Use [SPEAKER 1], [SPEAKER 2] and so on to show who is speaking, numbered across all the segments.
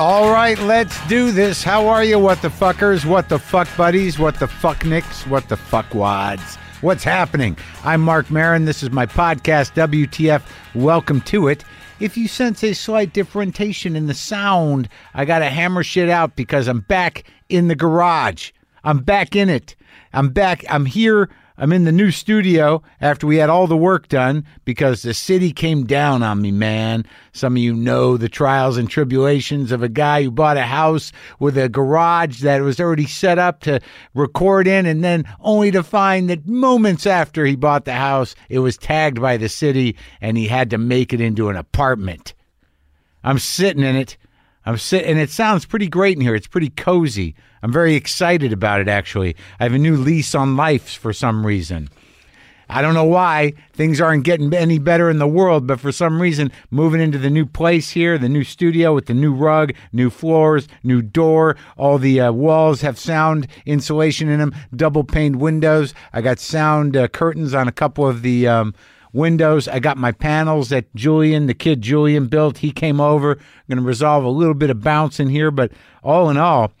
[SPEAKER 1] All right, let's do this. How are you, what the fuckers? What the fuck buddies? What the fuck nicks? What the fuck wads? What's happening? I'm Mark Marin. This is my podcast, WTF. Welcome to it. If you sense a slight differentiation in the sound, I got to hammer shit out because I'm back in the garage. I'm back in it. I'm back. I'm here. I'm in the new studio after we had all the work done because the city came down on me, man. Some of you know the trials and tribulations of a guy who bought a house with a garage that was already set up to record in, and then only to find that moments after he bought the house, it was tagged by the city and he had to make it into an apartment. I'm sitting in it. I'm sitting, and it sounds pretty great in here. It's pretty cozy. I'm very excited about it, actually. I have a new lease on life for some reason. I don't know why things aren't getting any better in the world, but for some reason, moving into the new place here, the new studio with the new rug, new floors, new door, all the uh, walls have sound insulation in them, double paned windows. I got sound uh, curtains on a couple of the. Um, windows. I got my panels that Julian, the kid Julian, built. He came over. I'm going to resolve a little bit of bounce in here, but all in all,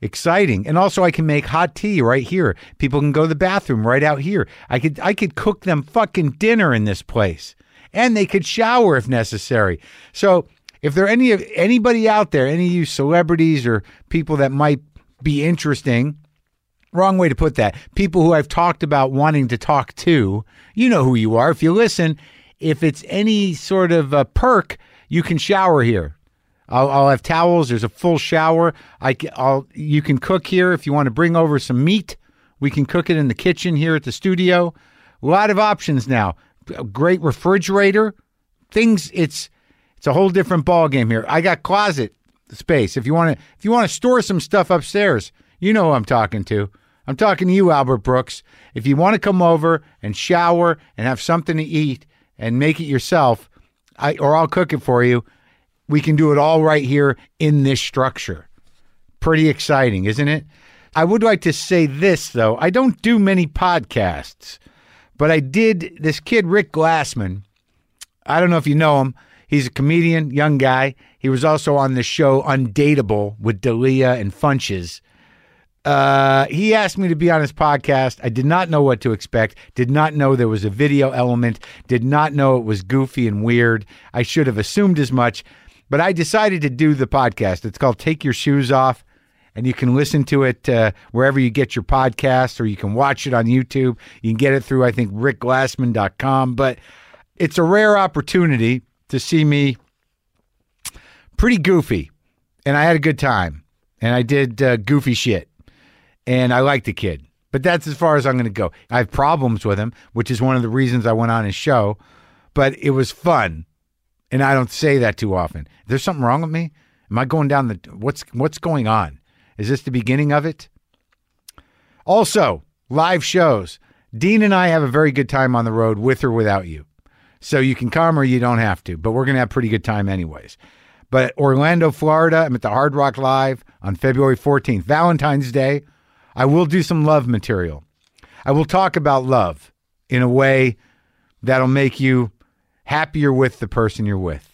[SPEAKER 1] exciting. And also, I can make hot tea right here. People can go to the bathroom right out here. I could I could cook them fucking dinner in this place, and they could shower if necessary. So. If there are any of anybody out there, any of you celebrities or people that might be interesting, wrong way to put that. People who I've talked about wanting to talk to, you know who you are. If you listen, if it's any sort of a perk, you can shower here. I'll, I'll have towels. There's a full shower. I, ca- I'll, you can cook here if you want to bring over some meat. We can cook it in the kitchen here at the studio. A lot of options now. A great refrigerator. Things. It's it's a whole different ball game here. I got closet space. If you want to, if you want to store some stuff upstairs, you know who I'm talking to. I'm talking to you, Albert Brooks. If you want to come over and shower and have something to eat and make it yourself, I or I'll cook it for you. We can do it all right here in this structure. Pretty exciting, isn't it? I would like to say this though. I don't do many podcasts, but I did this kid Rick Glassman I don't know if you know him. He's a comedian, young guy. He was also on the show Undateable with Dalia and Funches. Uh, he asked me to be on his podcast. I did not know what to expect. Did not know there was a video element. Did not know it was goofy and weird. I should have assumed as much, but I decided to do the podcast. It's called Take Your Shoes Off and you can listen to it uh, wherever you get your podcasts or you can watch it on YouTube. You can get it through, I think, rickglassman.com. But it's a rare opportunity to see me pretty goofy. And I had a good time. And I did uh, goofy shit. And I like the kid. But that's as far as I'm going to go. I have problems with him, which is one of the reasons I went on his show. But it was fun and I don't say that too often. There's something wrong with me. Am I going down the what's what's going on? Is this the beginning of it? Also, live shows. Dean and I have a very good time on the road with or without you. So you can come or you don't have to, but we're going to have a pretty good time anyways. But Orlando, Florida, I'm at the Hard Rock Live on February 14th, Valentine's Day. I will do some love material. I will talk about love in a way that'll make you happier with the person you're with.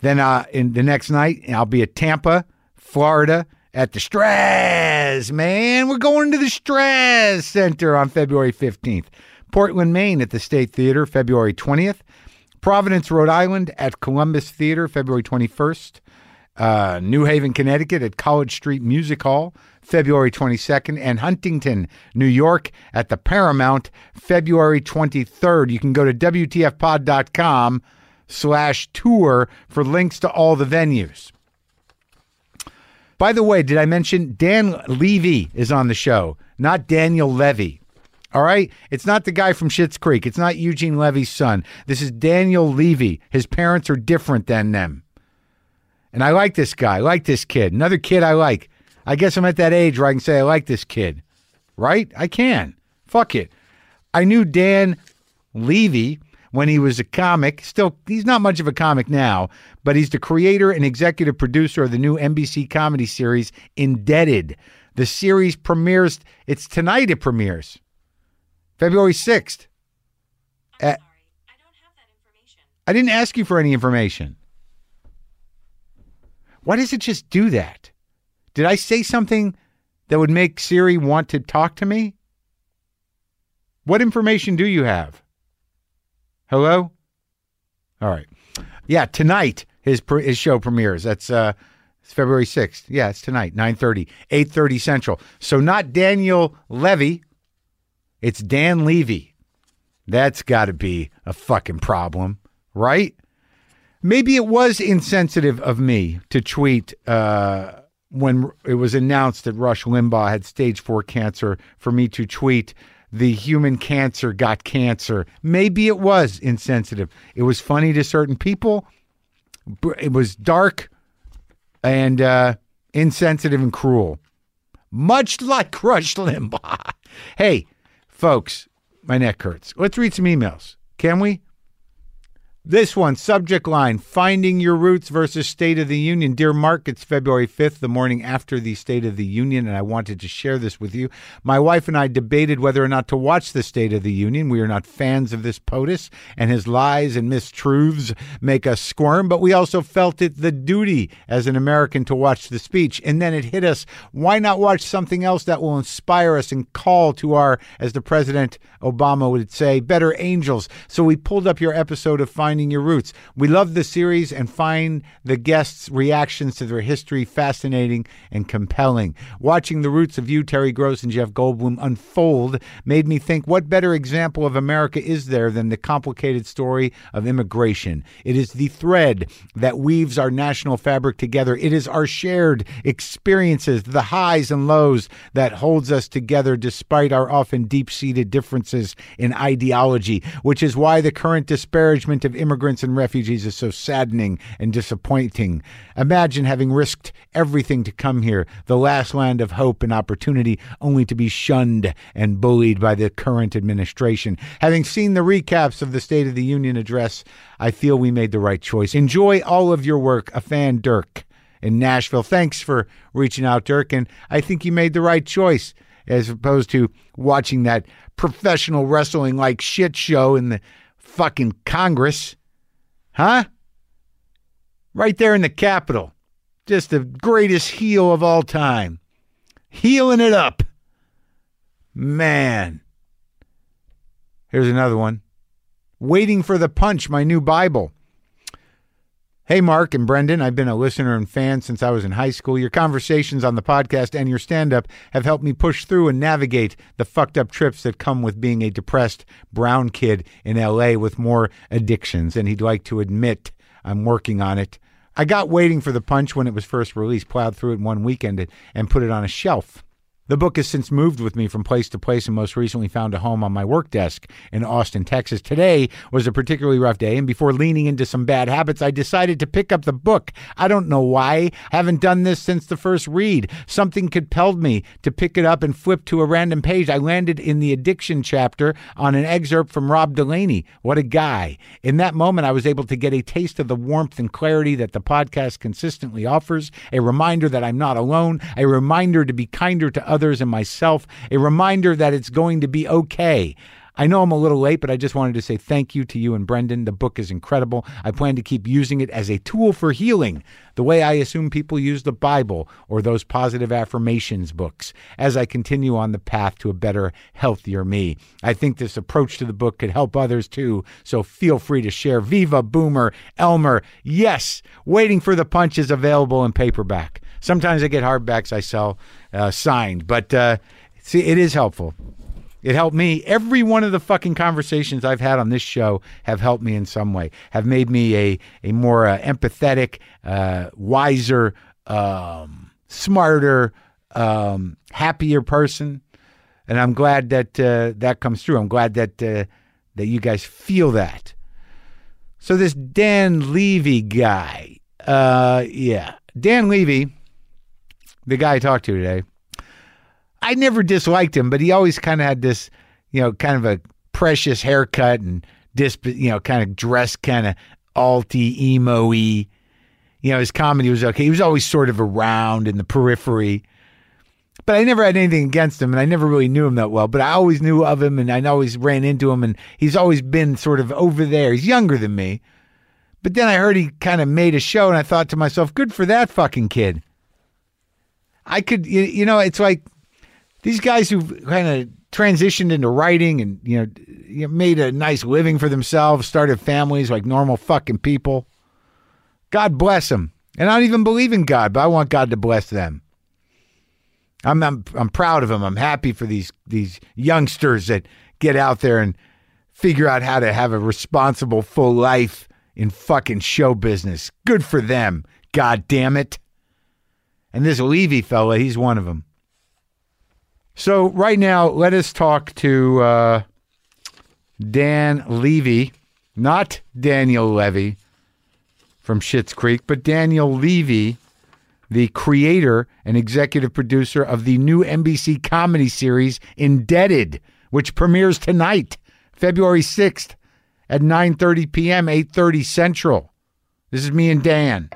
[SPEAKER 1] Then uh, in the next night, I'll be at Tampa, Florida, at the Straz. Man, we're going to the Straz Center on February 15th. Portland, Maine, at the State Theater, February 20th. Providence, Rhode Island, at Columbus Theater, February 21st. Uh, New Haven, Connecticut, at College Street Music Hall, February 22nd, and Huntington, New York, at the Paramount, February 23rd. You can go to WTFpod.com slash tour for links to all the venues. By the way, did I mention Dan Levy is on the show, not Daniel Levy? All right? It's not the guy from Schitt's Creek. It's not Eugene Levy's son. This is Daniel Levy. His parents are different than them. And I like this guy. I like this kid. Another kid I like. I guess I'm at that age where I can say I like this kid. Right? I can. Fuck it. I knew Dan Levy when he was a comic. Still, he's not much of a comic now, but he's the creator and executive producer of the new NBC comedy series Indebted. The series premieres, it's tonight it premieres, February 6th.
[SPEAKER 2] I'm
[SPEAKER 1] Uh,
[SPEAKER 2] sorry, I don't have that information.
[SPEAKER 1] I didn't ask you for any information. Why does it just do that? Did I say something that would make Siri want to talk to me? What information do you have? Hello? All right. Yeah, tonight his pre- his show premieres. That's uh it's February 6th. Yeah, it's tonight, 9:30, 8:30 Central. So not Daniel Levy, it's Dan Levy. That's got to be a fucking problem, right? Maybe it was insensitive of me to tweet uh, when it was announced that Rush Limbaugh had stage four cancer for me to tweet, the human cancer got cancer. Maybe it was insensitive. It was funny to certain people. b- It was dark and uh, insensitive and cruel, much like Rush Limbaugh. hey, folks, my neck hurts. Let's read some emails, can we? This one, subject line Finding Your Roots versus State of the Union. Dear Mark, it's February 5th, the morning after the State of the Union, and I wanted to share this with you. My wife and I debated whether or not to watch the State of the Union. We are not fans of this POTUS, and his lies and mistruths make us squirm, but we also felt it the duty as an American to watch the speech. And then it hit us why not watch something else that will inspire us and call to our, as the President Obama would say, better angels? So we pulled up your episode of Finding Your Roots. We love the series and find the guests' reactions to their history fascinating and compelling. Watching the roots of you, Terry Gross, and Jeff Goldblum unfold made me think what better example of America is there than the complicated story of immigration? It is the thread that weaves our national fabric together. It is our shared experiences, the highs and lows that holds us together despite our often deep-seated differences in ideology, which is why the current disparagement of immigrants and refugees is so saddening and disappointing. Imagine having risked everything to come here, the last land of hope and opportunity, only to be shunned and bullied by the current administration. Having seen the recaps of the State of the Union address, I feel we made the right choice. Enjoy all of your work. A fan, Dirk in Nashville. Thanks for reaching out, Dirk. And I think you made the right choice as opposed to watching that professional wrestling like shit show in the fucking Congress. Huh? Right there in the Capitol. Just the greatest heel of all time. Healing it up. Man. Here's another one. Waiting for the Punch, my new Bible. Hey, Mark and Brendan, I've been a listener and fan since I was in high school. Your conversations on the podcast and your stand up have helped me push through and navigate the fucked up trips that come with being a depressed brown kid in LA with more addictions than he'd like to admit. I'm working on it. I got waiting for the punch when it was first released, plowed through it in one weekend, and put it on a shelf. The book has since moved with me from place to place and most recently found a home on my work desk in Austin, Texas. Today was a particularly rough day, and before leaning into some bad habits, I decided to pick up the book. I don't know why. I haven't done this since the first read. Something compelled me to pick it up and flip to a random page. I landed in the addiction chapter on an excerpt from Rob Delaney. What a guy. In that moment, I was able to get a taste of the warmth and clarity that the podcast consistently offers, a reminder that I'm not alone, a reminder to be kinder to others and myself, a reminder that it's going to be okay. I know I'm a little late, but I just wanted to say thank you to you and Brendan. The book is incredible. I plan to keep using it as a tool for healing, the way I assume people use the Bible or those positive affirmations books, as I continue on the path to a better, healthier me. I think this approach to the book could help others too, so feel free to share. Viva Boomer Elmer. Yes, Waiting for the Punch is available in paperback. Sometimes I get hardbacks I sell uh, signed, but uh, see, it is helpful. It helped me. Every one of the fucking conversations I've had on this show have helped me in some way, have made me a, a more uh, empathetic, uh, wiser, um, smarter, um, happier person. And I'm glad that uh, that comes through. I'm glad that uh, that you guys feel that. So this Dan Levy guy, uh, yeah, Dan Levy, the guy I talked to today, I never disliked him, but he always kind of had this, you know, kind of a precious haircut and disp, you know, kind of dressed kind of alty, emo y. You know, his comedy was okay. He was always sort of around in the periphery. But I never had anything against him and I never really knew him that well. But I always knew of him and I always ran into him and he's always been sort of over there. He's younger than me. But then I heard he kind of made a show, and I thought to myself, good for that fucking kid. I could, you, you know, it's like these guys who kind of transitioned into writing and you know you know, made a nice living for themselves, started families like normal fucking people. God bless them. And I don't even believe in God, but I want God to bless them. I'm I'm, I'm proud of them. I'm happy for these these youngsters that get out there and figure out how to have a responsible full life in fucking show business. Good for them. God damn it. And this Levy fella, he's one of them. So right now, let us talk to uh, Dan Levy, not Daniel Levy from Schitt's Creek, but Daniel Levy, the creator and executive producer of the new NBC comedy series Indebted, which premieres tonight, February 6th at 9:30 p.m., 8:30 Central. This is me and Dan.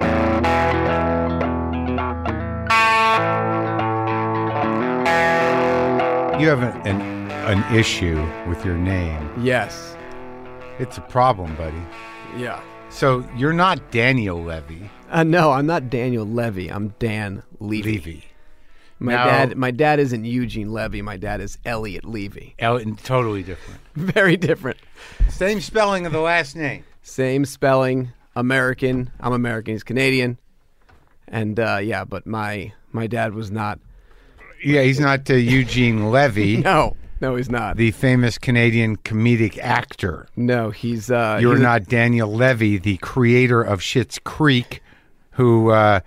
[SPEAKER 1] You have an an, an issue with your name.
[SPEAKER 2] Yes.
[SPEAKER 1] It's a problem, buddy.
[SPEAKER 2] Yeah.
[SPEAKER 1] So you're not Daniel Levy.
[SPEAKER 2] Uh, no, I'm not Daniel Levy. I'm Dan Levy.
[SPEAKER 1] Levy.
[SPEAKER 2] My
[SPEAKER 1] Now-
[SPEAKER 2] dad. My dad isn't Eugene Levy. My dad is Elliot Levy.
[SPEAKER 1] Elton, totally different.
[SPEAKER 2] Very different.
[SPEAKER 1] Same spelling of the last name.
[SPEAKER 2] Same spelling. American. I'm American. He's Canadian. And uh, yeah, but my my dad was not.
[SPEAKER 1] Yeah, he's not uh, Eugene Levy,
[SPEAKER 2] No, no, he's not.
[SPEAKER 1] the famous Canadian comedic actor.
[SPEAKER 2] No, he's. Uh,
[SPEAKER 1] You're
[SPEAKER 2] he's a-
[SPEAKER 1] not Daniel Levy, the creator of Schitt's Creek, who uh,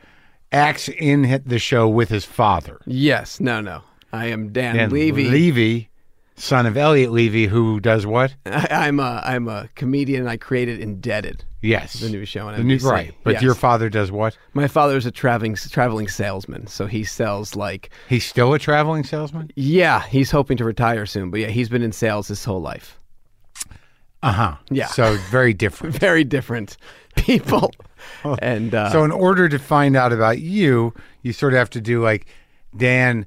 [SPEAKER 1] acts in hit the show with his father.
[SPEAKER 2] yes. No. No. I am Dan,
[SPEAKER 1] And
[SPEAKER 2] Levy.
[SPEAKER 1] Levy, son of Elliot Levy, who does what?
[SPEAKER 2] I, I'm a I'm a comedian. I created Indebted,
[SPEAKER 1] Yes.
[SPEAKER 2] the new show on
[SPEAKER 1] The new-
[SPEAKER 2] NBC.
[SPEAKER 1] right. But
[SPEAKER 2] Yes.
[SPEAKER 1] your father does what?
[SPEAKER 2] My father's a traveling traveling salesman, so he sells like
[SPEAKER 1] He's still a traveling salesman?
[SPEAKER 2] yeah, he's hoping to retire soon, but yeah, he's been in sales his whole life.
[SPEAKER 1] Uh huh.
[SPEAKER 2] Yeah.
[SPEAKER 1] So very different.
[SPEAKER 2] Very different people, and uh,
[SPEAKER 1] Oh. so in order to find out about you, you sort of have to do like Dan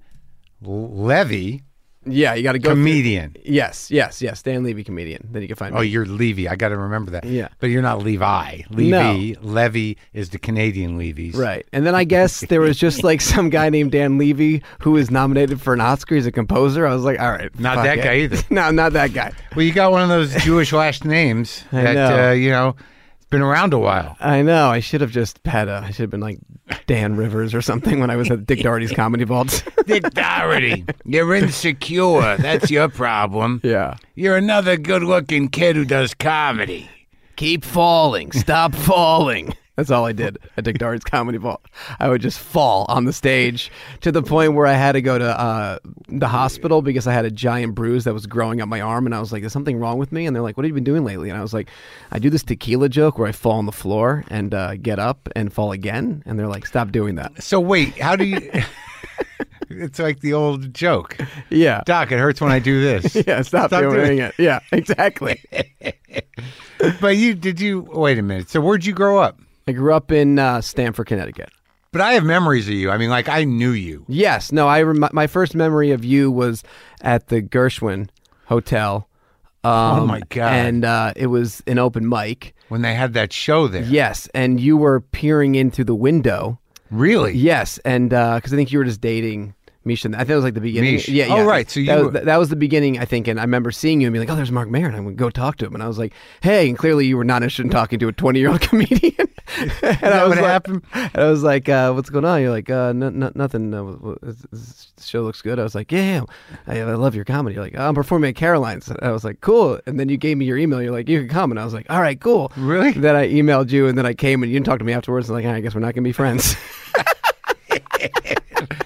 [SPEAKER 1] Levy,
[SPEAKER 2] yeah, you got to go. through-
[SPEAKER 1] comedian.
[SPEAKER 2] yes, yes, yes. Dan Levy, comedian. Then you can find
[SPEAKER 1] Oh,
[SPEAKER 2] me.
[SPEAKER 1] you're Levy. I got to remember that.
[SPEAKER 2] Yeah.
[SPEAKER 1] But you're not Levi. Levy. Levy is the Canadian Levy's.
[SPEAKER 2] Right, and then I guess there was just like some guy named Dan Levy who was nominated for an Oscar. He's a composer. I was like, all right,
[SPEAKER 1] Not
[SPEAKER 2] fuck
[SPEAKER 1] that
[SPEAKER 2] it.
[SPEAKER 1] guy either.
[SPEAKER 2] no, not that guy.
[SPEAKER 1] Well, you got one of those Jewish last names
[SPEAKER 2] I
[SPEAKER 1] that,
[SPEAKER 2] know.
[SPEAKER 1] Uh, you know, it's been around a while.
[SPEAKER 2] I know. I should have just had a. I should have been like Dan Rivers or something when I was at Dick Doherty's Comedy Vault.
[SPEAKER 1] Dick Doherty, you're insecure. That's your problem.
[SPEAKER 2] yeah.
[SPEAKER 1] You're another good looking kid who does comedy.
[SPEAKER 2] Keep falling. Stop falling. That's all I did at Dick Doherty's Comedy Vault. I would just fall on the stage to the point where I had to go to uh, the hospital because I had a giant bruise that was growing up my arm. And I was like, there's something wrong with me. And they're like, what have you been doing lately? And I was like, I do this tequila joke where I fall on the floor and uh, get up and fall again. And they're like, stop doing that.
[SPEAKER 1] So, wait, how do you. it's like the old joke
[SPEAKER 2] Yeah.
[SPEAKER 1] Doc, it hurts when I do this.
[SPEAKER 2] Yeah, stop,
[SPEAKER 1] Stop
[SPEAKER 2] doing,
[SPEAKER 1] doing
[SPEAKER 2] it. Yeah, exactly.
[SPEAKER 1] But you, did you. Wait a minute. So, where'd you grow up?
[SPEAKER 2] I grew up in uh, Stamford, Connecticut.
[SPEAKER 1] But I have memories of you. I mean, like, I knew you.
[SPEAKER 2] Yes. No, I rem- my first memory of you was at the Gershwin Hotel. Um, oh
[SPEAKER 1] my God.
[SPEAKER 2] And uh, it was an open mic.
[SPEAKER 1] when they had that show there.
[SPEAKER 2] Yes, and you were peering in through the window.
[SPEAKER 1] Really?
[SPEAKER 2] Yes, and because I think you were just dating Misha. I think it was like the beginning.
[SPEAKER 1] Mish.
[SPEAKER 2] Yeah, yeah.
[SPEAKER 1] Oh, right, so you
[SPEAKER 2] that,
[SPEAKER 1] were-
[SPEAKER 2] was, that, was the beginning, I think. And I remember seeing you and being like, "Oh, there's Mark Maron." I would go talk to him, and I was like, "Hey!" And clearly, you were not interested in talking to a 20 year old comedian. and I
[SPEAKER 1] what
[SPEAKER 2] was like,
[SPEAKER 1] happened?
[SPEAKER 2] And I was like, uh, "What's going on?" You're like, uh, no, no, "Nothing. Uh, w- w- this- this show looks good." I was like, "Yeah, yeah, I, I love your comedy." You're like, "Oh, "I'm performing at Caroline's." And I was like, "Cool." And then you gave me your email. You're like, "You can come," and I was like, "All right, cool."
[SPEAKER 1] Really?
[SPEAKER 2] Then I emailed you, and then I came, and you didn't talk to me afterwards. And like, I guess we're not gonna be friends.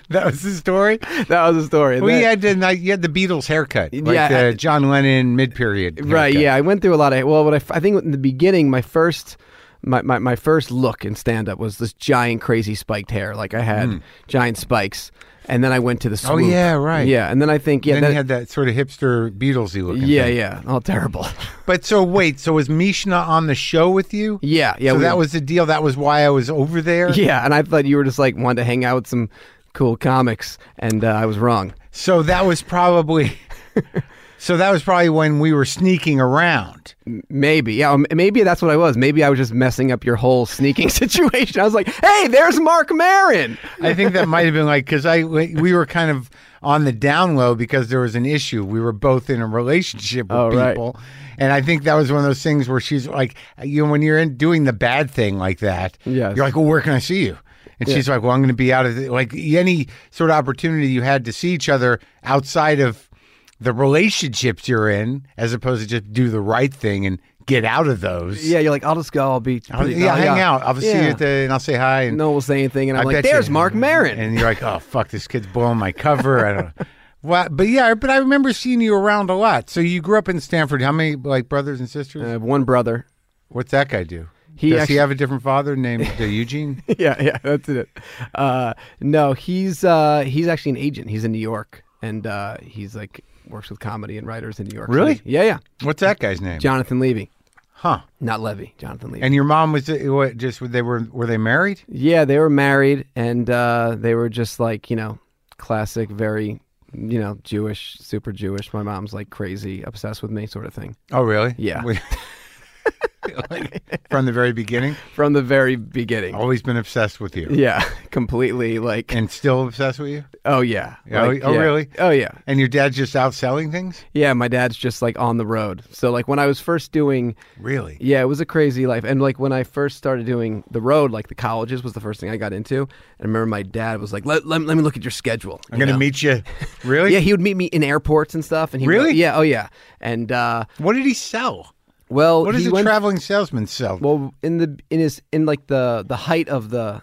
[SPEAKER 1] That was the story.
[SPEAKER 2] that was the story. And
[SPEAKER 1] We had
[SPEAKER 2] that-
[SPEAKER 1] the you had the Beatles haircut, like
[SPEAKER 2] Yeah,
[SPEAKER 1] the
[SPEAKER 2] I-
[SPEAKER 1] John Lennon mid period.
[SPEAKER 2] right. Yeah, I went through a lot of. Well, what I, f- I think in the beginning, my first. My, my, my first look in stand up was this giant crazy spiked hair like I had giant spikes and then I went to the swoop.
[SPEAKER 1] Oh, yeah, right.
[SPEAKER 2] yeah and then I think yeah
[SPEAKER 1] Then
[SPEAKER 2] that,
[SPEAKER 1] he had that sort of hipster Beatlesy looking.
[SPEAKER 2] yeah
[SPEAKER 1] thing.
[SPEAKER 2] yeah all terrible
[SPEAKER 1] But so wait, so was Mishna on the show with you?
[SPEAKER 2] yeah yeah
[SPEAKER 1] so
[SPEAKER 2] we-
[SPEAKER 1] that was the deal. That was why I was over there.
[SPEAKER 2] yeah and I thought you were just like wanted to hang out with some cool comics and uh, I was wrong
[SPEAKER 1] So that was probably So that was probably when we were sneaking around.
[SPEAKER 2] Maybe, yeah, um, maybe that's what I was. Maybe I was just messing up your whole sneaking situation. I was like, "Hey, there's Mark Marin."
[SPEAKER 1] I think that might have been like because I we were kind of on the down low because there was an issue. We were both in a relationship with
[SPEAKER 2] Oh, right.
[SPEAKER 1] people, and I think that was one of those things where she's like, you know, when you're in doing the bad thing like that,
[SPEAKER 2] Yes.
[SPEAKER 1] you're like, well, where can I see you? And she's like, well, I'm going to be out of the, like any sort of opportunity you had to see each other outside of the relationships you're in, as opposed to just do the right thing and get out of those.
[SPEAKER 2] Yeah, you're like, "I'll just go. I'll be
[SPEAKER 1] I'll, yeah, hang out. I'll see you at the, and I'll say hi. And
[SPEAKER 2] No one will say anything, and I'm
[SPEAKER 1] I
[SPEAKER 2] like,
[SPEAKER 1] bet you-
[SPEAKER 2] "There's Mark Marin."
[SPEAKER 1] And you're like, oh fuck, this kid's blowing my cover. I don't. Well, but yeah, but I remember seeing you around a lot. So you grew up in Stanford. How many like brothers and sisters?
[SPEAKER 2] I have one brother.
[SPEAKER 1] What's that guy do?
[SPEAKER 2] Uh, he
[SPEAKER 1] Does
[SPEAKER 2] actually-
[SPEAKER 1] he have a different father named uh, Eugene?
[SPEAKER 2] yeah, yeah, that's it. Uh, no, he's uh, he's actually an agent. He's in New York, and uh, he's like works with comedy and writers in New York.
[SPEAKER 1] Really?
[SPEAKER 2] City. Yeah, yeah.
[SPEAKER 1] What's that guy's name?
[SPEAKER 2] Jonathan Levy,
[SPEAKER 1] Huh?
[SPEAKER 2] not Levy. Jonathan Levy.
[SPEAKER 1] And your mom was uh, what? Just they were were they married?
[SPEAKER 2] yeah, they were married, and uh, they were just like you know, classic, very you know, Jewish, super Jewish. My mom's like crazy, obsessed with me, sort of thing.
[SPEAKER 1] Oh, really?
[SPEAKER 2] Yeah.
[SPEAKER 1] Wait. Like, from the very beginning,
[SPEAKER 2] From the very beginning.
[SPEAKER 1] always been obsessed with you,
[SPEAKER 2] Yeah, completely. Like,
[SPEAKER 1] and still obsessed with you.
[SPEAKER 2] oh yeah.
[SPEAKER 1] Oh,
[SPEAKER 2] Like,
[SPEAKER 1] oh,
[SPEAKER 2] yeah.
[SPEAKER 1] really?
[SPEAKER 2] Oh yeah.
[SPEAKER 1] And your dad's just out selling things.
[SPEAKER 2] Yeah, my dad's just like on the road. So like when I was first doing
[SPEAKER 1] Really?
[SPEAKER 2] yeah, it was a crazy life. And like when I first started doing the road, like the colleges was the first thing I got into. And I remember my dad was like, "Let let, let me look at your schedule."
[SPEAKER 1] I'm gonna meet you. Really?
[SPEAKER 2] Yeah, he would meet me in airports and stuff. And he would-
[SPEAKER 1] Really?
[SPEAKER 2] yeah, oh yeah. And uh,
[SPEAKER 1] What did he sell?
[SPEAKER 2] well,
[SPEAKER 1] What does
[SPEAKER 2] he
[SPEAKER 1] a
[SPEAKER 2] went,
[SPEAKER 1] traveling salesman sell?
[SPEAKER 2] well in the in his in like the the height of the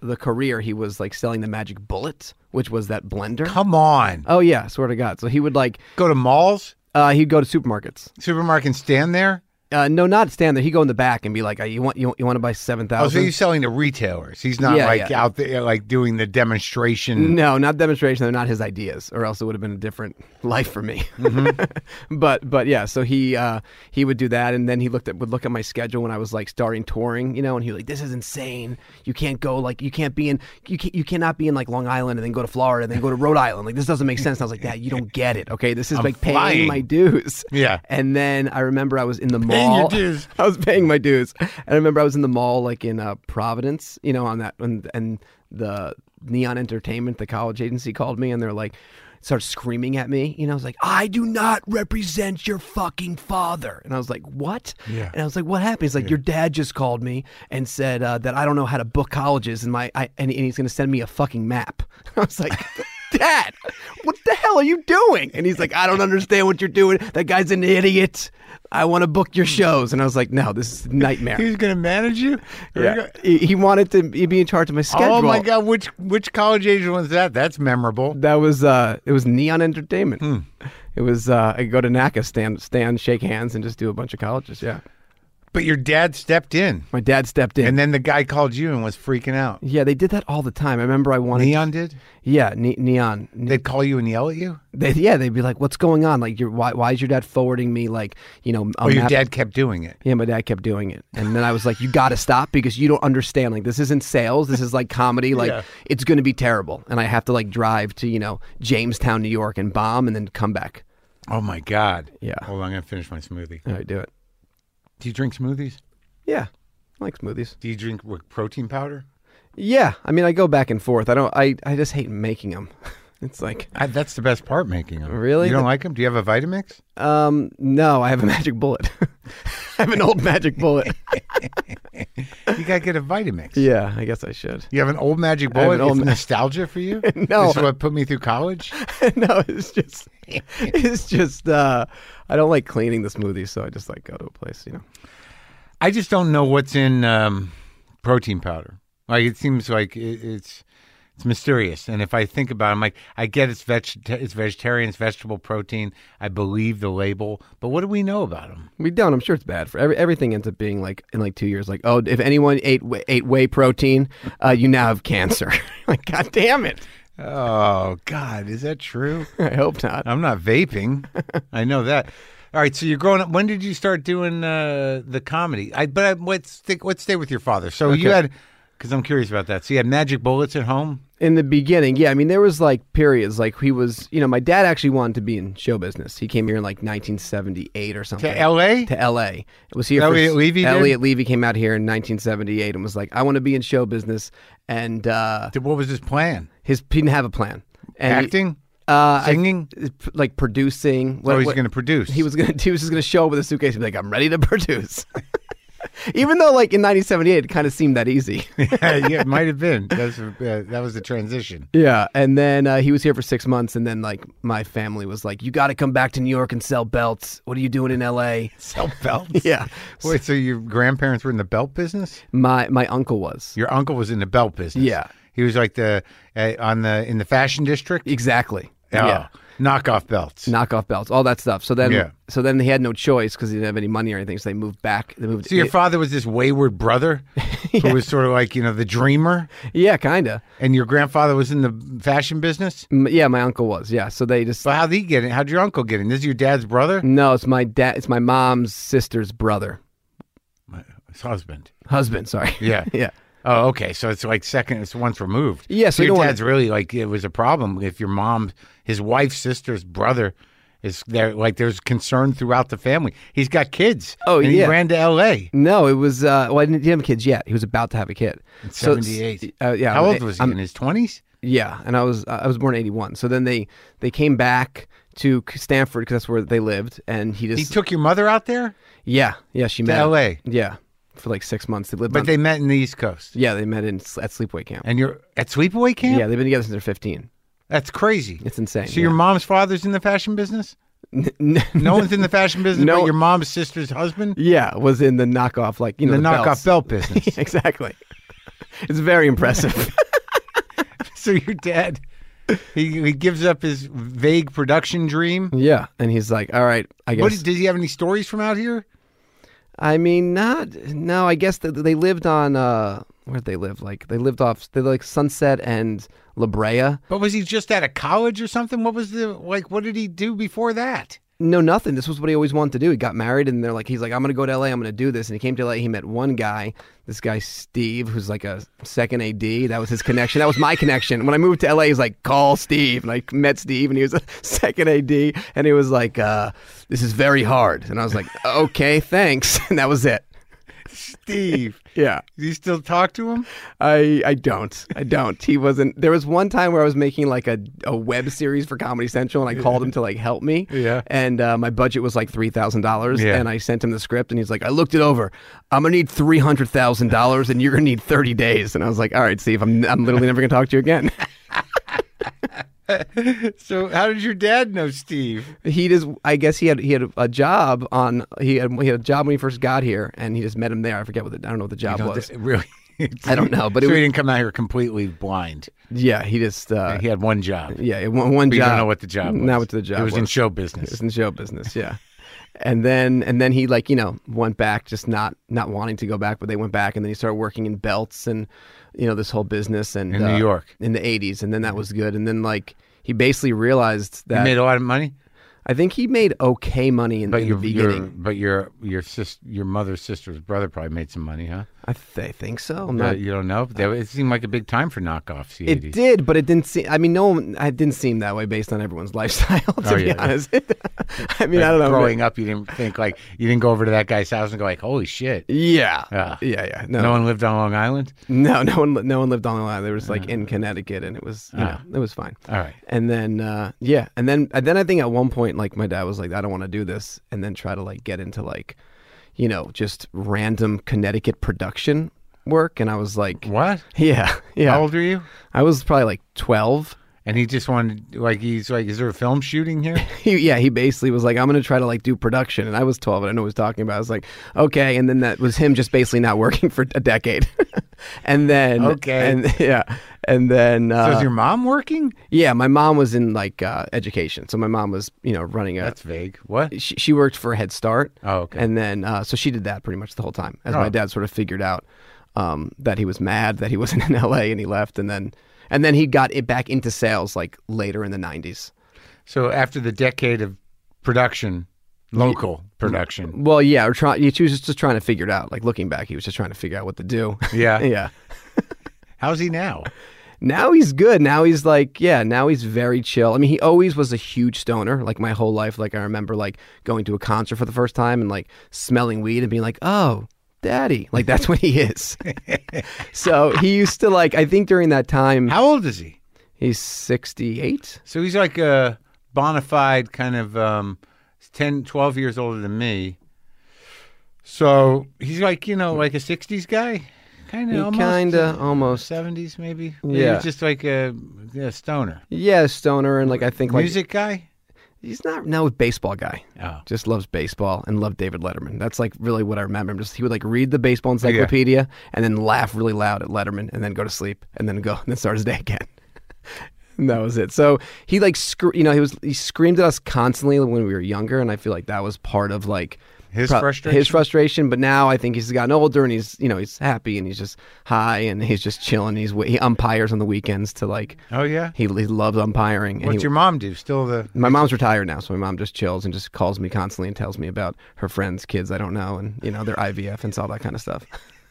[SPEAKER 2] the career, he was like selling the Magic Bullet, which was that blender.
[SPEAKER 1] Come on.
[SPEAKER 2] Oh yeah, swear to God. So he would like
[SPEAKER 1] Go to malls,
[SPEAKER 2] uh, he'd go to supermarkets.
[SPEAKER 1] supermarket, and stand there.
[SPEAKER 2] Uh, no, not stand there. He'd go in the back and be like, "Uh, "You want you, you want to buy seven
[SPEAKER 1] Oh, so
[SPEAKER 2] thousand?
[SPEAKER 1] he's selling to retailers. He's not
[SPEAKER 2] Yeah,
[SPEAKER 1] like
[SPEAKER 2] yeah.
[SPEAKER 1] out there like doing the demonstration.
[SPEAKER 2] No, not demonstration. They're not his ideas, or else it would have been a different life for me.
[SPEAKER 1] Mm-hmm.
[SPEAKER 2] but but yeah, so he uh, he would do that, and then he looked at would look at my schedule when I was like starting touring, you know, and he was like, "This is insane. You can't go like you can't be in you can you cannot be in like Long Island and then go to Florida and then go to Rhode Island. Like this doesn't make sense." And I was like, "That you don't get it. Okay, this is like paying
[SPEAKER 1] flying."
[SPEAKER 2] my dues."
[SPEAKER 1] Yeah.
[SPEAKER 2] And then I remember I was in the
[SPEAKER 1] Paying your
[SPEAKER 2] mall.
[SPEAKER 1] dues.
[SPEAKER 2] I was paying my dues. And I remember I was in the mall, like in uh, Providence, you know, on that, and, and the Neon Entertainment, the college agency, called me, and they're like, started screaming at me. You know, I was like, I do not represent your fucking father. And I was like, what?
[SPEAKER 1] Yeah.
[SPEAKER 2] And I was like, what happened? He's like, your dad just called me and said uh, that I don't know how to book colleges, and my I, and, and he's going to send me a fucking map. I was like. Dad, what the hell are you doing? And he's like, I don't understand what you're doing. That guy's an idiot. I want to book your shows. And I was like, no, this is a nightmare.
[SPEAKER 1] He's gonna manage you.
[SPEAKER 2] yeah. he, he wanted to be in charge of my schedule.
[SPEAKER 1] Oh my God! Which which college age was that? That's memorable.
[SPEAKER 2] That was uh, it was Neon Entertainment.
[SPEAKER 1] Hmm.
[SPEAKER 2] It was uh, I could go to NACA stand, stand, shake hands, and just do a bunch of colleges. Yeah,
[SPEAKER 1] But your dad stepped in,
[SPEAKER 2] my dad stepped in.
[SPEAKER 1] and then the guy called you and was freaking out.
[SPEAKER 2] yeah, they did that all the time. I remember I wanted.
[SPEAKER 1] Neon did.
[SPEAKER 2] Yeah, ne- Neon. Ne-
[SPEAKER 1] They'd call you and yell at you.
[SPEAKER 2] they, yeah, they'd be like, "What's going on? Like, your why? Why is your dad forwarding me? Like, you know, a
[SPEAKER 1] Oh, your
[SPEAKER 2] map-
[SPEAKER 1] dad kept doing it.
[SPEAKER 2] Yeah, my dad kept doing it. And then I was like, you got to stop because you don't understand. Like, this isn't sales. This is like comedy. Like,
[SPEAKER 1] Yeah.
[SPEAKER 2] it's going to be terrible. And I have to like drive to, you know, Jamestown, New York and bomb and then come back.
[SPEAKER 1] Oh my God!
[SPEAKER 2] Yeah.
[SPEAKER 1] Hold on, I'm gonna finish my smoothie.
[SPEAKER 2] And I do it.
[SPEAKER 1] Do you drink smoothies?
[SPEAKER 2] Yeah. I like smoothies.
[SPEAKER 1] Do you drink with protein powder?
[SPEAKER 2] Yeah. I mean, I go back and forth. I don't, I, I just hate making them. It's like,
[SPEAKER 1] I, that's the best part, making them.
[SPEAKER 2] Really?
[SPEAKER 1] You don't like them? Do you have a Vitamix?
[SPEAKER 2] um, no, I have a magic bullet. I have an old magic bullet.
[SPEAKER 1] You gotta get a Vitamix.
[SPEAKER 2] yeah, I guess I should.
[SPEAKER 1] You have an old magic
[SPEAKER 2] have
[SPEAKER 1] bullet.
[SPEAKER 2] an old
[SPEAKER 1] it's
[SPEAKER 2] ma-
[SPEAKER 1] nostalgia for you.
[SPEAKER 2] No.
[SPEAKER 1] this is what put me through college.
[SPEAKER 2] no, it's just, it's just, uh, I don't like cleaning the smoothies. So I just like go to a place, you know.
[SPEAKER 1] I just don't know what's in um, protein powder. Like it seems like it, it's it's mysterious. And if I think about, it, I'm like, I get it's veg- it's vegetarian, it's vegetable protein. I believe the label, but what do we know about them?
[SPEAKER 2] We don't. I'm sure it's bad for every, everything. Ends up being like in like two years. Like, oh, if anyone ate wh- ate whey protein, uh, you now have cancer. like, god damn it.
[SPEAKER 1] Oh God, is that true?
[SPEAKER 2] I hope not.
[SPEAKER 1] I'm not vaping. I know that. All right, so you're growing up. When did you start doing uh, the comedy? I but I, let's think, let's stay with your father. So you had Because I'm curious about that. So you had magic bullets at home?
[SPEAKER 2] In the beginning, yeah, I mean, there was like periods, like he was, you know, my dad actually wanted to be in show business. He came here in like 1978 or something.
[SPEAKER 1] To E? LA?
[SPEAKER 2] To LA. Was here.
[SPEAKER 1] Elliot Levy did?
[SPEAKER 2] Elliot Levy came out here in 1978 and was like, I want to be in show business, and uh,
[SPEAKER 1] Th- What was his plan?
[SPEAKER 2] his he didn't have a plan. And he-
[SPEAKER 1] Acting?
[SPEAKER 2] uh, I-
[SPEAKER 1] Singing?
[SPEAKER 2] like producing. What,
[SPEAKER 1] oh, he's
[SPEAKER 2] what-
[SPEAKER 1] going to produce.
[SPEAKER 2] He was gonna. He was just gonna show up with a suitcase and be like, "I'm ready to produce." Even though, like in 1978, it kind of seemed that easy.
[SPEAKER 1] yeah, it might have been. That was, uh, that was the transition.
[SPEAKER 2] Yeah, and then uh, he was here for six months, and then like my family was like, "You got to come back to New York and sell belts. What are you doing in L.A.?"
[SPEAKER 1] Self belts?
[SPEAKER 2] Yeah,
[SPEAKER 1] Wait, so your grandparents were in the belt business?
[SPEAKER 2] my my uncle was
[SPEAKER 1] Your uncle was in the belt business.
[SPEAKER 2] Yeah.
[SPEAKER 1] He was like the uh, on the in the fashion district.
[SPEAKER 2] exactly yeah
[SPEAKER 1] Yeah. Knockoff belts.
[SPEAKER 2] knockoff belts, all that stuff. So then
[SPEAKER 1] Yeah.
[SPEAKER 2] so then they had no choice because they didn't have any money or anything, so they moved back. They moved
[SPEAKER 1] So your
[SPEAKER 2] it-
[SPEAKER 1] father was this wayward brother who was sort of like, you know, the dreamer.
[SPEAKER 2] yeah, kinda
[SPEAKER 1] And your grandfather was in the fashion business?
[SPEAKER 2] M- yeah. My uncle was yeah. So they just
[SPEAKER 1] But how'd he get in? How'd your uncle get in? This is your dad's brother?
[SPEAKER 2] no, it's my dad, it's my mom's sister's brother,
[SPEAKER 1] His husband.
[SPEAKER 2] husband. Sorry,
[SPEAKER 1] Yeah.
[SPEAKER 2] yeah.
[SPEAKER 1] Oh, okay. So it's like second, it's once removed.
[SPEAKER 2] Yeah, so
[SPEAKER 1] So
[SPEAKER 2] you don't
[SPEAKER 1] your
[SPEAKER 2] wanna-
[SPEAKER 1] dad's really like, it was a problem if your mom, his wife's sister's brother is there. Like there's concern throughout the family. He's got kids.
[SPEAKER 2] Oh,
[SPEAKER 1] and
[SPEAKER 2] yeah.
[SPEAKER 1] He ran to L.A.
[SPEAKER 2] No, it was. Uh, well, I didn't, didn't have kids yet. He was about to have a kid. In
[SPEAKER 1] 78.
[SPEAKER 2] Uh, yeah.
[SPEAKER 1] How
[SPEAKER 2] I'm-
[SPEAKER 1] old was he?
[SPEAKER 2] I'm-
[SPEAKER 1] in his 20s?
[SPEAKER 2] Yeah, and I was I was born in '81. So then they they came back to Stanford because that's where they lived, and he just
[SPEAKER 1] He took your mother out there,
[SPEAKER 2] yeah yeah she
[SPEAKER 1] to
[SPEAKER 2] met
[SPEAKER 1] L.A.,
[SPEAKER 2] yeah for like six months. They lived,
[SPEAKER 1] but
[SPEAKER 2] on-
[SPEAKER 1] they met in the East Coast.
[SPEAKER 2] yeah they met in at sleepaway camp.
[SPEAKER 1] And you're at sleepaway camp?
[SPEAKER 2] Yeah, they've been together since they're 15.
[SPEAKER 1] That's crazy.
[SPEAKER 2] It's insane.
[SPEAKER 1] So your mom's father's in the fashion business? No one's in the fashion business
[SPEAKER 2] No.
[SPEAKER 1] but your mom's sister's husband?
[SPEAKER 2] yeah was in the knockoff like you know
[SPEAKER 1] the, knockoff
[SPEAKER 2] belts.
[SPEAKER 1] belt business.
[SPEAKER 2] exactly. It's very impressive.
[SPEAKER 1] so your dad, he, he gives up his vague production dream.
[SPEAKER 2] yeah, and he's like, all right, I guess.
[SPEAKER 1] What did he have any stories from out here?
[SPEAKER 2] I mean, not no. I guess that they lived on uh, where would they live? Like they lived off they like Sunset and La Brea.
[SPEAKER 1] But was he just out of college or something? What was the like? What did he do before that?
[SPEAKER 2] No, nothing. This was what he always wanted to do. He got married, and they're like, he's like, I'm gonna go to LA. I'm gonna do this. And he came to LA. He met one guy, this guy Steve, who's like a second AD. That was his connection. That was my connection. When I moved to LA, he's like, call Steve, and I met Steve, and he was a second AD, and he was like, uh, this is very hard. And I was like, okay, thanks, and that was it.
[SPEAKER 1] Steve,
[SPEAKER 2] Yeah.
[SPEAKER 1] do you still talk to him?
[SPEAKER 2] I I don't. I don't. He wasn't. There was one time where I was making like a, a web series for Comedy Central, and I called him to like help me.
[SPEAKER 1] Yeah.
[SPEAKER 2] And uh, my budget was like three thousand dollars,
[SPEAKER 1] Yeah.
[SPEAKER 2] and I sent him the script, and he's like, "I looked it over. I'm gonna need three hundred thousand dollars, and you're gonna need thirty days." And I was like, "All right, Steve, I'm I'm literally never gonna talk to you again."
[SPEAKER 1] So how did your dad know Steve?
[SPEAKER 2] he just, I guess he had he had a job on he had he had a job when he first got here, and he just met him there. I forget what the, I don't know what the job was.
[SPEAKER 1] Really,
[SPEAKER 2] I don't know, but
[SPEAKER 1] so
[SPEAKER 2] it
[SPEAKER 1] he
[SPEAKER 2] was,
[SPEAKER 1] didn't come out here completely blind.
[SPEAKER 2] yeah, he just uh,
[SPEAKER 1] He had one job.
[SPEAKER 2] yeah, it- one, one
[SPEAKER 1] But
[SPEAKER 2] job.
[SPEAKER 1] you don't know what the job was.
[SPEAKER 2] Not what the job
[SPEAKER 1] It was, in
[SPEAKER 2] was.
[SPEAKER 1] show business.
[SPEAKER 2] It's in show business, yeah. And then and then he like you know went back just not not wanting to go back, but they went back and then he started working in belts and you know this whole business and uh,
[SPEAKER 1] In New York.
[SPEAKER 2] in the eighties, and then that was good. And then like he basically realized
[SPEAKER 1] You
[SPEAKER 2] that
[SPEAKER 1] made a lot of money,
[SPEAKER 2] I think he made okay money in,
[SPEAKER 1] but
[SPEAKER 2] in the
[SPEAKER 1] your, your
[SPEAKER 2] beginning.
[SPEAKER 1] but your your sis, your mother's sister's brother probably made some money, huh?
[SPEAKER 2] I, th- I think so. I'm
[SPEAKER 1] Uh,
[SPEAKER 2] not,
[SPEAKER 1] you don't know. That, it seemed like a big time for knockoffs. The
[SPEAKER 2] it
[SPEAKER 1] 80s.
[SPEAKER 2] did, but it didn't seem. I mean, no, one- it didn't seem that way based on everyone's lifestyle. To
[SPEAKER 1] Oh,
[SPEAKER 2] be
[SPEAKER 1] yeah, yeah.
[SPEAKER 2] honest, I mean, I don't know.
[SPEAKER 1] Growing up, you didn't think like you didn't go over to that guy's house and go like, "Holy shit!"
[SPEAKER 2] yeah,
[SPEAKER 1] Ah.
[SPEAKER 2] yeah, yeah.
[SPEAKER 1] No one lived on Long Island.
[SPEAKER 2] No, no one, li- no one lived on the line. They were just like in Connecticut, and it was, you
[SPEAKER 1] Ah.
[SPEAKER 2] know, it was fine.
[SPEAKER 1] All right.
[SPEAKER 2] And then, uh, yeah, and then, and then I think at one point, like my dad was like, "I don't want to do this," and then try to like get into like, you know, just random Connecticut production work, and I was like,
[SPEAKER 1] What?
[SPEAKER 2] "Yeah, yeah."
[SPEAKER 1] How old are you?
[SPEAKER 2] I was probably like twelve.
[SPEAKER 1] And he just wanted like he's like, "Is there a film shooting here?"
[SPEAKER 2] He, yeah, he basically was like, "I'm gonna try to like do production," and I was twelve, and I know what he was talking about. I was like, "Okay," and then that was him just basically not working for a decade, and then
[SPEAKER 1] Okay.
[SPEAKER 2] and yeah, and then uh,
[SPEAKER 1] so is your mom working?
[SPEAKER 2] Yeah, my mom was in like uh, education, so my mom was you know running a.
[SPEAKER 1] That's vague. What?
[SPEAKER 2] She, she worked for Head Start.
[SPEAKER 1] Oh, okay.
[SPEAKER 2] And then uh, so she did that pretty much the whole time. As
[SPEAKER 1] Oh.
[SPEAKER 2] my dad sort of figured out um, that he was mad that he wasn't in L.A. and he left, and then and then he got it back into sales like later in the '90s.
[SPEAKER 1] So after the decade of production, local production,
[SPEAKER 2] Well, yeah, or try, he was just trying to figure it out. Like looking back, he was just trying to figure out what to do.
[SPEAKER 1] yeah,
[SPEAKER 2] yeah.
[SPEAKER 1] How's he now?
[SPEAKER 2] Now he's good. Now he's like, yeah, now he's very chill. I mean, he always was a huge stoner, like my whole life. Like, I remember, like, going to a concert for the first time and, like, smelling weed and being like, oh, daddy. Like, that's what he is. so he used to, like, I think during that time,
[SPEAKER 1] How old is he?
[SPEAKER 2] he's 68.
[SPEAKER 1] So he's like a bona fide kind of um, 10, 12 years older than me. So he's like, you know, like a 60s guy? Kind
[SPEAKER 2] He
[SPEAKER 1] of,
[SPEAKER 2] kind of almost.
[SPEAKER 1] 70s maybe? He
[SPEAKER 2] Yeah.
[SPEAKER 1] was just like a, a stoner.
[SPEAKER 2] Yeah, stoner. And, like, I think, like,
[SPEAKER 1] Music guy?
[SPEAKER 2] he's not, no, baseball guy.
[SPEAKER 1] Oh.
[SPEAKER 2] just loves baseball and loved David Letterman. That's like really what I remember. Him. Just he would like read the baseball encyclopedia and then laugh really loud at Letterman and then go to sleep and then go and then start his day again. and that was it. So he like scr- you know he was he screamed at us constantly when we were younger, and I feel like that was part of like
[SPEAKER 1] His frustration?
[SPEAKER 2] His frustration, but now I think he's gotten older and he's you know he's happy and he's just high and he's just chilling. He's wa- he umpires on the weekends to like
[SPEAKER 1] Oh, yeah?
[SPEAKER 2] he, he loves umpiring. and he,
[SPEAKER 1] What's your mom do? Still the.
[SPEAKER 2] my mom's retired now, so my mom just chills and just calls me constantly and tells me about her friends, kids I don't know, and you know their IVF and all that kind of stuff.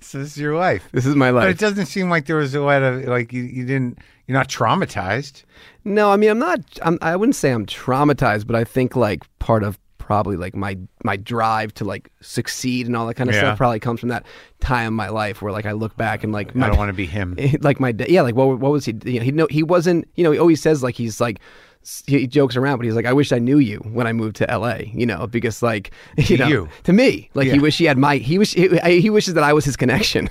[SPEAKER 1] So this is your life.
[SPEAKER 2] This is my
[SPEAKER 1] But it
[SPEAKER 2] life.
[SPEAKER 1] doesn't seem like there was a lot of like you, you didn't you're not traumatized.
[SPEAKER 2] No, I mean I'm not. I'm, I wouldn't say I'm traumatized, but I think like part of probably like my my drive to like succeed and all that kind of
[SPEAKER 1] Yeah.
[SPEAKER 2] stuff probably comes from that time in my life where like I look back and like my
[SPEAKER 1] I don't want to be him.
[SPEAKER 2] like my da- yeah like what what was he you know he no he wasn't you know he always says like he's like s- he jokes around but he's like I wish I knew you when I moved to L.A. you know because like you know
[SPEAKER 1] you.
[SPEAKER 2] to me like
[SPEAKER 1] Yeah.
[SPEAKER 2] he wish he had my he wish he, I- he wishes that I was his connection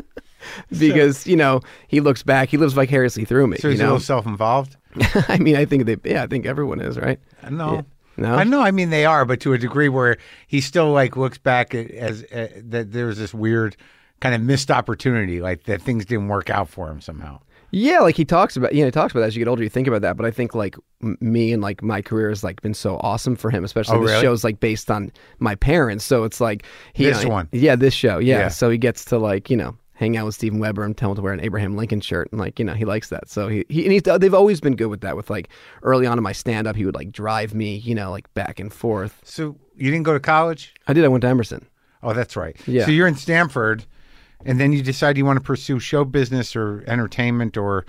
[SPEAKER 2] because you know he looks back he lives vicariously through me
[SPEAKER 1] So
[SPEAKER 2] you
[SPEAKER 1] he's a
[SPEAKER 2] know
[SPEAKER 1] little self-involved.
[SPEAKER 2] I mean I think they yeah I think everyone is right
[SPEAKER 1] No.
[SPEAKER 2] No?
[SPEAKER 1] I know. I mean, they are, but to a degree where he still like looks back at, as uh, that there was this weird kind of missed opportunity, like that things didn't work out for him somehow.
[SPEAKER 2] Yeah, like he talks about, you know, he talks about that as you get older, you think about that. But I think like m- me and like my career has like been so awesome for him, especially
[SPEAKER 1] Oh,
[SPEAKER 2] this
[SPEAKER 1] really?
[SPEAKER 2] show's like based on my parents. So it's like he,
[SPEAKER 1] This one.
[SPEAKER 2] yeah, this show, yeah.
[SPEAKER 1] Yeah.
[SPEAKER 2] So he gets to like you know hang out with Steven Weber and tell him to wear an Abraham Lincoln shirt, and like you know he likes that. So he, he and he's they've always been good with that. With like early on in my stand up, he would like drive me, you know, like back and forth.
[SPEAKER 1] So you didn't go to college?
[SPEAKER 2] I did. I went to Emerson.
[SPEAKER 1] Oh, that's right.
[SPEAKER 2] Yeah.
[SPEAKER 1] So you're in Stanford, and then you decide you want to pursue show business or entertainment or.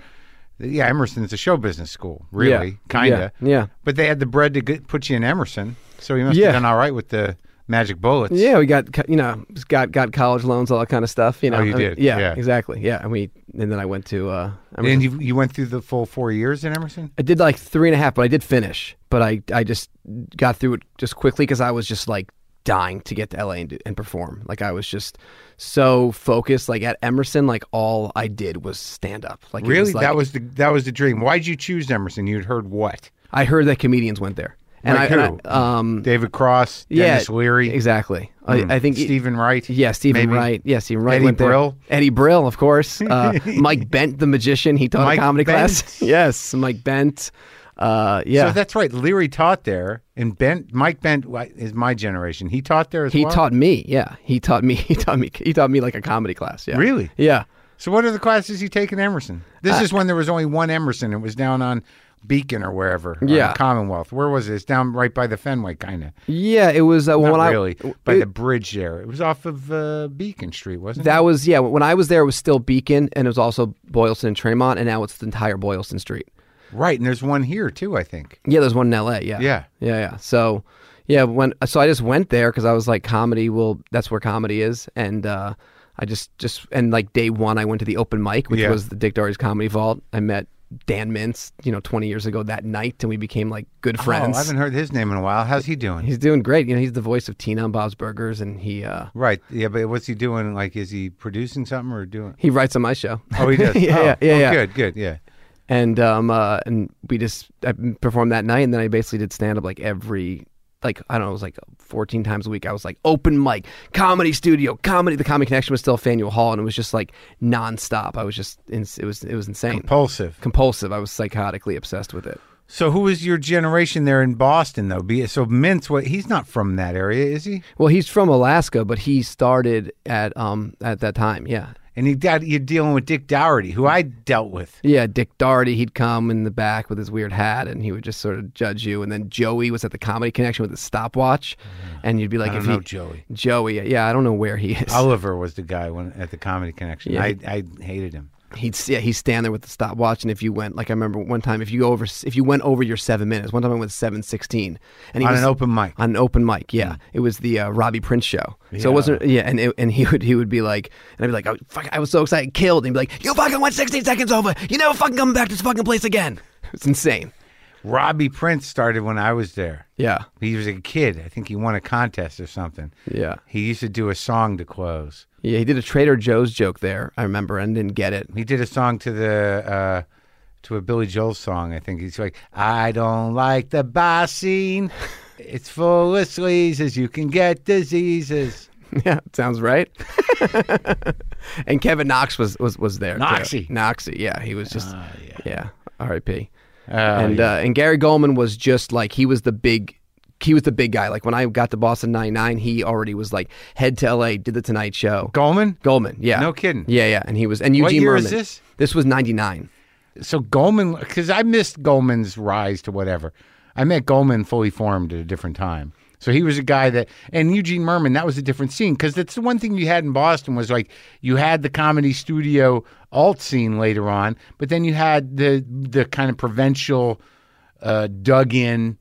[SPEAKER 1] Yeah, Emerson's a show business school, really, kinda.
[SPEAKER 2] Yeah. yeah.
[SPEAKER 1] But they had the bread to get, put you in Emerson, so you must
[SPEAKER 2] Yeah.
[SPEAKER 1] have done all right with the magic bullets.
[SPEAKER 2] Yeah, we got co- you know got got college loans, all that kind of stuff. You know,
[SPEAKER 1] Oh, you
[SPEAKER 2] I mean,
[SPEAKER 1] did?
[SPEAKER 2] Yeah,
[SPEAKER 1] Yeah.
[SPEAKER 2] exactly. Yeah, and we and then I went to. Uh, Emerson.
[SPEAKER 1] And you you went through the full four years in Emerson.
[SPEAKER 2] I did like three and a half, but I did finish. But I I just got through it just quickly because I was just like dying to get to LA and, do, and perform. Like I was just so focused. Like at Emerson, like all I did was stand up. Like it
[SPEAKER 1] Really,
[SPEAKER 2] was, like,
[SPEAKER 1] that was the that was the dream. Why'd you choose Emerson? You'd heard what?
[SPEAKER 2] I heard that comedians went there. And
[SPEAKER 1] Like
[SPEAKER 2] I, and
[SPEAKER 1] who?
[SPEAKER 2] I- um
[SPEAKER 1] David Cross,
[SPEAKER 2] yeah,
[SPEAKER 1] Dennis Leary, Hmm.
[SPEAKER 2] exactly. I, I think
[SPEAKER 1] Stephen Wright.
[SPEAKER 2] Yeah, Stephen
[SPEAKER 1] maybe.
[SPEAKER 2] Wright. Yeah, Stephen Wright.
[SPEAKER 1] Eddie
[SPEAKER 2] went there.
[SPEAKER 1] Brill?
[SPEAKER 2] Eddie Brill, of course. Uh, Mike Bent, the magician. He taught
[SPEAKER 1] Mike
[SPEAKER 2] a comedy
[SPEAKER 1] Bent?
[SPEAKER 2] class. yes, Mike Bent. Uh, yeah,
[SPEAKER 1] So that's right. Leary taught there, and Bent Mike Bent wa- is my generation. He taught there as
[SPEAKER 2] he
[SPEAKER 1] well.
[SPEAKER 2] taught me. Yeah, he taught me. He taught me. He taught me like a comedy class. Yeah,
[SPEAKER 1] Really?
[SPEAKER 2] Yeah.
[SPEAKER 1] So what are the classes you take in Emerson?
[SPEAKER 2] Uh,
[SPEAKER 1] This is when there was only one Emerson. It was down on Beacon or wherever. or
[SPEAKER 2] Yeah.
[SPEAKER 1] Commonwealth. Where was it? It's down right by the Fenway, kind of.
[SPEAKER 2] Yeah, it was uh, when
[SPEAKER 1] Not
[SPEAKER 2] I
[SPEAKER 1] really, by
[SPEAKER 2] it-
[SPEAKER 1] the bridge there. It was off of uh, Beacon Street, wasn't it?
[SPEAKER 2] that was yeah. When I was there, it was still Beacon, and it was also Boylston and Tremont, and now it's the entire Boylston Street.
[SPEAKER 1] Right, and there's one here too, I think.
[SPEAKER 2] Yeah, there's one in L.A. Yeah,
[SPEAKER 1] Yeah.
[SPEAKER 2] yeah, yeah. So, yeah, when so I just went there because I was like, comedy will that's where comedy is, and uh, I just just and like day one, I went to the open mic, which
[SPEAKER 1] Yeah.
[SPEAKER 2] was the Dick Doherty's Comedy Vault. I met Dan Mintz, you know, 20 years ago that night, and we became like good friends.
[SPEAKER 1] Oh, I haven't heard his name in a while. How's he doing?
[SPEAKER 2] He's doing great. You know, he's the voice of Tina and Bob's Burgers, and he uh,
[SPEAKER 1] Right. Yeah, but what's he doing? Like, is he producing something or doing?
[SPEAKER 2] he writes on my show.
[SPEAKER 1] Oh, he does.
[SPEAKER 2] yeah,
[SPEAKER 1] oh,
[SPEAKER 2] yeah, yeah,
[SPEAKER 1] oh,
[SPEAKER 2] yeah.
[SPEAKER 1] Good, good. Yeah.
[SPEAKER 2] and um uh, and we just I performed that night, and then I basically did stand up like every like I don't know, it was like fourteen times a week. I was like open mic, comedy studio, comedy. The comedy connection was still Faneuil Hall, and it was just like nonstop. I was just ins- it was it was insane,
[SPEAKER 1] Impulsive.
[SPEAKER 2] compulsive. I was psychotically obsessed with it.
[SPEAKER 1] So, who was your generation there in Boston, though? Be- So, Mintz, what, he's not from that area, is he?
[SPEAKER 2] Well, he's from Alaska, but he started at um at that time. Yeah,
[SPEAKER 1] and you got you're dealing with Dick Dougherty, who I dealt with.
[SPEAKER 2] Yeah, Dick Doherty, he'd come in the back with his weird hat and he would just sort of judge you. And then Joey was at the Comedy Connection with his stopwatch. And you'd be like,
[SPEAKER 1] Mm-hmm. I
[SPEAKER 2] if
[SPEAKER 1] don't know Joey.
[SPEAKER 2] he, Joey, yeah, I don't know where he is.
[SPEAKER 1] Oliver was the guy when at the Comedy Connection.
[SPEAKER 2] Yeah.
[SPEAKER 1] I, I hated him.
[SPEAKER 2] he'd yeah, he'd stand there with the stopwatch, and if you went like I remember one time if you go over if you went over your seven minutes, one time I went seven sixteen, and he
[SPEAKER 1] On
[SPEAKER 2] was
[SPEAKER 1] an open mic.
[SPEAKER 2] on an open mic. Yeah, it was the uh, Robbie Prince show, so it wasn't yeah, and it, and he would he would be like, and I'd be like, oh, fuck, I was so excited, killed, and he'd be like, you fucking went sixteen seconds over, you never fucking come back to this fucking place again. It's insane.
[SPEAKER 1] Robbie Prince started when I was there.
[SPEAKER 2] Yeah,
[SPEAKER 1] He was a kid. I think he won a contest or something.
[SPEAKER 2] Yeah.
[SPEAKER 1] He used to do a song to close.
[SPEAKER 2] yeah, he did a Trader Joe's joke there, I remember, and didn't get it.
[SPEAKER 1] He did a song to the uh, to a Billy Joel song. I think he's like, I don't like the bossing. It's full of sleazes. You can get diseases.
[SPEAKER 2] Yeah, sounds right. and Kevin Knox was was was there. too.
[SPEAKER 1] Knoxy.
[SPEAKER 2] Knoxy, yeah, he was just yeah. R.I.P.
[SPEAKER 1] Ah, Oh,
[SPEAKER 2] and uh, and Gary Goldman was just like he was the big. He was the big guy. Like when I got to Boston '99, he already was like head to LA, did the Tonight Show.
[SPEAKER 1] Goldman.
[SPEAKER 2] Goldman, yeah,
[SPEAKER 1] No kidding.
[SPEAKER 2] yeah, yeah. And he was and Eugene
[SPEAKER 1] What year
[SPEAKER 2] Merman.
[SPEAKER 1] is this?
[SPEAKER 2] was '99.
[SPEAKER 1] So Goldman, because I missed Goldman's rise to whatever. I met Goldman fully formed at a different time. So he was a guy that, and Eugene Merman, that was a different scene because that's the one thing you had in Boston was like you had the comedy studio alt scene later on, but then you had the the kind of provincial, uh, dug in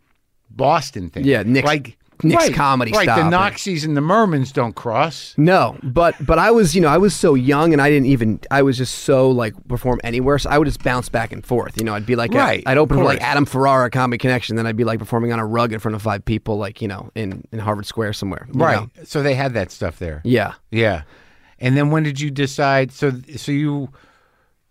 [SPEAKER 1] Boston thing.
[SPEAKER 2] Yeah, Nick's-
[SPEAKER 1] like
[SPEAKER 2] Nick's
[SPEAKER 1] right,
[SPEAKER 2] comedy
[SPEAKER 1] Right,
[SPEAKER 2] style.
[SPEAKER 1] the Noxies and the Mermans don't cross.
[SPEAKER 2] No, but but I was you know I was so young and I didn't even I was just so like perform anywhere so I would just bounce back and forth you know I'd be like
[SPEAKER 1] Right,
[SPEAKER 2] I'd open
[SPEAKER 1] of
[SPEAKER 2] for like
[SPEAKER 1] course.
[SPEAKER 2] Adam Ferrara Comedy Connection then I'd be like performing on a rug in front of five people like you know in in Harvard Square somewhere you
[SPEAKER 1] Right.
[SPEAKER 2] know?
[SPEAKER 1] So they had that stuff there.
[SPEAKER 2] yeah
[SPEAKER 1] Yeah. And then when did you decide so so you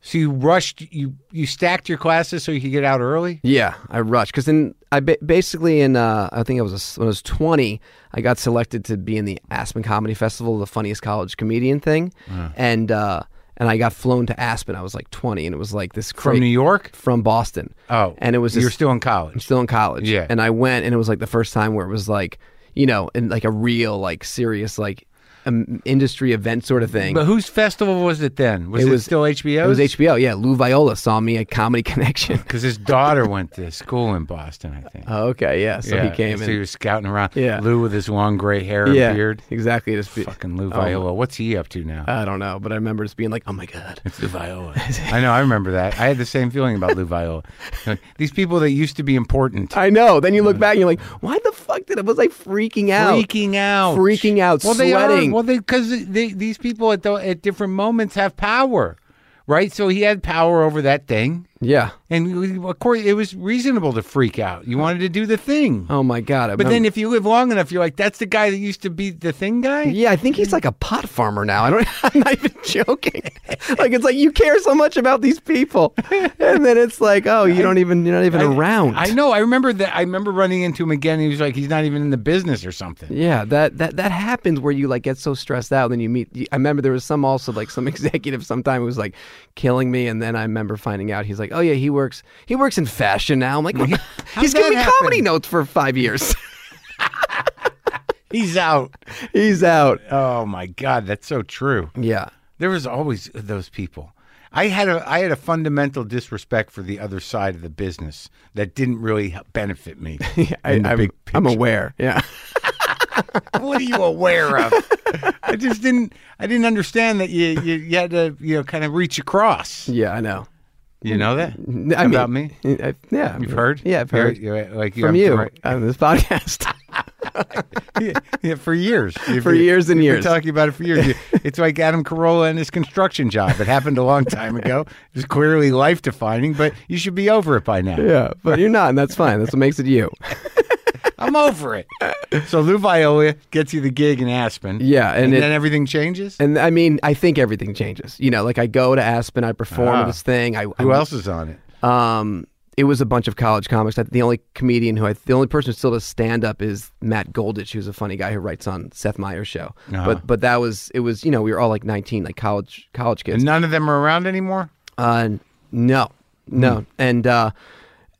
[SPEAKER 1] so you rushed you you stacked your classes so you could get out early?
[SPEAKER 2] yeah I rushed because then I ba- basically in uh, I think I was a s when I was twenty I got selected to be in the Aspen Comedy Festival the funniest college comedian thing and uh, and I got flown to Aspen I was like twenty and it was like this
[SPEAKER 1] From
[SPEAKER 2] cra-
[SPEAKER 1] New York?
[SPEAKER 2] from Boston
[SPEAKER 1] Oh.
[SPEAKER 2] and it was
[SPEAKER 1] you were
[SPEAKER 2] this-
[SPEAKER 1] still in
[SPEAKER 2] I'm
[SPEAKER 1] college.
[SPEAKER 2] still in college.
[SPEAKER 1] Yeah.
[SPEAKER 2] And I went, and it was like the first time where it was like, you know, in like a real, like serious, like um, industry event sort of thing.
[SPEAKER 1] But whose festival was it then? Was it,
[SPEAKER 2] was-
[SPEAKER 1] still HBO?
[SPEAKER 2] it was HBO. Yeah. Lou Viola saw me at Comedy Connection.
[SPEAKER 1] because his daughter went to school in Boston, I think.
[SPEAKER 2] oh, okay. Yeah. So
[SPEAKER 1] yeah.
[SPEAKER 2] he came
[SPEAKER 1] so
[SPEAKER 2] and.
[SPEAKER 1] he was scouting around.
[SPEAKER 2] Yeah.
[SPEAKER 1] Lou with his long gray hair and
[SPEAKER 2] yeah. Oh.
[SPEAKER 1] beard.
[SPEAKER 2] Exactly. Just be,
[SPEAKER 1] Fucking Lou Viola. What's he up to now?
[SPEAKER 2] I don't know, but I remember just being like, oh my God.
[SPEAKER 1] Lou Viola. I know. I remember that. I had the same feeling about Lou Viola. Like, These people that used to be important,
[SPEAKER 2] I know. Then you look back and you're like, why the fuck did I was I freaking out?
[SPEAKER 1] freaking out,
[SPEAKER 2] Freaking out,
[SPEAKER 1] Well, they
[SPEAKER 2] sweating.
[SPEAKER 1] are. Well, they because they, these people at the, at different moments have power, right? So he had power over that thing,
[SPEAKER 2] Yeah.
[SPEAKER 1] and we- of course, it was reasonable to freak out. You wanted to do the thing,
[SPEAKER 2] Oh my God. I
[SPEAKER 1] but
[SPEAKER 2] remember-
[SPEAKER 1] then if you live long enough, you're like, that's the guy that used to be the thing guy.
[SPEAKER 2] Yeah, I think he's like a pot farmer now. I don't. I'm not even joking. like it's like you care so much about these people, and then it's like, oh, you don't even you're not even around.
[SPEAKER 1] I know. I remember that. I remember running into him again. And he was like, he's not even in the business or something.
[SPEAKER 2] Yeah, that, that that happens where you like get so stressed out, and then you meet. I remember there was some also like some executive sometime who was like killing me, and then I remember finding out he's like, oh yeah, he works he works in fashion now. I'm like, what? he's
[SPEAKER 1] that
[SPEAKER 2] giving me
[SPEAKER 1] happen?
[SPEAKER 2] comedy notes for five years.
[SPEAKER 1] He's out.
[SPEAKER 2] he's out.
[SPEAKER 1] Oh my God, that's so true.
[SPEAKER 2] Yeah,
[SPEAKER 1] There was always those people. I had a I had a fundamental disrespect for the other side of the business that didn't really benefit me.
[SPEAKER 2] I,
[SPEAKER 1] in the
[SPEAKER 2] I'm-
[SPEAKER 1] big
[SPEAKER 2] I'm
[SPEAKER 1] picture.
[SPEAKER 2] aware. Yeah.
[SPEAKER 1] what are you aware of? I just didn't I didn't understand that you you, you had to you know kind of reach across.
[SPEAKER 2] Yeah, I know.
[SPEAKER 1] You know that
[SPEAKER 2] I mean-
[SPEAKER 1] about me?
[SPEAKER 2] I- yeah,
[SPEAKER 1] You've heard?
[SPEAKER 2] Yeah, I've heard.
[SPEAKER 1] You're- you're- like
[SPEAKER 2] from
[SPEAKER 1] have
[SPEAKER 2] you
[SPEAKER 1] right-
[SPEAKER 2] on this podcast.
[SPEAKER 1] yeah, yeah, for years. You've
[SPEAKER 2] For
[SPEAKER 1] been-
[SPEAKER 2] years and
[SPEAKER 1] you've been
[SPEAKER 2] years.
[SPEAKER 1] talking about it for years. You- it's like Adam Carolla and his construction job. It happened a long time ago. It was clearly life defining, but you should be over it by now.
[SPEAKER 2] yeah, but you're not, and that's fine. That's what makes it you.
[SPEAKER 1] I'm over it. So Lou Viola gets you the gig in Aspen.
[SPEAKER 2] Yeah, and it-
[SPEAKER 1] then everything changes.
[SPEAKER 2] And I mean, I think everything changes. You know, like I go to Aspen, I perform
[SPEAKER 1] Ah.
[SPEAKER 2] this thing. I
[SPEAKER 1] Who
[SPEAKER 2] I,
[SPEAKER 1] else is on it?
[SPEAKER 2] Um, it was a bunch of college comics. I, the only comedian who I, the only person who still does stand up is Matt Goldich, who's a funny guy who writes on Seth Meyers' show.
[SPEAKER 1] Uh-huh.
[SPEAKER 2] But but that was it was you know we were all like 19, like college college kids.
[SPEAKER 1] And none of them are around anymore. Hmm.
[SPEAKER 2] Uh, no, no, and uh,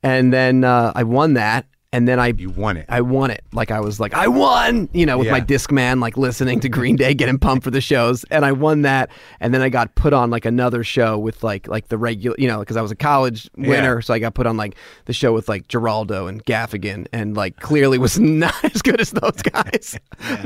[SPEAKER 2] and then uh, I won that, And then I
[SPEAKER 1] You won it.
[SPEAKER 2] I won it. Like I was like, I won, you know, with my
[SPEAKER 1] Yeah.
[SPEAKER 2] disc man, like listening to Green Day, getting pumped for the shows. And I won that. And then I got put on like another show with like like the regular, you know, because I was a college winner. So I got put on like the show with like Geraldo and Gaffigan and like clearly was not as good as those guys,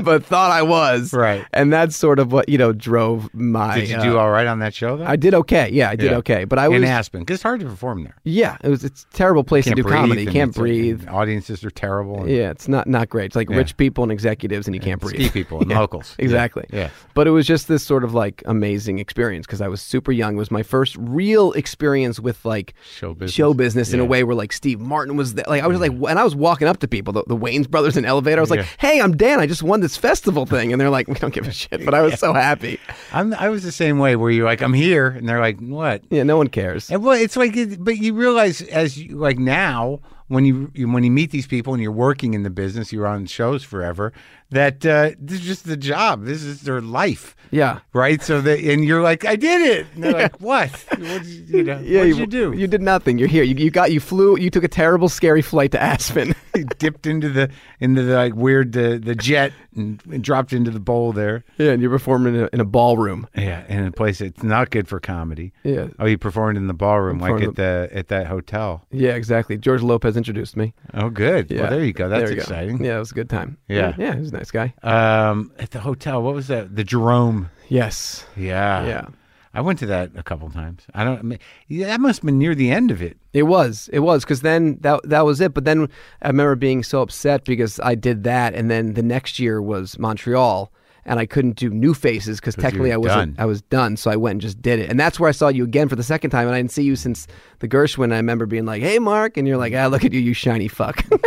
[SPEAKER 2] but thought I was.
[SPEAKER 1] Right.
[SPEAKER 2] And that's sort of what, you know, drove my.
[SPEAKER 1] Did you
[SPEAKER 2] uh,
[SPEAKER 1] do all right on that show though?
[SPEAKER 2] I did okay. Yeah, I did
[SPEAKER 1] Yeah.
[SPEAKER 2] okay. But I was.
[SPEAKER 1] in Aspen, 'cause it's hard to perform there.
[SPEAKER 2] yeah, it was. It's a terrible place to do comedy. You
[SPEAKER 1] and
[SPEAKER 2] can't
[SPEAKER 1] it's like-
[SPEAKER 2] breathe.
[SPEAKER 1] and audiences are terrible. And
[SPEAKER 2] Yeah, it's not not great. It's like rich people and executives, and you can't breathe.
[SPEAKER 1] Ski people and locals. Yeah.
[SPEAKER 2] Exactly.
[SPEAKER 1] Yeah.
[SPEAKER 2] But it was just this sort of like amazing experience because I was super young. It was my first real experience with like
[SPEAKER 1] Show business. Mm.
[SPEAKER 2] show business in a way where like Steve Martin was there. Like I was like, and I was walking up to people, the, the Wayne's brothers in elevator. I was like,
[SPEAKER 1] Yeah.
[SPEAKER 2] hey, I'm Dan. I just won this festival thing. And they're like, we don't give a shit. But I was so happy.
[SPEAKER 1] I'm, I was the same way where you're like, I'm here. And they're like, what?
[SPEAKER 2] Yeah, no one cares.
[SPEAKER 1] And well, it's like, it- but you realize as you, like now, when you you- when you meet these people and you're working in the business, you're on shows forever. That uh, this is just the job. This is their life,
[SPEAKER 2] Yeah.
[SPEAKER 1] right? So that and you're like, I did it. And they're like, what? What did you, you know,
[SPEAKER 2] Yeah,
[SPEAKER 1] what did you, do?
[SPEAKER 2] You did nothing. You're here. You, you got you flew. You took a terrible, scary flight to Aspen.
[SPEAKER 1] You dipped into the into the like weird the, the jet and, and dropped into the bowl there.
[SPEAKER 2] yeah, and you're performing in a, in a ballroom.
[SPEAKER 1] Yeah, in a place that's not good for comedy.
[SPEAKER 2] Yeah.
[SPEAKER 1] Oh, you performed in the ballroom, like
[SPEAKER 2] Performed
[SPEAKER 1] at the at that hotel.
[SPEAKER 2] Yeah, exactly. George Lopez introduced me.
[SPEAKER 1] Oh, good.
[SPEAKER 2] Yeah.
[SPEAKER 1] Well, there you go. That's
[SPEAKER 2] There we go.
[SPEAKER 1] exciting.
[SPEAKER 2] Yeah, it was a good time.
[SPEAKER 1] Yeah.
[SPEAKER 2] Yeah, he was a nice guy.
[SPEAKER 1] Um, at the hotel, what was that? The Jerome.
[SPEAKER 2] Yes.
[SPEAKER 1] Yeah.
[SPEAKER 2] Yeah.
[SPEAKER 1] I went to that a couple times. I don't. I mean, yeah, that must have been near the end of it.
[SPEAKER 2] It was. It was because then that that was it. But then I remember being so upset because I did that, and then the next year was Montreal, and I couldn't do new faces because technically I
[SPEAKER 1] were
[SPEAKER 2] wasn't.
[SPEAKER 1] done.
[SPEAKER 2] I was done, so I went and just did it, and that's where I saw you again for the second time, and I didn't see you since the Gershwin. And I remember being like, "Hey, Mark," and you're like, "Ah, look at you, you shiny fuck."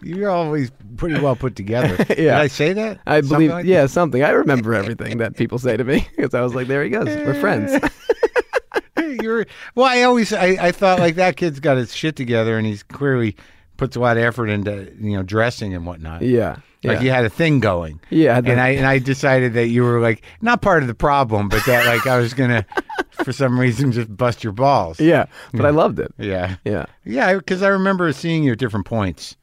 [SPEAKER 1] You're always pretty well put together. Did
[SPEAKER 2] Yeah.
[SPEAKER 1] I say that?
[SPEAKER 2] I
[SPEAKER 1] Something
[SPEAKER 2] believe,
[SPEAKER 1] like
[SPEAKER 2] yeah, something. I remember everything that people say to me because I was like, "There he goes. We're friends."
[SPEAKER 1] that? You're well. I always. I, I thought like that kid's got his shit together, and he's clearly puts a lot of effort into you know dressing and whatnot.
[SPEAKER 2] yeah. Yeah.
[SPEAKER 1] Like you had a thing going.
[SPEAKER 2] Yeah, the-
[SPEAKER 1] And I and I decided that you were like not part of the problem, but that like I was gonna for some reason just bust your balls.
[SPEAKER 2] yeah. But
[SPEAKER 1] Mm.
[SPEAKER 2] I loved it.
[SPEAKER 1] Yeah.
[SPEAKER 2] Yeah.
[SPEAKER 1] Yeah, because I remember seeing you at different points.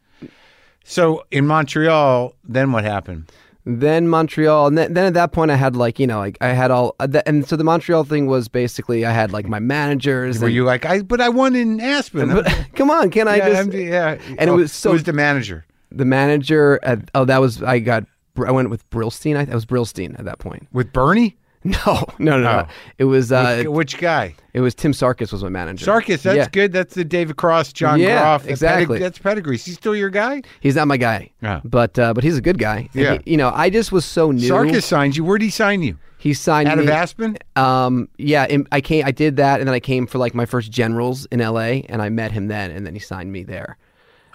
[SPEAKER 1] So in Montreal, then what happened?
[SPEAKER 2] then Montreal, and then, then at that point I had like you know like I had all uh, th- and so the Montreal thing was basically I had like my managers.
[SPEAKER 1] Were
[SPEAKER 2] and,
[SPEAKER 1] you like I? But I won in Aspen.
[SPEAKER 2] But, come on, can I
[SPEAKER 1] yeah,
[SPEAKER 2] just?
[SPEAKER 1] I'm- yeah.
[SPEAKER 2] and it was so-
[SPEAKER 1] It was the manager.
[SPEAKER 2] the manager. At, oh, that was I got. I went with Brillstein. I, that was Brillstein at that point.
[SPEAKER 1] with Bernie.
[SPEAKER 2] No, no, no, no.
[SPEAKER 1] Oh.
[SPEAKER 2] It was uh,
[SPEAKER 1] Which- Which guy?
[SPEAKER 2] it was Tim Sarkis was my manager.
[SPEAKER 1] Sarkis. That's
[SPEAKER 2] yeah.
[SPEAKER 1] good. That's the David Cross, John
[SPEAKER 2] Yeah,
[SPEAKER 1] Groff. the pedig-
[SPEAKER 2] exactly.
[SPEAKER 1] that's pedigree. Is he still your guy?
[SPEAKER 2] He's not my guy,
[SPEAKER 1] Yeah.
[SPEAKER 2] but uh, but he's a good guy. And
[SPEAKER 1] Yeah.
[SPEAKER 2] he- you know, I just was so new.
[SPEAKER 1] Sarkis signed you. Where'd he sign you?
[SPEAKER 2] he signed
[SPEAKER 1] Out
[SPEAKER 2] me.
[SPEAKER 1] of Aspen.
[SPEAKER 2] Um, yeah, and I came, I did that, and then I came for like my first generals in LA, and I met him then, and then he signed me there.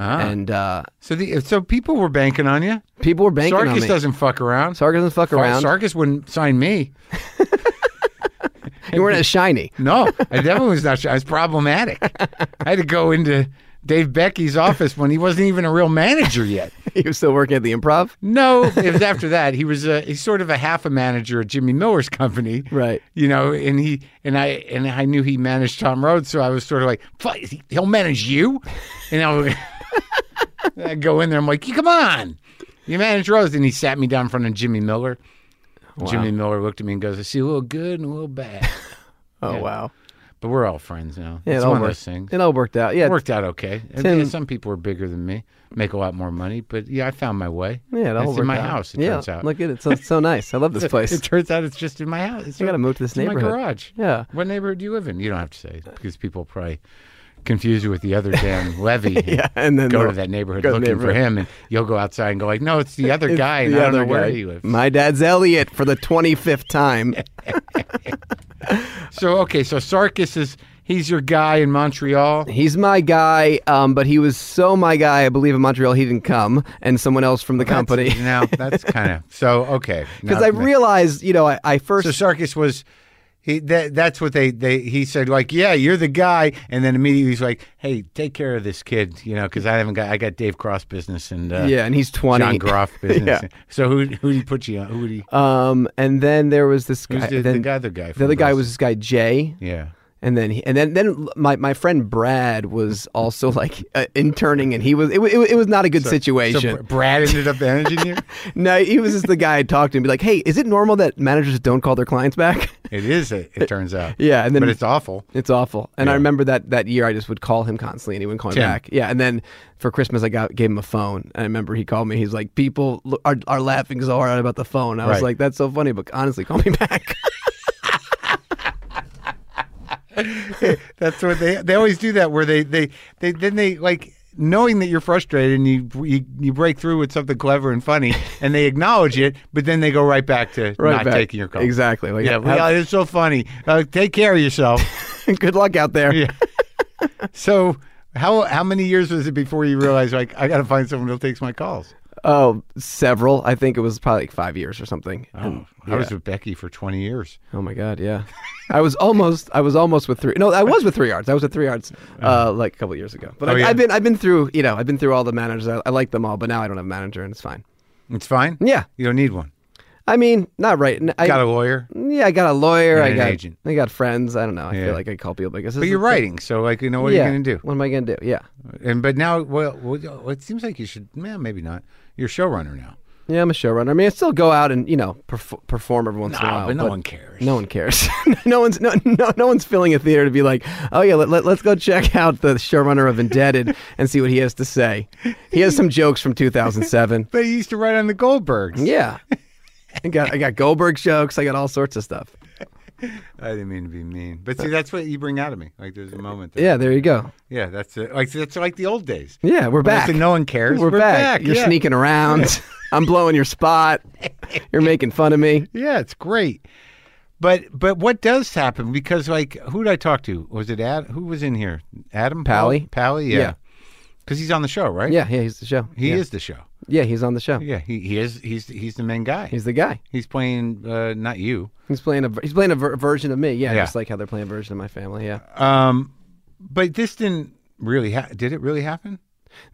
[SPEAKER 1] Ah.
[SPEAKER 2] And uh,
[SPEAKER 1] So the so people were banking on you.
[SPEAKER 2] people were banking on
[SPEAKER 1] Sarkis
[SPEAKER 2] me.
[SPEAKER 1] doesn't fuck around.
[SPEAKER 2] Sarkis doesn't fuck around.
[SPEAKER 1] Sarkis wouldn't sign me.
[SPEAKER 2] you weren't as shiny.
[SPEAKER 1] No, I definitely was not. sure. I was problematic. I had to go into Dave Becky's office when he wasn't even a real manager yet.
[SPEAKER 2] you were still working at the improv,
[SPEAKER 1] No, it was after that. He was a, he's sort of a half a manager at Jimmy Miller's company,
[SPEAKER 2] Right.
[SPEAKER 1] You know, and he and I and I knew he managed Tom Rhodes, so I was sort of like, "Fuck, he'll manage you," and I would I go in there. I'm like, "Come on, you manage Rhodes," and he sat me down in front of Jimmy Miller. Jimmy Miller looked at me and goes, "I see a little good and a little bad."
[SPEAKER 2] oh wow,
[SPEAKER 1] But we're all friends now.
[SPEAKER 2] Yeah,
[SPEAKER 1] it's
[SPEAKER 2] it all
[SPEAKER 1] one of
[SPEAKER 2] worked.
[SPEAKER 1] those things.
[SPEAKER 2] It all worked out. Yeah,
[SPEAKER 1] It worked out okay. And,
[SPEAKER 2] Tim-
[SPEAKER 1] yeah, some people are bigger than me, make a lot more money, but yeah, I found my way.
[SPEAKER 2] yeah, it all
[SPEAKER 1] it's
[SPEAKER 2] worked
[SPEAKER 1] in my
[SPEAKER 2] out.
[SPEAKER 1] house. It
[SPEAKER 2] yeah,
[SPEAKER 1] turns out.
[SPEAKER 2] look at it. So it's so nice. I love this place.
[SPEAKER 1] It turns out it's just in my house. It's
[SPEAKER 2] I gotta
[SPEAKER 1] in-
[SPEAKER 2] move to this
[SPEAKER 1] it's in
[SPEAKER 2] neighborhood.
[SPEAKER 1] My garage.
[SPEAKER 2] Yeah.
[SPEAKER 1] What neighborhood do you live in? You don't have to say because people probably confuse you with the other Dan Levy.
[SPEAKER 2] yeah, and then
[SPEAKER 1] Go
[SPEAKER 2] the-
[SPEAKER 1] to that neighborhood
[SPEAKER 2] go to the
[SPEAKER 1] looking for
[SPEAKER 2] neighborhood.
[SPEAKER 1] him, and you'll go outside and go like, "No, it's the other guy." And
[SPEAKER 2] the
[SPEAKER 1] I don't
[SPEAKER 2] other
[SPEAKER 1] know where
[SPEAKER 2] guy.
[SPEAKER 1] he lives.
[SPEAKER 2] My dad's Elliot for the twenty fifth time.
[SPEAKER 1] So okay, so Sarkis is he's your guy in Montreal.
[SPEAKER 2] He's my guy, um, but he was so my guy. I believe in Montreal he didn't come, and someone else from the company.
[SPEAKER 1] now that's kind of so okay
[SPEAKER 2] Because
[SPEAKER 1] Now-
[SPEAKER 2] I realized, you know, I, I first
[SPEAKER 1] So Sarkis was he that that's what they they he said like yeah you're the guy and then immediately he's like hey take care of this kid you know because I haven't got I got Dave Cross business and uh,
[SPEAKER 2] yeah, and he's twenty.
[SPEAKER 1] John Groff business
[SPEAKER 2] Yeah.
[SPEAKER 1] so who who did he put you on who did he
[SPEAKER 2] Um, and then there was this
[SPEAKER 1] who's
[SPEAKER 2] guy.
[SPEAKER 1] the,
[SPEAKER 2] then
[SPEAKER 1] the other guy
[SPEAKER 2] the
[SPEAKER 1] from
[SPEAKER 2] other guy
[SPEAKER 1] Brussels?
[SPEAKER 2] was this guy Jay,
[SPEAKER 1] yeah
[SPEAKER 2] And then he, and then then my, my friend Brad was also like uh, interning, and he was it, wa- it, wa- it was not a good
[SPEAKER 1] So
[SPEAKER 2] situation.
[SPEAKER 1] Br- Brad ended up managing you.
[SPEAKER 2] no, he was just the guy I talked to and be like, "Hey, is it normal that managers don't call their clients back?"
[SPEAKER 1] It is. It, it turns out.
[SPEAKER 2] yeah, and then
[SPEAKER 1] but it's awful.
[SPEAKER 2] It's awful. And I remember that that year I just would call him constantly and he wouldn't call me
[SPEAKER 1] Tim.
[SPEAKER 2] back. Yeah. And then for Christmas, I got gave him a phone. And I remember he called me. He's like, people l- are, are laughing so hard about the phone. I
[SPEAKER 1] Right.
[SPEAKER 2] was like, that's so funny, but honestly, call me back.
[SPEAKER 1] That's what they they always do that where they they they then they like knowing that you're frustrated and you you, you break through with something clever and funny and they acknowledge it, but then they go right back to
[SPEAKER 2] Right
[SPEAKER 1] not
[SPEAKER 2] back.
[SPEAKER 1] taking your call.
[SPEAKER 2] Exactly. Like,
[SPEAKER 1] Yeah,
[SPEAKER 2] have-
[SPEAKER 1] yeah, it's so funny. Uh, take care of yourself.
[SPEAKER 2] good luck out there.
[SPEAKER 1] Yeah. so how how many years was it before you realized like I got to find someone who takes my calls?
[SPEAKER 2] Oh, several. I think it was probably like five years or something.
[SPEAKER 1] Oh.
[SPEAKER 2] And-
[SPEAKER 1] I was with Becky for 20 years.
[SPEAKER 2] Oh my God, yeah. I was almost, I was almost with three. No, I was with three yards. I was with three yards, uh, like a couple years ago. But
[SPEAKER 1] Oh,
[SPEAKER 2] I,
[SPEAKER 1] yeah.
[SPEAKER 2] I've been, I've been through, you know, I've been through all the managers. I, I like them all, but now I don't have a manager, and it's fine.
[SPEAKER 1] It's fine.
[SPEAKER 2] Yeah,
[SPEAKER 1] You don't need one.
[SPEAKER 2] I mean, not right. n- I,
[SPEAKER 1] Got a lawyer,
[SPEAKER 2] yeah, I got a lawyer.
[SPEAKER 1] And
[SPEAKER 2] I
[SPEAKER 1] an
[SPEAKER 2] got
[SPEAKER 1] agent.
[SPEAKER 2] I got friends. I don't know. I
[SPEAKER 1] Yeah.
[SPEAKER 2] feel like I call people because.
[SPEAKER 1] but you're writing, so like you know what
[SPEAKER 2] yeah.
[SPEAKER 1] are you going to do?
[SPEAKER 2] What am I gonna do? Yeah.
[SPEAKER 1] And but now, well, well, it seems like you should. Yeah, maybe not. You're a showrunner now.
[SPEAKER 2] Yeah, I'm a showrunner. I mean, I still go out and you know perf- perform every once in a
[SPEAKER 1] Nah,
[SPEAKER 2] while.
[SPEAKER 1] but no one cares.
[SPEAKER 2] Ah, No one cares. no one's no, no no one's filling a theater to be like, oh yeah, let, let, us go check out the showrunner of Indebted and see what he has to say. He has some jokes from 2007.
[SPEAKER 1] But he used to write on the Goldbergs.
[SPEAKER 2] Yeah, I got I got Goldberg jokes. I got all sorts of stuff.
[SPEAKER 1] I didn't mean to be mean, but see, that's what you bring out of me. Like there's a moment. There.
[SPEAKER 2] Yeah, there you go.
[SPEAKER 1] yeah, that's it. Like that's like the old days.
[SPEAKER 2] Yeah, we're
[SPEAKER 1] When I
[SPEAKER 2] back.
[SPEAKER 1] said no one cares.
[SPEAKER 2] We're, back. You're
[SPEAKER 1] yeah.
[SPEAKER 2] sneaking around. I'm blowing your spot. You're making fun of me.
[SPEAKER 1] Yeah, it's great. But but what does happen? Because like, who did I talk to? Was it Ad? Who was in here? Adam
[SPEAKER 2] Pally.
[SPEAKER 1] Pally, yeah.
[SPEAKER 2] Yeah.
[SPEAKER 1] Because he's on the show, right?
[SPEAKER 2] Yeah, yeah, he's the show.
[SPEAKER 1] He
[SPEAKER 2] yeah.
[SPEAKER 1] is the show.
[SPEAKER 2] Yeah, he's on the show.
[SPEAKER 1] Yeah, he, he is. He's he's the main guy.
[SPEAKER 2] He's the guy.
[SPEAKER 1] he's playing uh, not you.
[SPEAKER 2] He's playing a he's playing a ver- version of me. Yeah,
[SPEAKER 1] Yeah.
[SPEAKER 2] just like how they're playing a version of my family. Yeah.
[SPEAKER 1] Um, but this didn't really ha- did it really happen?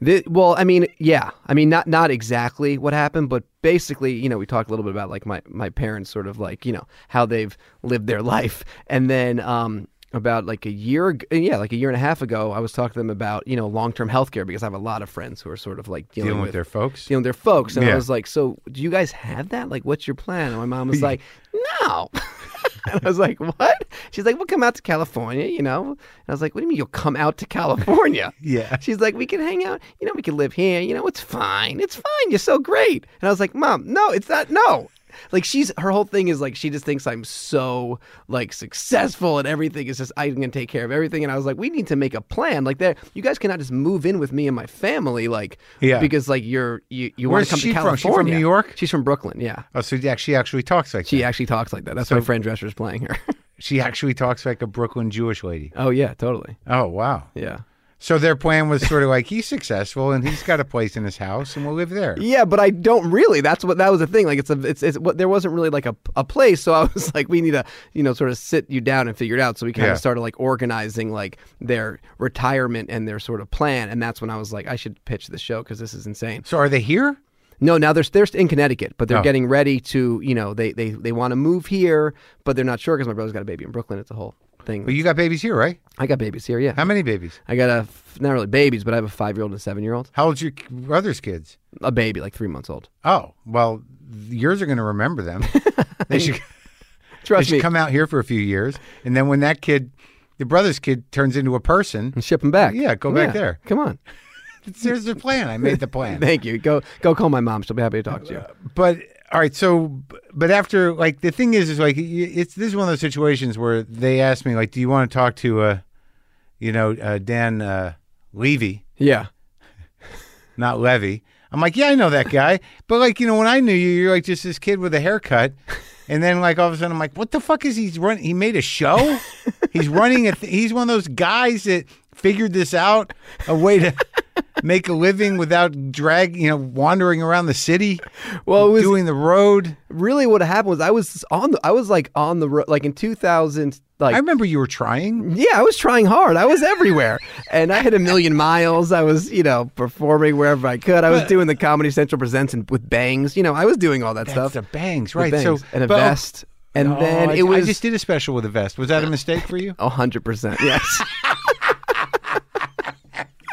[SPEAKER 2] Thi- well, I mean, yeah, I mean, not not exactly what happened, but basically, you know, we talked a little bit about like my my parents, sort of like you know how they've lived their life, and then um about like a year, ag- yeah, like a year and a half ago, I was talking to them about you know long term healthcare because I have a lot of friends who are sort of like dealing,
[SPEAKER 1] Dealing with their folks.
[SPEAKER 2] dealing with their folks, and
[SPEAKER 1] Yeah.
[SPEAKER 2] I was like, so do you guys have that? Like, what's your plan? And my mom was like, no. And I was like, "What?" She's like, "We'll come out to California, you know." And I was like, "What do you mean you'll come out to California?"
[SPEAKER 1] Yeah.
[SPEAKER 2] She's like, we can hang out. You know, we can live here. You know, it's fine. It's fine. You're so great. And I was like, Mom, no, it's not. No. Like she's her whole thing is like she just thinks I'm so like successful and everything is just I'm gonna take care of everything and I was like we need to make a plan like there you guys cannot just move in with me and my family like
[SPEAKER 1] Yeah.
[SPEAKER 2] because like you're you you
[SPEAKER 1] Where's
[SPEAKER 2] want to come
[SPEAKER 1] she
[SPEAKER 2] to
[SPEAKER 1] from?
[SPEAKER 2] California
[SPEAKER 1] She from New York?
[SPEAKER 2] she's from Brooklyn yeah
[SPEAKER 1] Oh, so yeah, she actually talks like
[SPEAKER 2] she
[SPEAKER 1] that.
[SPEAKER 2] actually talks like that that's why Fran Drescher's playing her
[SPEAKER 1] She actually talks like a Brooklyn Jewish lady.
[SPEAKER 2] oh yeah totally
[SPEAKER 1] Oh wow.
[SPEAKER 2] yeah
[SPEAKER 1] So their plan was sort of like he's successful and he's got a place in his house and we'll live there.
[SPEAKER 2] Yeah, but I don't really. That's what that was the thing. Like it's a it's, it's what there wasn't really like a, a place. So I was like, we need to you know sort of sit you down and figure it out. So we kind
[SPEAKER 1] Yeah.
[SPEAKER 2] of started like organizing like their retirement and their sort of plan. And that's when I was like, I should pitch the show because this is insane.
[SPEAKER 1] So are they here?
[SPEAKER 2] No, now they're they're in Connecticut, but they're
[SPEAKER 1] Oh.
[SPEAKER 2] getting ready to you know they they they want to move here, but they're not sure because my brother's got a baby in Brooklyn. It's a whole
[SPEAKER 1] But
[SPEAKER 2] thing.
[SPEAKER 1] you got babies here, right?
[SPEAKER 2] I got babies here. Yeah,
[SPEAKER 1] How many babies?
[SPEAKER 2] I got a f- not really babies, but I have a five year old and a seven year old.
[SPEAKER 1] How old's your k- brother's kids?
[SPEAKER 2] A baby, like three months old.
[SPEAKER 1] Oh, well, yours are going to remember them. they should, they
[SPEAKER 2] Trust
[SPEAKER 1] should
[SPEAKER 2] me,
[SPEAKER 1] come out here for a few years, and then when that kid, your brother's kid, turns into a person,
[SPEAKER 2] ship them back.
[SPEAKER 1] Yeah, go back there.
[SPEAKER 2] Come on.
[SPEAKER 1] there's the plan. I made the plan.
[SPEAKER 2] Thank you. Go go call my mom. She'll be happy to talk to you.
[SPEAKER 1] But all right, so but after like the thing is is like y- it's this is one of those situations where they asked me like, do you want to talk to uh, you know, uh, Dan uh, Levy,
[SPEAKER 2] Yeah.
[SPEAKER 1] not Levy? I'm like, yeah, I know that guy, but like you know when I knew you, you're like just this kid with a haircut. And then, like all of a sudden, I'm like, "What the fuck is he running? He made a show. he's running a. Th- he's one of those guys that figured this out a way to make a living without drag. You know, wandering around the city,
[SPEAKER 2] Well, it was
[SPEAKER 1] doing the road.
[SPEAKER 2] really what happened was I was on the I was like on the road like in 2000 like
[SPEAKER 1] I remember you were trying.
[SPEAKER 2] yeah, I was trying hard. I was everywhere. and I had a million miles. I was, you know, performing wherever I could. I was doing the Comedy Central presents and with bangs, you know, I was doing all that
[SPEAKER 1] That's
[SPEAKER 2] stuff.
[SPEAKER 1] the bangs,
[SPEAKER 2] with
[SPEAKER 1] right?
[SPEAKER 2] bangs. and a
[SPEAKER 1] but-
[SPEAKER 2] vest. And
[SPEAKER 1] Oh,
[SPEAKER 2] then
[SPEAKER 1] I-
[SPEAKER 2] it was
[SPEAKER 1] I just did a special with a vest. Was that a mistake for you?
[SPEAKER 2] A hundred percent. Yes.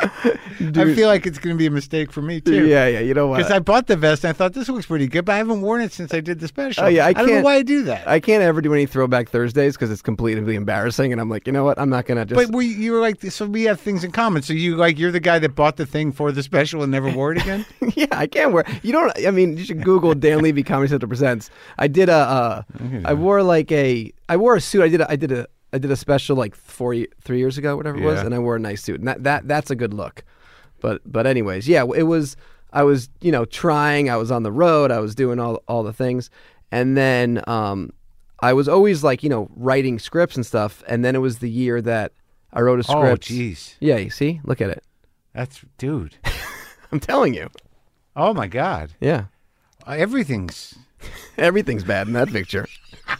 [SPEAKER 1] I feel like it's going to be a mistake for me too.
[SPEAKER 2] yeah, yeah. You know what?
[SPEAKER 1] Because I bought the vest and I thought this looks pretty good, but I haven't worn it since I did the special.
[SPEAKER 2] Oh, yeah, I
[SPEAKER 1] don't know
[SPEAKER 2] can't-
[SPEAKER 1] why I do that.
[SPEAKER 2] I can't ever do any throwback Thursdays because it's completely embarrassing, and I'm like, you know what? I'm not gonna just.
[SPEAKER 1] but we, you were like, so we have things in common. So you like, you're the guy that bought the thing for the special and never wore it again.
[SPEAKER 2] yeah, I can't wear. You don't. I mean, you should Google Dan Levy Comedy Central presents. I did a. Uh, I wore like a. I wore a suit. I did. A, I did a. I did a special like four, ye- three years ago, whatever it was,
[SPEAKER 1] Yeah.
[SPEAKER 2] and I wore a nice suit. And that, that that's a good look. But but anyways, yeah, it was. I was you know trying. I was on the road. I was doing all all the things, and then um, I was always like you know writing scripts and stuff. And then it was the year that I wrote a
[SPEAKER 1] oh,
[SPEAKER 2] script.
[SPEAKER 1] jeez,
[SPEAKER 2] yeah, you see, look at it.
[SPEAKER 1] that's dude.
[SPEAKER 2] I'm telling you.
[SPEAKER 1] Oh my god,
[SPEAKER 2] Yeah.
[SPEAKER 1] Uh, everything's.
[SPEAKER 2] Everything's bad in that picture.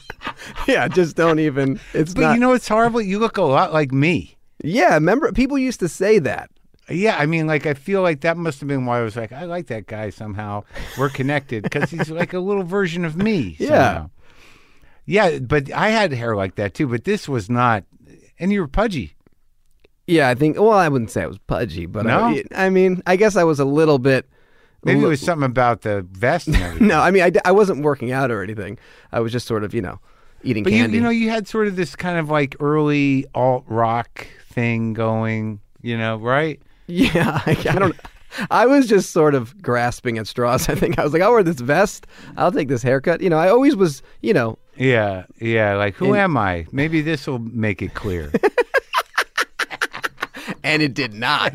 [SPEAKER 2] yeah, just don't even. It's
[SPEAKER 1] But
[SPEAKER 2] not.
[SPEAKER 1] you know, it's horrible. You look a lot like me.
[SPEAKER 2] yeah, remember people used to say that.
[SPEAKER 1] Yeah, I mean, like I feel like that must have been why I was like, I like that guy somehow. We're connected because he's like a little version of me.
[SPEAKER 2] Yeah.
[SPEAKER 1] somehow. yeah, but I had hair like that too. But this was not, and you were pudgy.
[SPEAKER 2] Yeah, I think. Well, I wouldn't say I was pudgy, but
[SPEAKER 1] No?
[SPEAKER 2] I, I mean, I guess I was a little bit.
[SPEAKER 1] Maybe it was something about the vest and everything.
[SPEAKER 2] No, I mean, I, d- I wasn't working out or anything. I was just sort of, you know, eating
[SPEAKER 1] but you,
[SPEAKER 2] candy.
[SPEAKER 1] you know, you had sort of this kind of like early alt rock thing going. You know, right?
[SPEAKER 2] yeah, I, I don't. I was just sort of grasping at straws. I think I was like, I'll wear this vest. I'll take this haircut. You know, I always was. You know,
[SPEAKER 1] Yeah, yeah. Like, who am I? Maybe this will make it clear.
[SPEAKER 2] and it did not.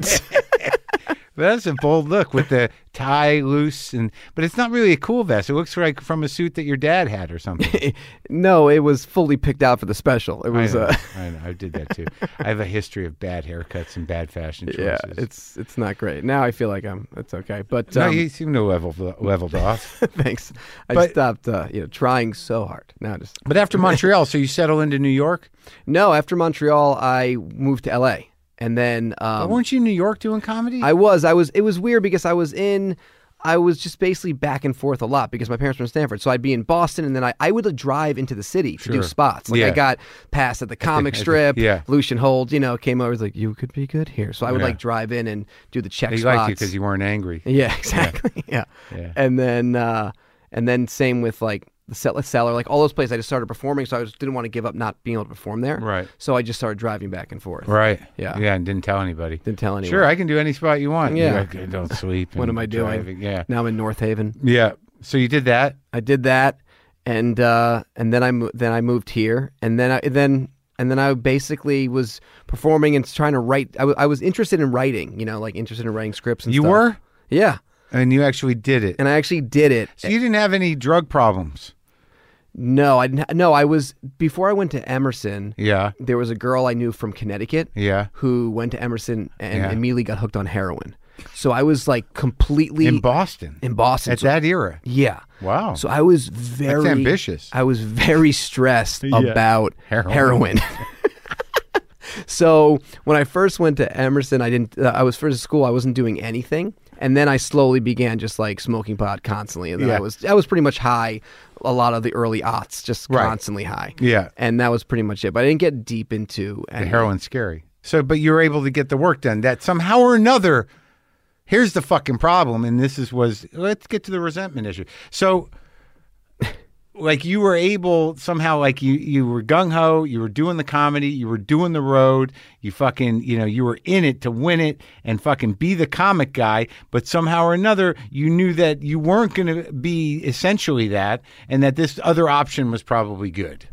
[SPEAKER 1] But That's a bold look with the tie loose and but it's not really a cool vest. It looks like from a suit that your dad had or something.
[SPEAKER 2] no, it was fully picked out for the special. It
[SPEAKER 1] I,
[SPEAKER 2] was.
[SPEAKER 1] know,
[SPEAKER 2] uh,
[SPEAKER 1] I, know, I did that too. I have a history of bad haircuts and bad fashion choices.
[SPEAKER 2] Yeah, it's it's not great. Now I feel like I'm it's okay, but
[SPEAKER 1] no,
[SPEAKER 2] um,
[SPEAKER 1] you seem to level leveled off.
[SPEAKER 2] thanks. I
[SPEAKER 1] But-
[SPEAKER 2] stopped uh, you know trying so hard. Now I just
[SPEAKER 1] But after Montreal, so you settle into New York.
[SPEAKER 2] no. After Montreal, I moved to L.A. and then
[SPEAKER 1] But
[SPEAKER 2] um,
[SPEAKER 1] weren't you in New York doing comedy?
[SPEAKER 2] I was I was it was weird because I was in. I was just basically back and forth a lot because my parents were from Stanford. So I'd be in Boston and then I, I would drive into the city to do
[SPEAKER 1] Sure.
[SPEAKER 2] spots. Like I
[SPEAKER 1] Yeah.
[SPEAKER 2] got passed at the comic strip.
[SPEAKER 1] yeah.
[SPEAKER 2] Lucian Hold, you know, came over was like, you could be good here. So I would
[SPEAKER 1] Yeah.
[SPEAKER 2] like drive in and do the check
[SPEAKER 1] they
[SPEAKER 2] spots.
[SPEAKER 1] liked you because you weren't angry.
[SPEAKER 2] Yeah, exactly. Yeah.
[SPEAKER 1] Yeah.
[SPEAKER 2] And then uh and then same with like the Settler Cellar, like all those places I just started performing, so I just didn't want to give up not being able to perform there.
[SPEAKER 1] Right.
[SPEAKER 2] So I just started driving back and forth.
[SPEAKER 1] Right.
[SPEAKER 2] Yeah.
[SPEAKER 1] Yeah, and didn't tell anybody.
[SPEAKER 2] Didn't tell anyone.
[SPEAKER 1] Sure, I can do any spot you want.
[SPEAKER 2] Yeah.
[SPEAKER 1] You're like, I don't sleep.
[SPEAKER 2] What
[SPEAKER 1] and
[SPEAKER 2] am I doing?
[SPEAKER 1] driving. Yeah.
[SPEAKER 2] Now I'm in North Haven.
[SPEAKER 1] Yeah. So you did that.
[SPEAKER 2] I did that and uh and then I mo- then I moved here and then I then and then I basically was performing and trying to write. I wa- I was interested in writing, you know, like interested in writing scripts and
[SPEAKER 1] You
[SPEAKER 2] stuff.
[SPEAKER 1] were?
[SPEAKER 2] Yeah.
[SPEAKER 1] And you actually did it.
[SPEAKER 2] And I actually did it.
[SPEAKER 1] So you didn't have any drug problems.
[SPEAKER 2] No, I didn't ha- no, I was before I went to Emerson.
[SPEAKER 1] Yeah.
[SPEAKER 2] there was a girl I knew from Connecticut
[SPEAKER 1] Yeah.
[SPEAKER 2] who went to Emerson and
[SPEAKER 1] Yeah.
[SPEAKER 2] immediately got hooked on heroin. So I was like completely
[SPEAKER 1] In Boston.
[SPEAKER 2] in Boston.
[SPEAKER 1] At
[SPEAKER 2] So-
[SPEAKER 1] that era.
[SPEAKER 2] yeah.
[SPEAKER 1] Wow.
[SPEAKER 2] So I was very
[SPEAKER 1] ambitious.
[SPEAKER 2] I was very stressed about
[SPEAKER 1] Heroin.
[SPEAKER 2] heroin. so when I first went to Emerson, I didn't. Uh, I was first at school. I wasn't doing anything, and then I slowly began just like smoking pot constantly, and then
[SPEAKER 1] Yeah.
[SPEAKER 2] I was I was pretty much high a lot of the early aughts, just
[SPEAKER 1] Right.
[SPEAKER 2] constantly high.
[SPEAKER 1] Yeah.
[SPEAKER 2] and that was pretty much it. But I didn't get deep into
[SPEAKER 1] the
[SPEAKER 2] any,
[SPEAKER 1] heroin's scary. So, but you were able to get the work done. That somehow or another, here's the fucking problem. And this is was let's get to the resentment issue. So, like you were able somehow, like you you were gung ho. You were doing the comedy. You were doing the road. You fucking you know you were in it to win it and fucking be the comic guy. But somehow or another, you knew that you weren't going to be essentially that, and that this other option was probably good.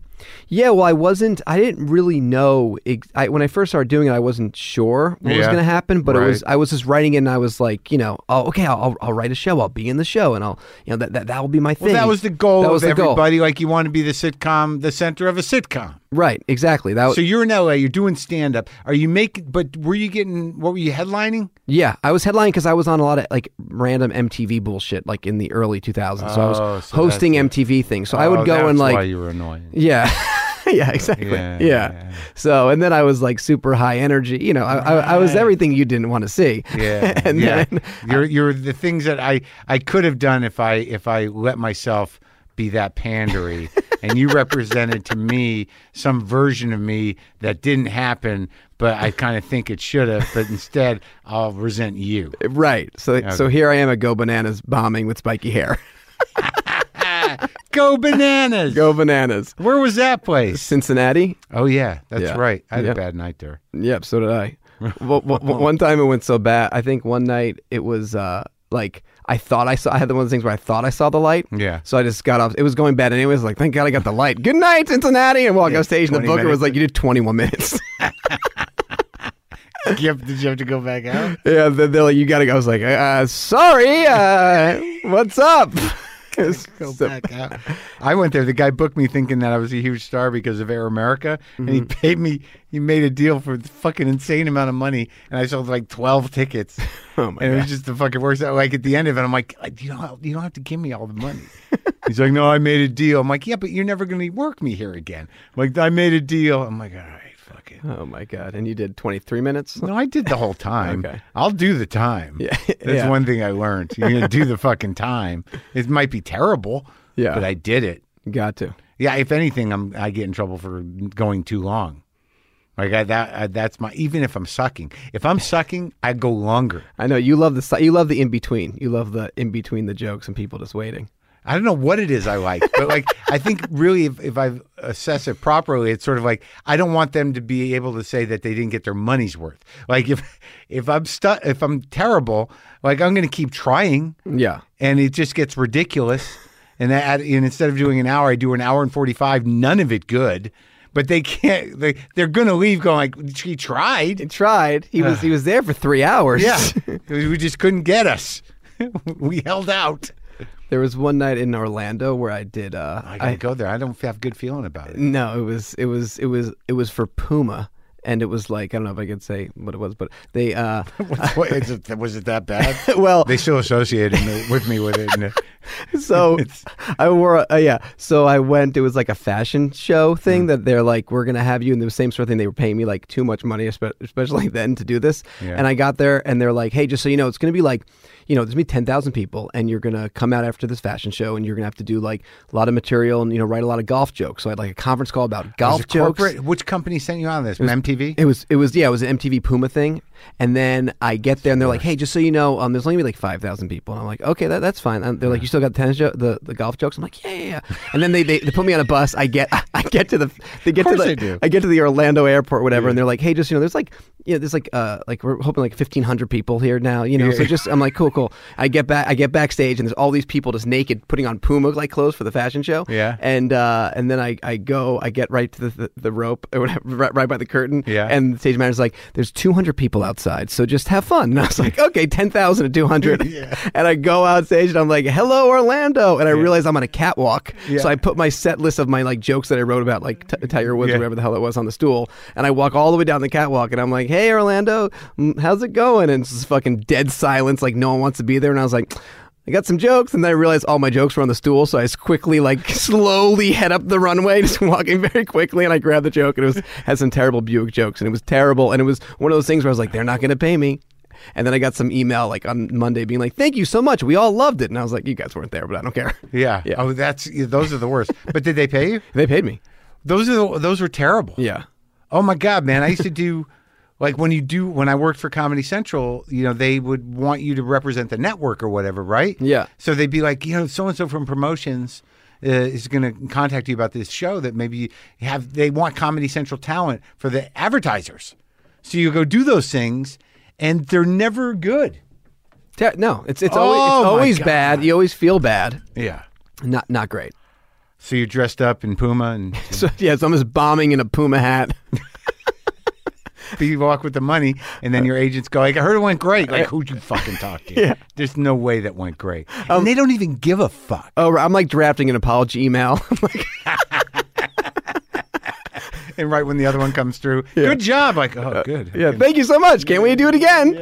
[SPEAKER 2] Yeah, well, I wasn't. I didn't really know. ex- I, when I first started doing it, I wasn't sure what was
[SPEAKER 1] Yeah.
[SPEAKER 2] going to happen. But it was.
[SPEAKER 1] Right.
[SPEAKER 2] I was just writing it, and I was like, you know, oh, okay, I'll, I'll, I'll write a show. I'll be in the show, and I'll, you know, that that, that will be my thing.
[SPEAKER 1] Well, that was the goal
[SPEAKER 2] That was
[SPEAKER 1] of
[SPEAKER 2] the goal.
[SPEAKER 1] everybody. Like you want to be the sitcom, the center of a sitcom.
[SPEAKER 2] Right. Exactly. That. Was,
[SPEAKER 1] So you're in LA. You're doing stand up. Are you making? But were you getting? What were you headlining?
[SPEAKER 2] yeah, I was headlining because I was on a lot of like random MTV bullshit, like in the early 2000s. so I was
[SPEAKER 1] Oh, so
[SPEAKER 2] hosting
[SPEAKER 1] that's Oh,
[SPEAKER 2] MTV things. So I would go
[SPEAKER 1] that's
[SPEAKER 2] and like
[SPEAKER 1] Why you were annoying?
[SPEAKER 2] Yeah. yeah, exactly.
[SPEAKER 1] Yeah,
[SPEAKER 2] Yeah,
[SPEAKER 1] yeah.
[SPEAKER 2] So, and then I was like super high energy. You know, I, I, I was
[SPEAKER 1] Right.
[SPEAKER 2] everything you didn't want to see.
[SPEAKER 1] Yeah,
[SPEAKER 2] and
[SPEAKER 1] yeah.
[SPEAKER 2] then,
[SPEAKER 1] you're you're the things that I I could have done if I if I let myself be that pandery and you represented to me some version of me that didn't happen, but I kind of think it should have. But instead, I'll resent you.
[SPEAKER 2] Right. So so here I am at Go Bananas bombing with spiky hair.
[SPEAKER 1] Go bananas.
[SPEAKER 2] Go Bananas.
[SPEAKER 1] Where was that place?
[SPEAKER 2] Cincinnati?
[SPEAKER 1] Oh yeah, that's
[SPEAKER 2] Yeah.
[SPEAKER 1] right. I had
[SPEAKER 2] Yeah.
[SPEAKER 1] a bad night there.
[SPEAKER 2] Yep, so did I. well, well, one time it went so bad. I think one night it was uh, like I thought I saw. I had the one of the things where I thought I saw the light.
[SPEAKER 1] Yeah.
[SPEAKER 2] So I just got off. It was going bad anyways. Like thank God I got the light. Good night, Cincinnati, and walk off stage. And the
[SPEAKER 1] 20
[SPEAKER 2] booker
[SPEAKER 1] minutes.
[SPEAKER 2] was like, "You did 21 minutes."
[SPEAKER 1] Did you, have, did you have to go back out?
[SPEAKER 2] yeah. They're, they're like, "You gotta go." I was like, uh, "Sorry, uh, what's up?" It was
[SPEAKER 1] Go
[SPEAKER 2] so-
[SPEAKER 1] back out. I went there. The guy booked me thinking that I was a huge star because of Air America, and he paid me. He made a deal for the fucking insane amount of money, and I sold like twelve tickets.
[SPEAKER 2] Oh my
[SPEAKER 1] and it
[SPEAKER 2] god.
[SPEAKER 1] was just the fucking worst. Like at the end of it, I'm like, you don't, you don't have to give me all the money. He's like, no, I made a deal. I'm like, yeah, but you're never going to work me here again. I'm like, I made a deal. I'm like, all right, fuck it.
[SPEAKER 2] Oh my god. And you did 23 minutes.
[SPEAKER 1] No, I did the whole time.
[SPEAKER 2] Okay.
[SPEAKER 1] I'll do the time.
[SPEAKER 2] Yeah.
[SPEAKER 1] That's
[SPEAKER 2] Yeah.
[SPEAKER 1] one thing I learned. You're going to do the fucking time. It might be terrible,
[SPEAKER 2] Yeah.
[SPEAKER 1] but I did it.
[SPEAKER 2] Got to.
[SPEAKER 1] Yeah, if anything, I'm I get in trouble for going too long. Like I, that, I, that's my even if I'm sucking. If I'm sucking, I go longer.
[SPEAKER 2] I know you love the si- you love the in between. You love the in between the jokes and people just waiting.
[SPEAKER 1] I don't know what it is I like, but like I think really if, if I assess it properly, it's sort of like I don't want them to be able to say that they didn't get their money's worth. Like if if I'm stu- if I'm terrible, like I'm going to keep trying,
[SPEAKER 2] Yeah.
[SPEAKER 1] and it just gets ridiculous. And that and instead of doing an hour, I do an hour and forty five. None of it good, but they can't. They they're going to leave going like she tried.
[SPEAKER 2] He tried. He was he was there for three hours.
[SPEAKER 1] Yeah, we just couldn't get us. we held out.
[SPEAKER 2] there was one night in Orlando where I did. Uh,
[SPEAKER 1] I
[SPEAKER 2] I,
[SPEAKER 1] gotta go there. I don't have good feeling about it.
[SPEAKER 2] no, it was it was it was it was for Puma, and it was like I don't know if I could say what it was, but they. Uh,
[SPEAKER 1] What- what- is it- was it that bad?
[SPEAKER 2] well,
[SPEAKER 1] They still associated me, with me with it. And
[SPEAKER 2] so I wore. A, uh, yeah, so I went. It was like a fashion show thing
[SPEAKER 1] Mm.
[SPEAKER 2] that they're like, we're gonna have you, and the same sort of thing. They were paying me like too much money, espe- especially then to do this.
[SPEAKER 1] Yeah.
[SPEAKER 2] And I got there, and they're like, hey, just so you know, it's gonna be like, you know, there's gonna be ten thousand people, and you're gonna come out after this fashion show, and you're gonna have to do like a lot of material, and you know, write a lot of golf jokes. So I had like a conference call about golf
[SPEAKER 1] Was it
[SPEAKER 2] jokes.
[SPEAKER 1] corporate? Which company sent you on this? MTV?
[SPEAKER 2] It was it was yeah, it was an MTV Puma thing. And then I get there and they're like, "Hey, just so you know, um, there's only gonna be like five thousand people." And I'm like, "Okay, that, that's fine." And they're like, "You still got the tennis jo- the, the golf jokes?" I'm like, "Yeah, yeah." yeah." And then they, they, they put me on a bus. I get I get to the they get to
[SPEAKER 1] course
[SPEAKER 2] the,
[SPEAKER 1] they do.
[SPEAKER 2] I get to the Orlando airport, whatever, and they're like, "Hey, just you know, there's like you know, there's like uh like we're hoping like 1500 people here now, you know." So just I'm like, "Cool, cool." I get back I get backstage and there's all these people just naked putting on Puma like clothes for the fashion show.
[SPEAKER 1] Yeah.
[SPEAKER 2] And uh and then I I go I get right to the the, the rope or whatever, right, right by the curtain.
[SPEAKER 1] Yeah.
[SPEAKER 2] And the stage manager's like, there's 200 people outside, so just have fun. And I was like, okay, 10,000 to 200. And I go out stage and I'm like, hello, Orlando. And I realize I'm on a catwalk.
[SPEAKER 1] Yeah.
[SPEAKER 2] So I put my set list of my like jokes that I wrote about like t- Tiger Woods
[SPEAKER 1] Yeah.
[SPEAKER 2] or whatever the hell it was on the stool. And I walk all the way down the catwalk and I'm like, hey, Orlando, mm, how's it going? And it's just fucking dead silence. Like no one wants to be there. And I was like, I got some jokes, and then I realized all my jokes were on the stool, so I just quickly, like, slowly head up the runway, just walking very quickly, and I grabbed the joke, and it was had some terrible Buick jokes, and it was terrible, and it was one of those things where I was like, they're not going to pay me. And then I got some email like on Monday being like, "Thank you so much, we all loved it," and I was like, "You guys weren't there, but I don't care."
[SPEAKER 1] yeah.
[SPEAKER 2] Yeah.
[SPEAKER 1] Oh, that's yeah, those are the worst. but did they pay you?
[SPEAKER 2] They paid me.
[SPEAKER 1] Those are the, those were terrible.
[SPEAKER 2] Yeah,
[SPEAKER 1] Oh my god, man! I used to do like when you do when I worked for Comedy Central, you know, they would want you to represent the network or whatever, right?
[SPEAKER 2] Yeah.
[SPEAKER 1] So they'd be like, you know, so and so from promotions uh, is going to contact you about this show that maybe you have. They want Comedy Central talent for the advertisers, so you go do those things, and they're never good.
[SPEAKER 2] Ter- no, it's it's
[SPEAKER 1] Oh,
[SPEAKER 2] always,
[SPEAKER 1] my
[SPEAKER 2] it's always
[SPEAKER 1] God.
[SPEAKER 2] bad. You always feel bad.
[SPEAKER 1] Yeah.
[SPEAKER 2] Not not great.
[SPEAKER 1] So you're dressed up in Puma and
[SPEAKER 2] So yeah, so I'm just bombing in a Puma hat.
[SPEAKER 1] you walk with the money, and then your agents go like, "I heard it went great." Like, who'd you fucking talk to? yeah. There's no way that went great,
[SPEAKER 2] Um,
[SPEAKER 1] and they don't even give a fuck.
[SPEAKER 2] Oh, right, I'm like drafting an apology email. I'm like,
[SPEAKER 1] And right when the other one comes through, good job. Like, oh, good.
[SPEAKER 2] Uh, yeah, thank you so much. Can't wait to do it again.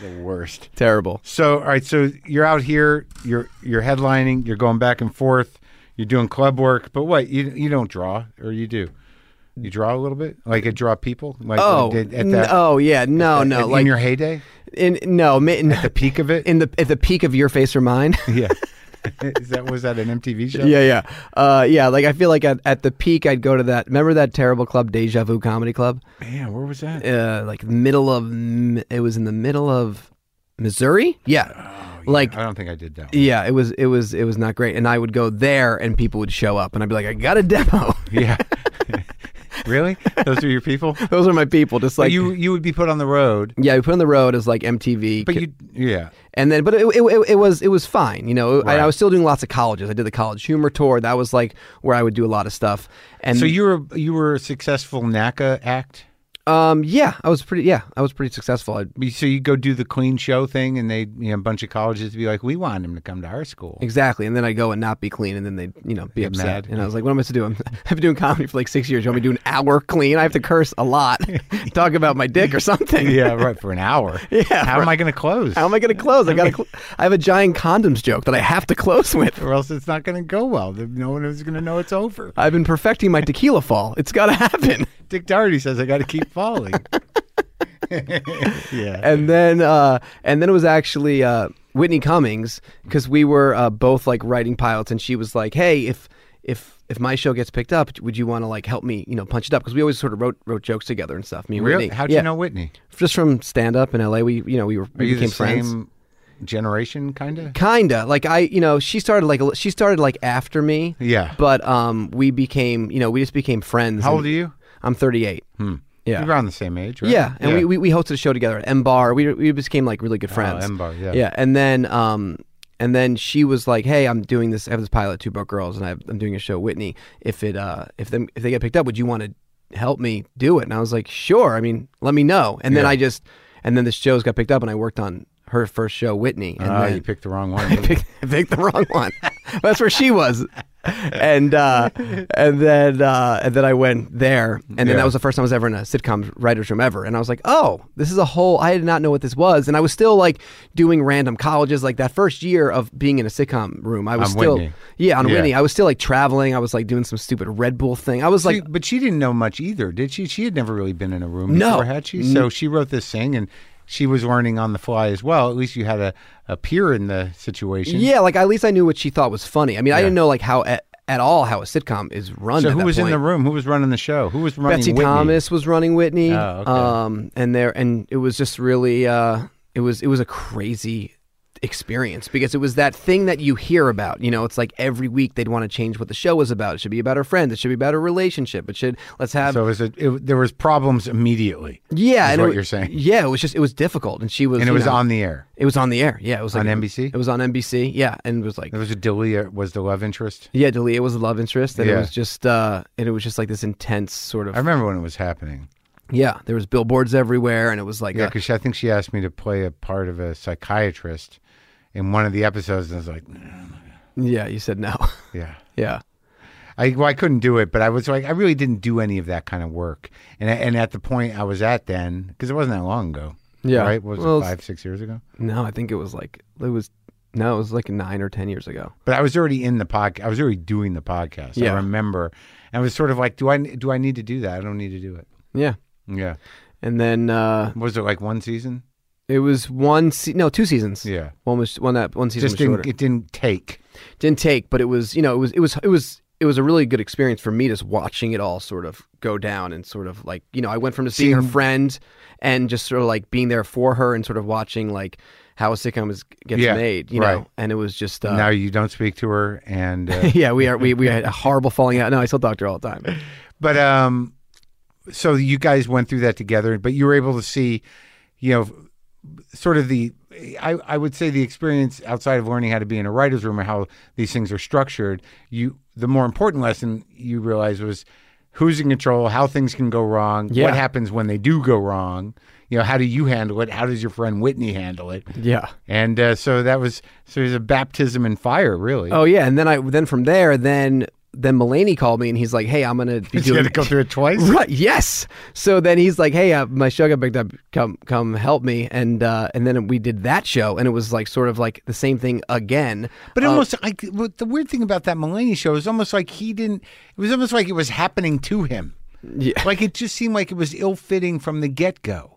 [SPEAKER 1] The worst.
[SPEAKER 2] Terrible.
[SPEAKER 1] So, all right. So you're out here. You're you're headlining. You're going back and forth. You're doing club work. But what you you don't draw, or you do? You draw a little bit, like you draw people. Like you
[SPEAKER 2] Oh,
[SPEAKER 1] did
[SPEAKER 2] n- oh yeah, no,
[SPEAKER 1] in-
[SPEAKER 2] no,
[SPEAKER 1] in,
[SPEAKER 2] like
[SPEAKER 1] your heyday,
[SPEAKER 2] in no, mi- in,
[SPEAKER 1] the peak of it.
[SPEAKER 2] in the at the peak of your face or mine.
[SPEAKER 1] yeah. Is that was that an MTV show?
[SPEAKER 2] Yeah, yeah, uh, yeah. Like I feel like at, at the peak, I'd go to that. Remember that terrible club, Deja Vu Comedy Club?
[SPEAKER 1] Man, where was that?
[SPEAKER 2] Uh, like middle of M- it was in the middle of Missouri.
[SPEAKER 1] Oh,
[SPEAKER 2] Yeah, like
[SPEAKER 1] I don't think I did that. One.
[SPEAKER 2] yeah, it was it was it was not great. And I would go there, and people would show up, and I'd be like, I got a demo.
[SPEAKER 1] Yeah. really? Those are your people?
[SPEAKER 2] Those are my people. Just like
[SPEAKER 1] you you would be put on the road,
[SPEAKER 2] yeah, we put on the road as like MTV.
[SPEAKER 1] but
[SPEAKER 2] ki-
[SPEAKER 1] you yeah.
[SPEAKER 2] and then but it, it, it, it was it was fine you know I,
[SPEAKER 1] Right.
[SPEAKER 2] I was still doing lots of colleges i did the college humor tour that was like where i would do a lot of stuff and
[SPEAKER 1] So you were you were a successful NACA act.
[SPEAKER 2] um yeah i was pretty yeah i was pretty successful I,
[SPEAKER 1] So you go do the Queen show thing, and they you know a bunch of colleges would be like, we want him to come to our school.
[SPEAKER 2] exactly and then i go and not be clean and then they you know be upset
[SPEAKER 1] mad.
[SPEAKER 2] and i was like what am i supposed to do I'm, i've been doing comedy for like six years you want me to do an hour clean i have to curse a lot talk about my dick or something
[SPEAKER 1] yeah, right for an hour.
[SPEAKER 2] Yeah,
[SPEAKER 1] How
[SPEAKER 2] for-
[SPEAKER 1] am I going to close?
[SPEAKER 2] how am i going to close i got cl- i have a giant condoms joke that i have to close with
[SPEAKER 1] or else it's not going to go well. No one is going to know it's over.
[SPEAKER 2] i've been perfecting my tequila fall it's got to happen
[SPEAKER 1] Dick Doherty says I got to keep falling. yeah.
[SPEAKER 2] and then uh, and then it was actually uh, Whitney Cummings because we were uh, both like writing pilots, and she was like, "Hey, if if if my show gets picked up, would you want to like help me, you know, punch it up?" Because we always sort of wrote wrote jokes together and stuff. Me and
[SPEAKER 1] Really?
[SPEAKER 2] Whitney,
[SPEAKER 1] How'd
[SPEAKER 2] Yeah.
[SPEAKER 1] you know Whitney?
[SPEAKER 2] Just from stand up in L.A., we you know we were
[SPEAKER 1] Are
[SPEAKER 2] we
[SPEAKER 1] you
[SPEAKER 2] became
[SPEAKER 1] the same
[SPEAKER 2] friends.
[SPEAKER 1] generation, kind of?
[SPEAKER 2] Kinda like I, you know, she started like a li- she started like after me.
[SPEAKER 1] Yeah.
[SPEAKER 2] But um, we became, you know, we just became friends.
[SPEAKER 1] How
[SPEAKER 2] and-
[SPEAKER 1] old are you?
[SPEAKER 2] I'm 38. Yeah.
[SPEAKER 1] You're around the same age, right? Oh,
[SPEAKER 2] Yeah, and We, we we hosted a show together at M Bar. We we became like really good friends.
[SPEAKER 1] M Bar, yeah.
[SPEAKER 2] Yeah, and then um and then she was like, "Hey, I'm doing this. I have this pilot, Two Broke Girls, and I've, I'm doing a show, Whitney. If it uh if them if they get picked up, would you want to help me do it?" And I was like, "Sure. I mean, let me know." And then I just and then the shows got picked up, and I worked on her first show, Whitney, and
[SPEAKER 1] Ah,
[SPEAKER 2] then
[SPEAKER 1] you picked the wrong one.
[SPEAKER 2] I picked, I picked the wrong one. That's where she was. And uh, and then uh, and then I went there, and then
[SPEAKER 1] Yeah.
[SPEAKER 2] that was the first time I was ever in a sitcom writers room ever. And I was like, oh, this is a whole. I did not know what this was, and I was still like doing random colleges. Like that first year of being in a sitcom room, I was
[SPEAKER 1] On
[SPEAKER 2] still
[SPEAKER 1] Whitney.
[SPEAKER 2] yeah on
[SPEAKER 1] Yeah.
[SPEAKER 2] Whitney. I was still like traveling. I was like doing some stupid Red Bull thing. I was like,
[SPEAKER 1] She- but she didn't know much either, did she? She had never really been in a room
[SPEAKER 2] No.
[SPEAKER 1] before, had she? So she wrote this thing, and she was learning on the fly as well. At least you had a, a peer in the situation.
[SPEAKER 2] yeah, like at least I knew what she thought was funny. I mean, I didn't know like how at, at all how a sitcom is run.
[SPEAKER 1] So
[SPEAKER 2] at
[SPEAKER 1] who
[SPEAKER 2] that
[SPEAKER 1] was in
[SPEAKER 2] point.
[SPEAKER 1] the room? Who was running the show? Who was running
[SPEAKER 2] Betsy
[SPEAKER 1] Whitney?
[SPEAKER 2] Thomas was running Whitney.
[SPEAKER 1] Oh, okay.
[SPEAKER 2] Um and there and it was just really uh it was it was a crazy experience because it was that thing that you hear about. You know, it's like every week they'd want to change what the show was about. It should be about her friend, it should be about her relationship. It should let's have
[SPEAKER 1] So it was a, it, there was problems immediately,
[SPEAKER 2] Yeah,
[SPEAKER 1] is
[SPEAKER 2] and it
[SPEAKER 1] what
[SPEAKER 2] wa-
[SPEAKER 1] you're saying.
[SPEAKER 2] Yeah, it was just it was difficult and she was
[SPEAKER 1] and it
[SPEAKER 2] you
[SPEAKER 1] was
[SPEAKER 2] know,
[SPEAKER 1] on the air.
[SPEAKER 2] it was on the air. Yeah, it was like
[SPEAKER 1] On NBC?
[SPEAKER 2] It was on NBC. Yeah, and it was like
[SPEAKER 1] It was a Delia was the love interest.
[SPEAKER 2] yeah, Dalia was a love interest, and it
[SPEAKER 1] Yeah.
[SPEAKER 2] was just uh, and it was just like this intense sort
[SPEAKER 1] I
[SPEAKER 2] of
[SPEAKER 1] remember when it was happening.
[SPEAKER 2] yeah. There was billboards everywhere, and it was like
[SPEAKER 1] Yeah,
[SPEAKER 2] a-
[SPEAKER 1] because I think she asked me to play a part of a psychiatrist in one of the episodes, and I was like, "Mm,
[SPEAKER 2] yeah. You said no.
[SPEAKER 1] yeah.
[SPEAKER 2] Yeah.
[SPEAKER 1] I, well, I couldn't do it, but I was like, I really didn't do any of that kind of work. And and at the point I was at then, because it wasn't that long ago.
[SPEAKER 2] Yeah.
[SPEAKER 1] Right? What was
[SPEAKER 2] Well,
[SPEAKER 1] it,
[SPEAKER 2] it's-
[SPEAKER 1] five, six years ago?
[SPEAKER 2] No, I think it was like it was no, it was like nine or ten years ago.
[SPEAKER 1] But I was already in the podcast. I was already doing the podcast.
[SPEAKER 2] Yeah.
[SPEAKER 1] I remember. And I was sort of like, do I, do I need to do that? I don't need to do it.
[SPEAKER 2] Yeah.
[SPEAKER 1] Yeah.
[SPEAKER 2] And then uh
[SPEAKER 1] Was it like one season?
[SPEAKER 2] it was one se- no, two seasons.
[SPEAKER 1] Yeah.
[SPEAKER 2] One was one that one season
[SPEAKER 1] Just
[SPEAKER 2] was
[SPEAKER 1] didn't,
[SPEAKER 2] shorter.
[SPEAKER 1] it didn't take.
[SPEAKER 2] Didn't take, but it was you know, it was it was it was it was a really good experience for me just watching it all sort of go down and sort of like you know, I went from just being her friend and just sort of like being there for her and sort of watching like how a sitcom is gets
[SPEAKER 1] Yeah,
[SPEAKER 2] made, you
[SPEAKER 1] right.
[SPEAKER 2] know. And it was just uh
[SPEAKER 1] now you don't speak to her. And, uh,
[SPEAKER 2] yeah, we are we, we had a horrible falling out. No, I still talk to her all the time.
[SPEAKER 1] But um, so you guys went through that together, but you were able to see, you know, sort of the, I, I would say the experience outside of learning how to be in a writer's room or how these things are structured. You, the more important lesson you realized was who's in control, how things can go wrong,
[SPEAKER 2] Yeah.
[SPEAKER 1] what happens when they do go wrong. You know, how do you handle it? How does your friend Whitney handle it?
[SPEAKER 2] Yeah.
[SPEAKER 1] And uh, so that was so it was a baptism in fire, really.
[SPEAKER 2] Oh yeah, and then I then from there then then Mulaney called me and he's like, "Hey, I'm gonna be
[SPEAKER 1] you
[SPEAKER 2] doing
[SPEAKER 1] had to go through it twice.
[SPEAKER 2] right." Yes. So then he's like, "Hey, uh, my show got picked up. Come come help me." And uh, and then we did that show, and it was like sort of like the same thing again.
[SPEAKER 1] But almost like what the weird thing about that Mulaney show is almost like he didn't. It was almost like it was happening to him.
[SPEAKER 2] Yeah.
[SPEAKER 1] Like it just seemed like it was ill fitting from the get go.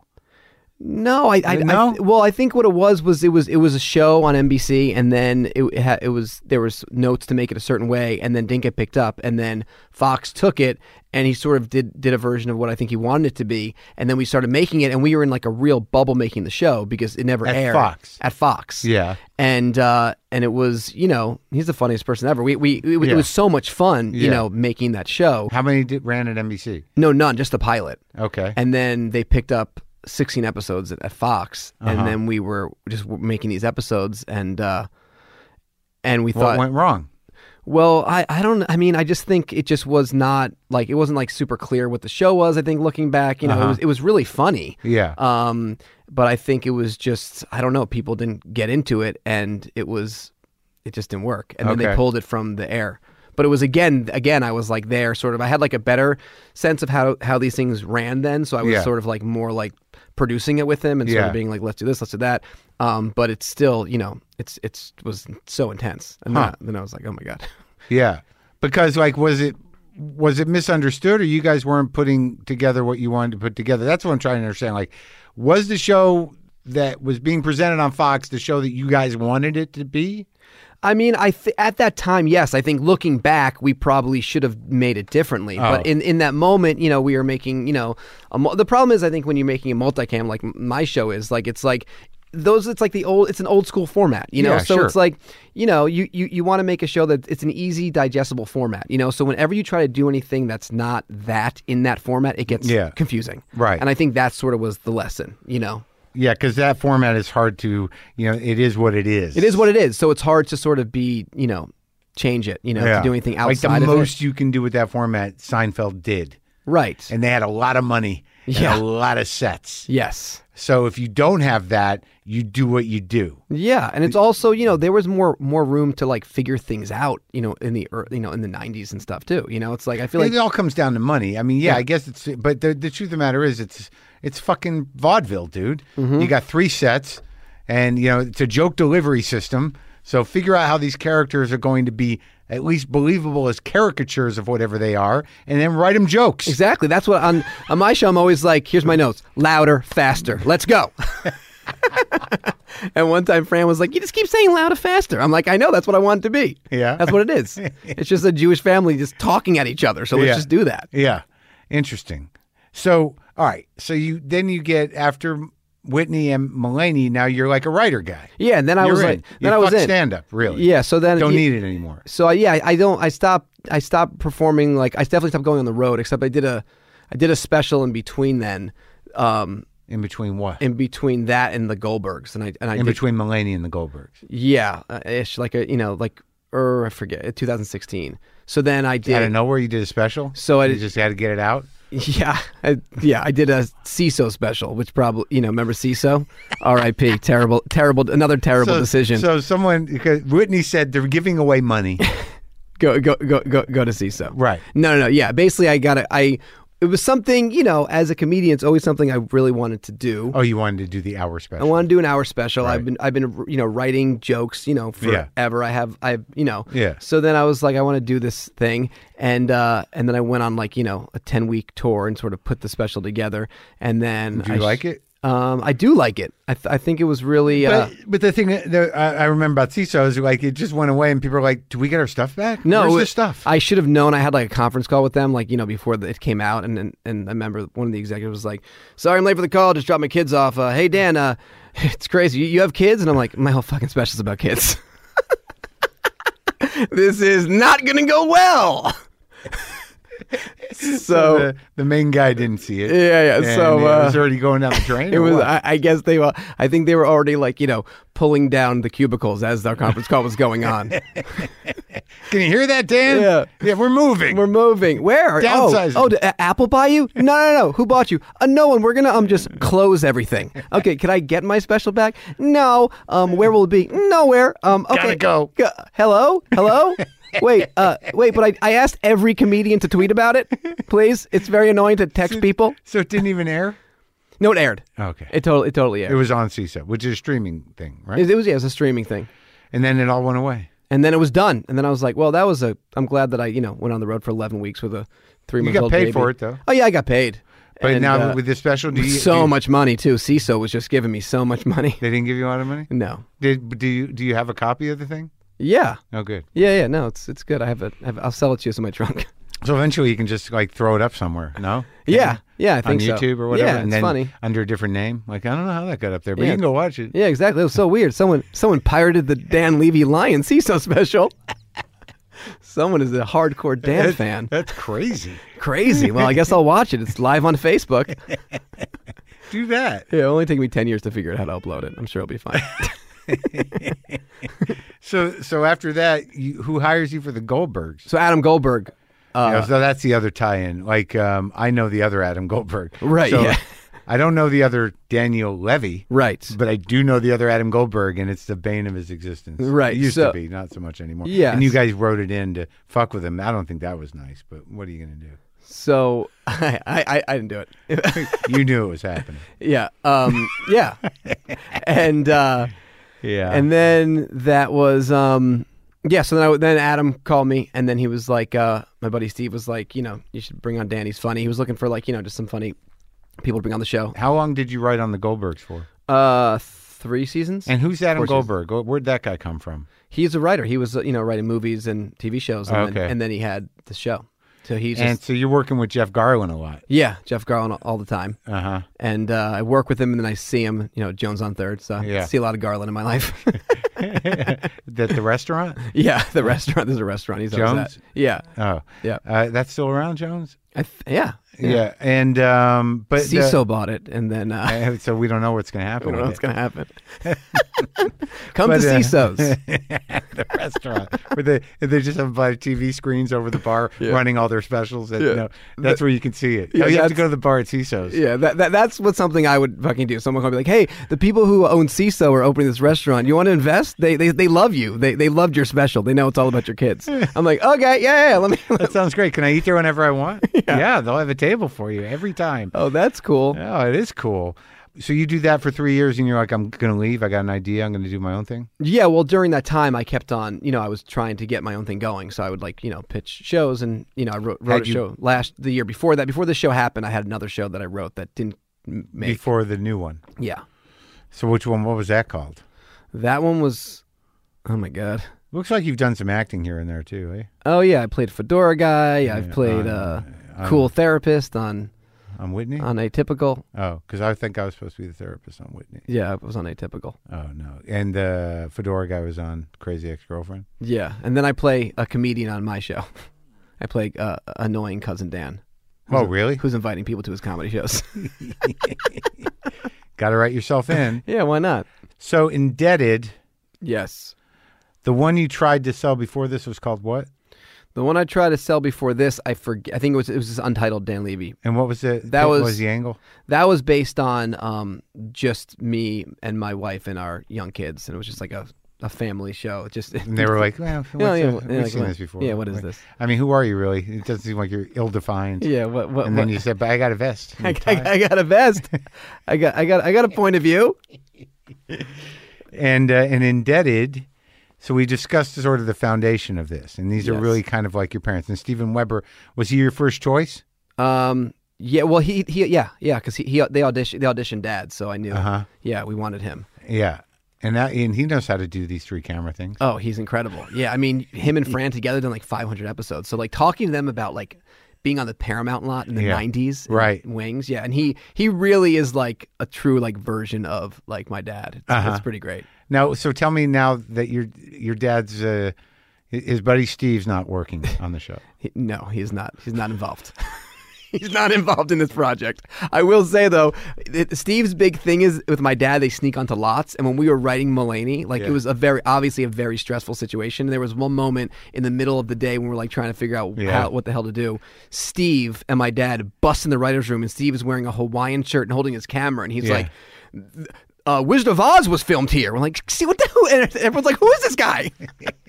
[SPEAKER 2] No, I, I,
[SPEAKER 1] No?
[SPEAKER 2] I well, I think what it was was it was it was a show on NBC, and then it it, ha- it was there was notes to make it a certain way, and then didn't get picked up, and then Fox took it, and he sort of did did a version of what I think he wanted it to be, and then we started making it, and we were in like a real bubble making the show because it never
[SPEAKER 1] At
[SPEAKER 2] aired
[SPEAKER 1] Fox.
[SPEAKER 2] at Fox,
[SPEAKER 1] Yeah.
[SPEAKER 2] and uh, and it was you know he's the funniest person ever. We we it, was
[SPEAKER 1] Yeah.
[SPEAKER 2] it was so much fun, you
[SPEAKER 1] Yeah.
[SPEAKER 2] know, making that show.
[SPEAKER 1] How many did, ran at NBC?
[SPEAKER 2] No, none, just the pilot
[SPEAKER 1] Okay.
[SPEAKER 2] and then they picked up 16 episodes at, at Fox,
[SPEAKER 1] Uh-huh.
[SPEAKER 2] and then we were just w- making these episodes, and uh, and we
[SPEAKER 1] what
[SPEAKER 2] thought,
[SPEAKER 1] went wrong?
[SPEAKER 2] well, I I don't, I mean, I just think it just was not like it wasn't like super clear what the show was. I think looking back, you
[SPEAKER 1] Uh-huh.
[SPEAKER 2] know, it was it was really funny,
[SPEAKER 1] Yeah.
[SPEAKER 2] um, but I think it was just I don't know, people didn't get into it, and it was it just didn't work, and then
[SPEAKER 1] Okay.
[SPEAKER 2] they pulled it from the air. But it was again, again, I was like there, sort of. I had like a better sense of how how these things ran then, so I was
[SPEAKER 1] Yeah.
[SPEAKER 2] sort of like more like producing it with them and sort
[SPEAKER 1] Yeah.
[SPEAKER 2] of being like, let's do this, let's do that. Um, but it's still, you know, it's it's was so intense, and then, I, then I was like, oh my god.
[SPEAKER 1] yeah. Because like, was it was it misunderstood, or you guys weren't putting together what you wanted to put together? That's what I'm trying to understand. Like, was the show that was being presented on Fox the show that you guys wanted it to be?
[SPEAKER 2] I mean, I th- at that time, yes. I think looking back, we probably should have made it differently.
[SPEAKER 1] Oh.
[SPEAKER 2] But in, in that moment, you know, we were making, you know, a mul- the problem is, I think when you're making a multicam like m- my show is, like it's like those. It's like the old. It's an old school format, you know.
[SPEAKER 1] Yeah,
[SPEAKER 2] so
[SPEAKER 1] sure.
[SPEAKER 2] it's like you know, you you, you want to make a show that it's an easy, digestible format, you know. So whenever you try to do anything that's not that in that format, it gets
[SPEAKER 1] Yeah.
[SPEAKER 2] confusing,
[SPEAKER 1] Right.
[SPEAKER 2] And I think that sort of was the lesson, you know.
[SPEAKER 1] Yeah, because that format is hard to, you know, it is what it is.
[SPEAKER 2] It is what it is, so it's hard to sort of be, you know, change it, you know, to do anything outside
[SPEAKER 1] Like the
[SPEAKER 2] of it.
[SPEAKER 1] most you can do with that format, Seinfeld did,
[SPEAKER 2] Right.
[SPEAKER 1] and they had a lot of money and
[SPEAKER 2] Yeah.
[SPEAKER 1] a lot of sets.
[SPEAKER 2] yes.
[SPEAKER 1] So if you don't have that, you do what you do.
[SPEAKER 2] Yeah, and it's also you know there was more more room to like figure things out you know in the ear- you know in the '90s and stuff too. You know, it's like I feel like
[SPEAKER 1] it all comes down to money. I mean, yeah, I guess it's. But the, the truth of the matter is, it's it's fucking vaudeville, dude.
[SPEAKER 2] Mm-hmm.
[SPEAKER 1] You got three sets, and you know it's a joke delivery system. So figure out how these characters are going to be at least believable as caricatures of whatever they are, and then write them jokes.
[SPEAKER 2] exactly that's what on on my show I'm always like, here's my notes, louder, faster, let's go. and one time Fran was like, you just keep saying louder, faster. I'm like, I know that's what I want it to be.
[SPEAKER 1] Yeah.
[SPEAKER 2] that's what it is. it's just a Jewish family just talking at each other. So let's
[SPEAKER 1] Yeah.
[SPEAKER 2] just do that.
[SPEAKER 1] Yeah, interesting. So all right, so you then you get after Whitney and Mulaney. Now you're like a writer guy.
[SPEAKER 2] Yeah, and then I
[SPEAKER 1] You're
[SPEAKER 2] was
[SPEAKER 1] in.
[SPEAKER 2] like,
[SPEAKER 1] you
[SPEAKER 2] then I was in.
[SPEAKER 1] stand up really.
[SPEAKER 2] Yeah, so then
[SPEAKER 1] don't
[SPEAKER 2] yeah,
[SPEAKER 1] need it anymore.
[SPEAKER 2] So I, yeah, I- I don't. I stopped. I stopped performing. Like I definitely stopped going on the road. Except I did a, I did a special in between then, um,
[SPEAKER 1] In between what?
[SPEAKER 2] in between that and the Goldbergs, and I and I
[SPEAKER 1] in
[SPEAKER 2] did,
[SPEAKER 1] between Mulaney and the Goldbergs.
[SPEAKER 2] yeah, uh, ish like a you know like or I forget 2016. So then I
[SPEAKER 1] out of
[SPEAKER 2] did.
[SPEAKER 1] nowhere you did a special
[SPEAKER 2] So I
[SPEAKER 1] you
[SPEAKER 2] did-
[SPEAKER 1] just had to get it out
[SPEAKER 2] Yeah, I, yeah, I did a CISO special, which probably you know remember CISO, R.I.P. terrible, terrible, another terrible decision.
[SPEAKER 1] so someone because whitney said they're giving away money
[SPEAKER 2] go go go go go to CISO.
[SPEAKER 1] Right.
[SPEAKER 2] No, no, no. Yeah. Basically, I got it. I it was something you know as a comedian, it's always something I really wanted to do.
[SPEAKER 1] oh you wanted to do the hour
[SPEAKER 2] I
[SPEAKER 1] special
[SPEAKER 2] want to do an hour special. I've been I've been you know writing jokes you know
[SPEAKER 1] Yeah.
[SPEAKER 2] forever. I have I you know
[SPEAKER 1] Yeah.
[SPEAKER 2] So then I was like I want to do this thing and uh and then I went on like you know a ten week tour and sort of put the special together and then
[SPEAKER 1] do you like it
[SPEAKER 2] Um, I do like it. I, th- I think it was really. Uh,
[SPEAKER 1] but, but the thing that that I I remember about CISO is like it just went away, and people are like, "Do we get our stuff back?
[SPEAKER 2] No,
[SPEAKER 1] Where's
[SPEAKER 2] it-
[SPEAKER 1] the stuff."
[SPEAKER 2] I should have known. I had like a conference call with them, like you know, before the, it came out, and, and and I remember one of the executives was like, "Sorry, I'm late for the call. Just dropped my kids off. Uh, hey, Dan, uh, it's crazy. You, you have kids?" And I'm like, "My whole fucking special's about kids. this is not gonna go well." so
[SPEAKER 1] the, the main guy didn't see it.
[SPEAKER 2] Yeah, yeah,
[SPEAKER 1] And
[SPEAKER 2] so,
[SPEAKER 1] it was
[SPEAKER 2] uh,
[SPEAKER 1] already going down the drain.
[SPEAKER 2] It
[SPEAKER 1] or
[SPEAKER 2] was.
[SPEAKER 1] what?
[SPEAKER 2] I, I guess they were. I think they were already like you know pulling down the cubicles as our conference call was going on.
[SPEAKER 1] Can you hear that, Dan?
[SPEAKER 2] Yeah.
[SPEAKER 1] yeah, we're moving.
[SPEAKER 2] We're moving. Where?
[SPEAKER 1] Downsizing.
[SPEAKER 2] Oh, oh did A- Apple buy you? No, no, no. Who bought you? Uh, no one. We're gonna um just close everything. Okay, can I get my special back? No. Um, where will it be? Nowhere. Um,
[SPEAKER 1] Gotta
[SPEAKER 2] okay.
[SPEAKER 1] go.
[SPEAKER 2] G- hello, hello. wait, uh, wait. But I, I asked every comedian to tweet about it. Please, it's very annoying to text people.
[SPEAKER 1] so it didn't even air.
[SPEAKER 2] No, it aired.
[SPEAKER 1] Okay, it,
[SPEAKER 2] It totally, it totally aired. Oh. It was,
[SPEAKER 1] was on CISO, which is a streaming thing, right?
[SPEAKER 2] it was yeah, it was a streaming thing.
[SPEAKER 1] and then it all went away.
[SPEAKER 2] And then it was done. And then I was like, well, that was a. I'm glad that I, you know, went on the road for 11 weeks with a three month old
[SPEAKER 1] paid
[SPEAKER 2] baby.
[SPEAKER 1] for it, though.
[SPEAKER 2] Oh yeah, I got paid.
[SPEAKER 1] But
[SPEAKER 2] And,
[SPEAKER 1] now
[SPEAKER 2] uh,
[SPEAKER 1] with this special, do you, do
[SPEAKER 2] so
[SPEAKER 1] you-
[SPEAKER 2] much money too. CISO was just giving me so much money.
[SPEAKER 1] They didn't give you a lot of money.
[SPEAKER 2] No.
[SPEAKER 1] Did do you do you have a copy of the thing?
[SPEAKER 2] Yeah.
[SPEAKER 1] Oh, good.
[SPEAKER 2] Yeah, yeah, no, it's it's good. I have it. I have, I'll sell it to you as my trunk.
[SPEAKER 1] So eventually you can just like throw it up somewhere. No.
[SPEAKER 2] Yeah, yeah, I think
[SPEAKER 1] on
[SPEAKER 2] so.
[SPEAKER 1] YouTube or whatever,
[SPEAKER 2] Yeah,
[SPEAKER 1] and
[SPEAKER 2] it's
[SPEAKER 1] then
[SPEAKER 2] funny.
[SPEAKER 1] under a different name. Like I don't know how that got up there, but
[SPEAKER 2] Yeah.
[SPEAKER 1] you can go watch it.
[SPEAKER 2] Yeah, exactly. It was so weird. Someone someone pirated the Dan Levy Lion CISO special. someone is a hardcore Dan fan.
[SPEAKER 1] That's crazy.
[SPEAKER 2] Crazy. Well, I guess I'll watch it. It's live on Facebook.
[SPEAKER 1] Do that.
[SPEAKER 2] Yeah, it'll only take me ten years to figure out how to upload it. I'm sure it'll be fine.
[SPEAKER 1] So so after that, you, who hires you for the Goldbergs?
[SPEAKER 2] so Adam Goldberg,
[SPEAKER 1] You
[SPEAKER 2] uh,
[SPEAKER 1] know, so that's the other tie-in. Like um, I know the other Adam Goldberg.
[SPEAKER 2] Right,
[SPEAKER 1] So
[SPEAKER 2] yeah.
[SPEAKER 1] I don't know the other Daniel Levy.
[SPEAKER 2] right?
[SPEAKER 1] But I do know the other Adam Goldberg, and it's the bane of his existence.
[SPEAKER 2] Right,
[SPEAKER 1] It used
[SPEAKER 2] so-
[SPEAKER 1] to be, not so much anymore.
[SPEAKER 2] Yes.
[SPEAKER 1] And you guys wrote it in to fuck with him. I don't think that was nice, but what are you going to do?
[SPEAKER 2] So I, I I didn't do it.
[SPEAKER 1] You knew it was happening.
[SPEAKER 2] yeah, um, yeah, and. uh
[SPEAKER 1] Yeah.
[SPEAKER 2] and then that was um yeah so then, I, then adam called me and then he was like uh my buddy steve was like you know you should bring on danny's funny he was looking for like you know just some funny people to bring on the show
[SPEAKER 1] how long did you write on the Goldbergs for?
[SPEAKER 2] uh three seasons
[SPEAKER 1] And who's Adam
[SPEAKER 2] course he's-
[SPEAKER 1] Goldberg? Wh- Where'd that guy come from?
[SPEAKER 2] he's a writer he was uh, you know writing movies and tv shows and,
[SPEAKER 1] Okay.
[SPEAKER 2] then, and then he had the show so he's just
[SPEAKER 1] And so you're working with Jeff Garlin a lot.
[SPEAKER 2] yeah jeff garland all the time
[SPEAKER 1] Uh huh.
[SPEAKER 2] and uh, i work with him and then i see him you know jones on third so
[SPEAKER 1] Yeah.
[SPEAKER 2] i see a lot of garland in my life
[SPEAKER 1] At the restaurant?
[SPEAKER 2] yeah the restaurant there's a restaurant he's always
[SPEAKER 1] Jones?
[SPEAKER 2] at yeah
[SPEAKER 1] Oh.
[SPEAKER 2] Yeah.
[SPEAKER 1] Uh, that's still around, Jones?
[SPEAKER 2] I th- yeah
[SPEAKER 1] Yeah. And, um, but. the-
[SPEAKER 2] CISO bought it, and then uh,
[SPEAKER 1] Uh, so we don't know what's going to happen.
[SPEAKER 2] I don't know
[SPEAKER 1] with it.
[SPEAKER 2] what's going to happen. Come
[SPEAKER 1] But,
[SPEAKER 2] to
[SPEAKER 1] uh,
[SPEAKER 2] CISO's.
[SPEAKER 1] the restaurant where they they just have like, TV screens over the bar running all their specials. And,
[SPEAKER 2] Yeah.
[SPEAKER 1] you know, that's where you can see it.
[SPEAKER 2] Yeah,
[SPEAKER 1] oh, you have to
[SPEAKER 2] that's-
[SPEAKER 1] go to the bar at CISO's.
[SPEAKER 2] yeah, that, that, that's what something I would fucking do. Someone going to be like, hey, the people who own CISO are opening this restaurant. You want to invest? They, they they love you. They they loved your special. They know it's all about your kids. I'm like, okay, yeah, yeah, let me.
[SPEAKER 1] That sounds great. Can I eat there whenever I want? yeah. they'll have a table for you every time.
[SPEAKER 2] oh, that's cool.
[SPEAKER 1] Oh, it is cool. So you do that for three years, and you're like, I'm going to leave. I got an idea. I'm going to do my own thing.
[SPEAKER 2] Yeah, well, during that time, I kept on, you know, I was trying to get my own thing going. So I would like, you know, pitch shows, and you know, I wrote,
[SPEAKER 1] Had
[SPEAKER 2] wrote a
[SPEAKER 1] you-
[SPEAKER 2] show last the year before that. Before the show happened, I had another show that I wrote that didn't m- make.
[SPEAKER 1] Before the new one.
[SPEAKER 2] Yeah,
[SPEAKER 1] So which one? What was that called?
[SPEAKER 2] that one was. Oh my god.
[SPEAKER 1] Looks like you've done some acting here and there too, eh?
[SPEAKER 2] Oh yeah, I played Fedora guy. I've played uh, Cool Therapist on
[SPEAKER 1] On Whitney?
[SPEAKER 2] on Atypical.
[SPEAKER 1] oh, because I think I was supposed to be the therapist on Whitney.
[SPEAKER 2] Yeah, it was on Atypical.
[SPEAKER 1] Oh no! And the fedora guy was on Crazy Ex-Girlfriend.
[SPEAKER 2] Yeah, and then I play a comedian on my show. I play uh, annoying cousin Dan,
[SPEAKER 1] Oh really?
[SPEAKER 2] who's inviting people to his comedy shows.
[SPEAKER 1] Got to write yourself in.
[SPEAKER 2] yeah, why not?
[SPEAKER 1] so indebted.
[SPEAKER 2] Yes,
[SPEAKER 1] The one you tried to sell before this was called what?
[SPEAKER 2] the one I tried to sell before this, I forget. I think it was it was this untitled Dan Levy.
[SPEAKER 1] And what was it?
[SPEAKER 2] That
[SPEAKER 1] what
[SPEAKER 2] was-
[SPEAKER 1] the angle.
[SPEAKER 2] That was based on um, just me and my wife and our young kids, and it was just like a, a family show. It Just
[SPEAKER 1] And they were like, "Well,
[SPEAKER 2] Yeah,
[SPEAKER 1] what's
[SPEAKER 2] yeah,
[SPEAKER 1] that?
[SPEAKER 2] yeah,
[SPEAKER 1] we've
[SPEAKER 2] like,
[SPEAKER 1] seen
[SPEAKER 2] what-
[SPEAKER 1] this before."
[SPEAKER 2] yeah, what is
[SPEAKER 1] Like,
[SPEAKER 2] this?
[SPEAKER 1] I mean, who are you really? It doesn't seem like you're ill-defined.
[SPEAKER 2] yeah, what what
[SPEAKER 1] And
[SPEAKER 2] what?
[SPEAKER 1] then you said, "But I got a vest." and
[SPEAKER 2] I,
[SPEAKER 1] a
[SPEAKER 2] I-
[SPEAKER 1] tie."
[SPEAKER 2] I got a vest. I got I got I got a point of view.
[SPEAKER 1] and uh, and indebted. So we discussed sort of the foundation of this, and these are
[SPEAKER 2] Yes.
[SPEAKER 1] really kind of like your parents. And Steven Weber was he your first choice?
[SPEAKER 2] Um. Yeah. Well, he he yeah yeah because he, he they auditioned they auditioned dad, so I knew.
[SPEAKER 1] Uh-huh.
[SPEAKER 2] Yeah, we wanted him.
[SPEAKER 1] Yeah, and that and he knows how to do these three camera things.
[SPEAKER 2] Oh, he's incredible. Yeah, I mean him and Fran together done like 500 episodes. So like talking to them about like being on the Paramount lot in the
[SPEAKER 1] Yeah.
[SPEAKER 2] 90s, and
[SPEAKER 1] Right.
[SPEAKER 2] Wings. Yeah, and he he really is like a true like version of like my dad. It's,
[SPEAKER 1] Uh-huh.
[SPEAKER 2] it's pretty great.
[SPEAKER 1] Now, so tell me now that your your dad's uh, his buddy Steve's not working on the show.
[SPEAKER 2] He- no, he's not. He's not involved. he's not involved in this project. I will say though, it, Steve's big thing is with my dad. They sneak onto lots, and when we were writing Mulaney, like
[SPEAKER 1] Yeah.
[SPEAKER 2] it was a very obviously a very stressful situation. And there was one moment in the middle of the day when we were like trying to figure out
[SPEAKER 1] Yeah.
[SPEAKER 2] how, what the hell to do. Steve and my dad bust in the writers' room, and Steve is wearing a Hawaiian shirt and holding his camera, and he's
[SPEAKER 1] Yeah.
[SPEAKER 2] like. Uh, Wizard of Oz was filmed here. We're like, see what the hell? And everyone's like, who is this guy?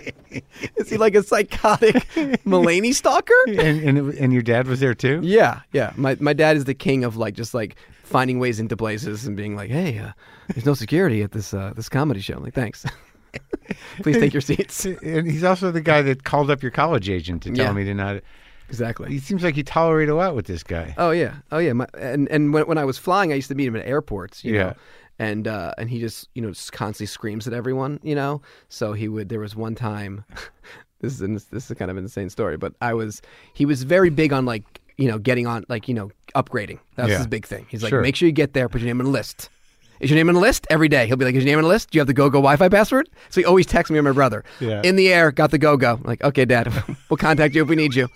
[SPEAKER 2] is he like a psychotic Mulaney stalker?
[SPEAKER 1] and, and it- and your dad was there too.
[SPEAKER 2] Yeah, yeah. My my dad is the king of like just like finding ways into places and being like, "Hey, uh, there's no security at this uh, this comedy show." I'm like, thanks. Please take your seats.
[SPEAKER 1] And he's also the guy that called up your college agent to tell
[SPEAKER 2] Yeah.
[SPEAKER 1] him he didn't know. How to,
[SPEAKER 2] exactly.
[SPEAKER 1] It seems like you tolerate a lot with this guy.
[SPEAKER 2] Oh yeah, oh yeah. My, and and when, when I was flying, I used to meet him at airports. You
[SPEAKER 1] Yeah.
[SPEAKER 2] Know? And uh, and he just you know just constantly screams at everyone. You know. So he would. There was one time. this is ins- this is kind of an insane story, but I was he was very big on like you know getting on like you know upgrading. That was
[SPEAKER 1] Yeah.
[SPEAKER 2] his big thing. He's like,
[SPEAKER 1] Sure.
[SPEAKER 2] make sure you get there, put your name on the list. Is your name on the list every day? He'll be like, "Is your name on the list? Do you have the GoGo Wi-Fi password?" So he always texts me and my brother.
[SPEAKER 1] Yeah.
[SPEAKER 2] In the air, got the GoGo. I'm like, okay, Dad, we'll contact you if we need you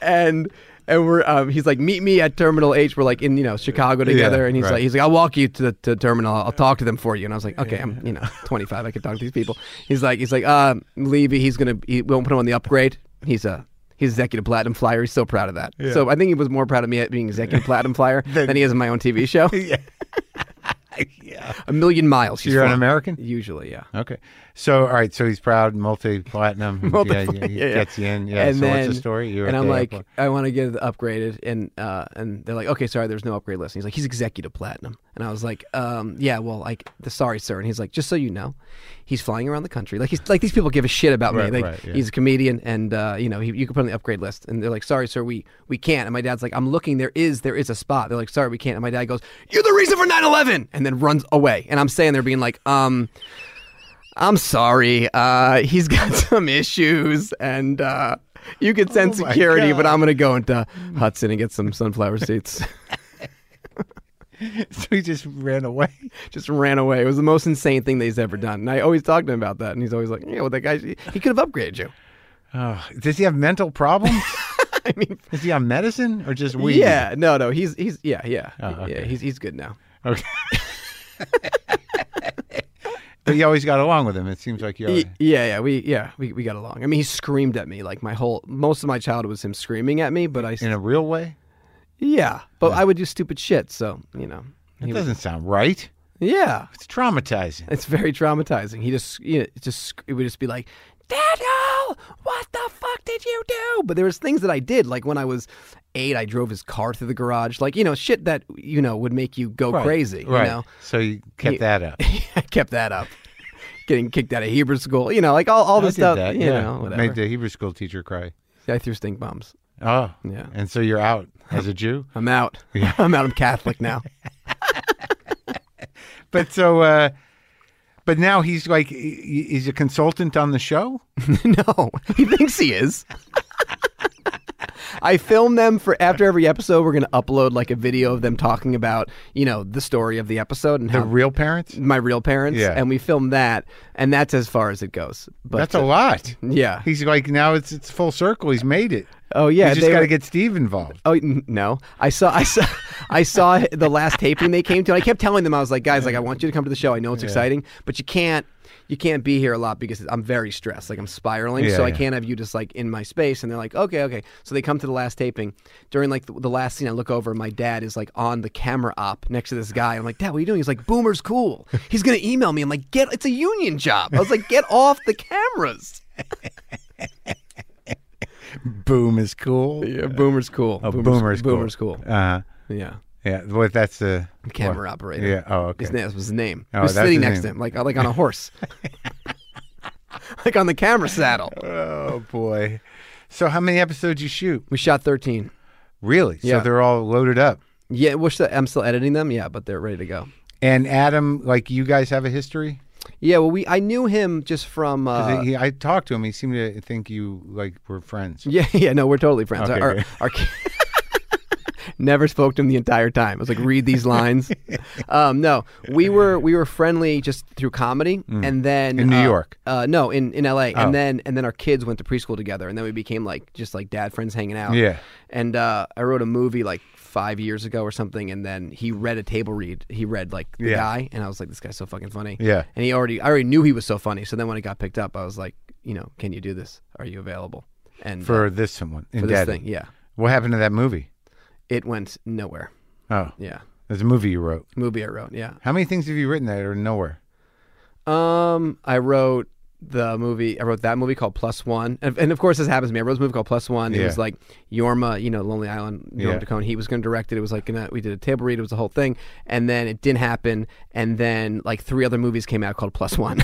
[SPEAKER 2] and and we're um, he's like meet me at terminal h we're like in you know chicago together and he's
[SPEAKER 1] right.
[SPEAKER 2] like he's like i'll walk you to the to terminal i'll talk to them for you and i was like okay i'm you know 25 i can talk to these people he's like he's like uh levy he's gonna he we won't put him on the upgrade he's a He's executive platinum flyer. He's so proud of that. So I think he was more proud of me at being executive platinum flyer than he is on my own TV show.
[SPEAKER 1] yeah.
[SPEAKER 2] A million miles. he's
[SPEAKER 1] You're an
[SPEAKER 2] flown.
[SPEAKER 1] American?
[SPEAKER 2] Usually, yeah.
[SPEAKER 1] Okay. So, all right. So he's proud, multi platinum. yeah,
[SPEAKER 2] Multiple-
[SPEAKER 1] yeah, he
[SPEAKER 2] yeah, yeah.
[SPEAKER 1] gets you in. Yeah.
[SPEAKER 2] And
[SPEAKER 1] so
[SPEAKER 2] then,
[SPEAKER 1] what's the story? You're
[SPEAKER 2] and
[SPEAKER 1] at
[SPEAKER 2] I'm
[SPEAKER 1] the
[SPEAKER 2] like,
[SPEAKER 1] airport.
[SPEAKER 2] I want to get it upgraded, and uh, and they're like, okay, sorry, there's no upgrade list. And he's like, he's executive platinum, and I was like, um, yeah, well, like, the sorry, sir. And he's like, just so you know, he's flying around the country. Like he's like these people give a shit about
[SPEAKER 1] Right,
[SPEAKER 2] me. Like
[SPEAKER 1] right, yeah.
[SPEAKER 2] he's a comedian, and uh, you know, he, you can put him on the upgrade list. And they're like, sorry, sir, we we can't. And my dad's like, I'm looking. There is there is a spot. They're like, sorry, we can't. And my dad goes, you're the reason for 9/11, and then runs away. And I'm saying there being like, um. I'm sorry. Uh, he's got some issues, and uh, you could send
[SPEAKER 1] Oh my
[SPEAKER 2] security,
[SPEAKER 1] God.
[SPEAKER 2] but I'm going to go into Hudson and get some sunflower seeds.
[SPEAKER 1] so he just ran away.
[SPEAKER 2] Just ran away. It was the most insane thing that he's ever done. And I always talk to him about that, and he's always like, "Yeah, well, that guy, he could have upgraded you."
[SPEAKER 1] Oh, does he have mental problems?
[SPEAKER 2] I mean,
[SPEAKER 1] Is he on medicine or just weed?
[SPEAKER 2] yeah, no, no, he's he's yeah, yeah,
[SPEAKER 1] Oh,
[SPEAKER 2] yeah,
[SPEAKER 1] okay.
[SPEAKER 2] he's he's good now.
[SPEAKER 1] Okay. but you always got along with him. It seems like you.
[SPEAKER 2] Y-
[SPEAKER 1] Always...
[SPEAKER 2] yeah, yeah, we yeah we, we got along. I mean, he screamed at me like my whole most of my childhood was him screaming at me, but I
[SPEAKER 1] In a real way,
[SPEAKER 2] yeah, but I would do stupid shit, so you know,
[SPEAKER 1] that
[SPEAKER 2] he Uh, was-
[SPEAKER 1] doesn't sound right.
[SPEAKER 2] yeah.
[SPEAKER 1] It's traumatizing.
[SPEAKER 2] It's very traumatizing. He just, you know, it just it would just be like, Daniel, what the fuck did you do? But there was things that I did, like when I was eight, I drove his car through the garage, like you know, shit that you know would make you go crazy.
[SPEAKER 1] right?
[SPEAKER 2] You know,
[SPEAKER 1] So you kept
[SPEAKER 2] He-
[SPEAKER 1] that up.
[SPEAKER 2] I kept that up. Getting kicked out of Hebrew school, you know, like all all
[SPEAKER 1] I
[SPEAKER 2] this
[SPEAKER 1] did
[SPEAKER 2] stuff.
[SPEAKER 1] that.
[SPEAKER 2] you
[SPEAKER 1] yeah.
[SPEAKER 2] know, whatever.
[SPEAKER 1] Made the Hebrew school teacher cry.
[SPEAKER 2] I threw stink bombs.
[SPEAKER 1] Oh,
[SPEAKER 2] Yeah.
[SPEAKER 1] And so you're out as a Jew.
[SPEAKER 2] I'm out. I'm out. I'm Catholic now.
[SPEAKER 1] But so, uh, but now he's like, he- he's a consultant on the show.
[SPEAKER 2] no, he thinks he is. I film them for after every episode. We're going to upload like a video of them talking about, you know, the story of the episode and
[SPEAKER 1] The
[SPEAKER 2] how
[SPEAKER 1] real parents.
[SPEAKER 2] my real parents.
[SPEAKER 1] Yeah.
[SPEAKER 2] And we film that, and that's as far as it goes. But
[SPEAKER 1] That's a lot.
[SPEAKER 2] yeah.
[SPEAKER 1] He's like now it's it's full circle. He's made it.
[SPEAKER 2] Oh yeah,
[SPEAKER 1] you just
[SPEAKER 2] they
[SPEAKER 1] got to
[SPEAKER 2] were-
[SPEAKER 1] get Steve involved.
[SPEAKER 2] Oh n- no! I saw, I saw, I saw the last taping they came to. And I kept telling them, I was like, guys, like I want you to come to the show. I know it's exciting, but you can't, you can't be here a lot because I'm very stressed. Like I'm spiraling,
[SPEAKER 1] Yeah,
[SPEAKER 2] so I
[SPEAKER 1] yeah.
[SPEAKER 2] can't have you just like in my space. And they're like, okay, okay. So they come to the last taping. During like the, the last scene, I look over, and my dad is like on the camera op next to this guy. I'm like, Dad, what are you doing? He's like, Boomer's cool. He's gonna email me. I'm like, get, it's a union job. I was like, get off the cameras.
[SPEAKER 1] Boom is cool.
[SPEAKER 2] Yeah, Boomer's cool.
[SPEAKER 1] Oh,
[SPEAKER 2] Boomer's,
[SPEAKER 1] boomers. cool.
[SPEAKER 2] Boomer's cool.
[SPEAKER 1] Uh,
[SPEAKER 2] Yeah.
[SPEAKER 1] yeah. Well, that's the
[SPEAKER 2] Camera
[SPEAKER 1] what?
[SPEAKER 2] operator.
[SPEAKER 1] Yeah. Oh, okay.
[SPEAKER 2] His name that was his name.
[SPEAKER 1] Oh,
[SPEAKER 2] he was
[SPEAKER 1] that's
[SPEAKER 2] sitting
[SPEAKER 1] his
[SPEAKER 2] next to
[SPEAKER 1] name.
[SPEAKER 2] him, like like on a horse, like on the camera saddle.
[SPEAKER 1] Oh boy. So how many episodes you shoot?
[SPEAKER 2] We shot thirteen.
[SPEAKER 1] Really?
[SPEAKER 2] Yeah.
[SPEAKER 1] So they're all loaded up.
[SPEAKER 2] Yeah, wish that I'm still editing them. Yeah, but they're ready to go.
[SPEAKER 1] And Adam, like you guys have a history.
[SPEAKER 2] Yeah, well, we I knew him just from.
[SPEAKER 1] 'Cause
[SPEAKER 2] Uh,
[SPEAKER 1] he, I talked to him. He seemed to think you like were friends.
[SPEAKER 2] yeah, yeah, no, we're totally friends.
[SPEAKER 1] Okay,
[SPEAKER 2] our,
[SPEAKER 1] good.
[SPEAKER 2] our, our never spoke to him the entire time. I was like, read these lines. um, no, we were we were friendly just through comedy, and then
[SPEAKER 1] Mm. In New
[SPEAKER 2] uh,
[SPEAKER 1] York?
[SPEAKER 2] Uh, no, in in L.A.
[SPEAKER 1] Oh.
[SPEAKER 2] And then and then our kids went to preschool together, and then we became like just like dad friends hanging out.
[SPEAKER 1] Yeah.
[SPEAKER 2] And uh, I wrote a movie like five years ago or something, and then he read a table read. He read like the
[SPEAKER 1] Yeah.
[SPEAKER 2] guy, and I was like, this guy's so fucking funny.
[SPEAKER 1] Yeah.
[SPEAKER 2] And he already I already knew he was so funny. So then when it got picked up, I was like, you know, can you do this? Are you available? And uh,
[SPEAKER 1] For this someone.
[SPEAKER 2] for
[SPEAKER 1] In
[SPEAKER 2] this
[SPEAKER 1] Daddy.
[SPEAKER 2] thing, yeah,
[SPEAKER 1] What happened to that movie?
[SPEAKER 2] it went nowhere.
[SPEAKER 1] Oh,
[SPEAKER 2] Yeah.
[SPEAKER 1] there's a movie you wrote.
[SPEAKER 2] Movie I wrote, yeah.
[SPEAKER 1] How many things have you written that are nowhere?
[SPEAKER 2] Um, I wrote the movie. I wrote that movie called Plus One, and, and of course this happens to me. I wrote this movie called Plus One. It
[SPEAKER 1] Yeah.
[SPEAKER 2] was like Yorma, you know, Lonely Island. Yorma
[SPEAKER 1] Yeah.
[SPEAKER 2] Tacone. He was going to direct it. It was like gonna, we did a table read. It was the whole thing, and then it didn't happen. And then like three other movies came out called Plus One.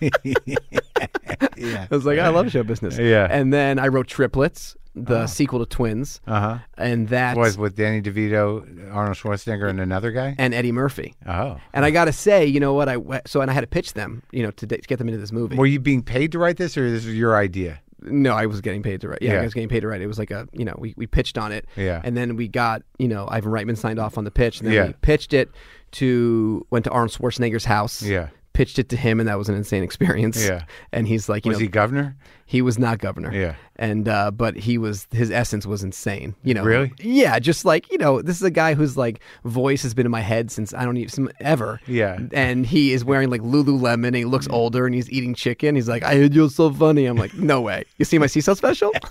[SPEAKER 1] yeah.
[SPEAKER 2] I was like, I love show business.
[SPEAKER 1] Yeah. Ah.
[SPEAKER 2] And then I wrote Triplets, the sequel to Twins. Uh huh. And that
[SPEAKER 1] Uh-huh. Was with Danny DeVito, Arnold Schwarzenegger, and another guy.
[SPEAKER 2] and Eddie Murphy.
[SPEAKER 1] Oh,
[SPEAKER 2] And I gotta say, you know what? I went- so and I had to pitch them, you know, to, d- to get them into this movie.
[SPEAKER 1] were you being paid to write this, or this was your idea?
[SPEAKER 2] no, I was getting paid to write. Yeah,
[SPEAKER 1] Yeah.
[SPEAKER 2] I was getting paid to write. It was like a, you know, we, we pitched on it.
[SPEAKER 1] Yeah.
[SPEAKER 2] And then we got, you know, Ivan Reitman signed off on the pitch. And then
[SPEAKER 1] Yeah.
[SPEAKER 2] we pitched it to went to Arnold Schwarzenegger's house.
[SPEAKER 1] Yeah.
[SPEAKER 2] Pitched it to him, and that was an insane experience.
[SPEAKER 1] Yeah.
[SPEAKER 2] And he's like, you
[SPEAKER 1] Was
[SPEAKER 2] know,
[SPEAKER 1] he governor?
[SPEAKER 2] He was not governor.
[SPEAKER 1] Yeah.
[SPEAKER 2] And uh, but he was his essence was insane. You know.
[SPEAKER 1] Really?
[SPEAKER 2] Yeah. Just like you know, this is a guy whose like voice has been in my head since I don't even some, ever.
[SPEAKER 1] Yeah. Mm.
[SPEAKER 2] And he is wearing like Lululemon. and He looks older and he's eating chicken. He's like, I heard you're so funny. I'm like, no way. You see my CSL special?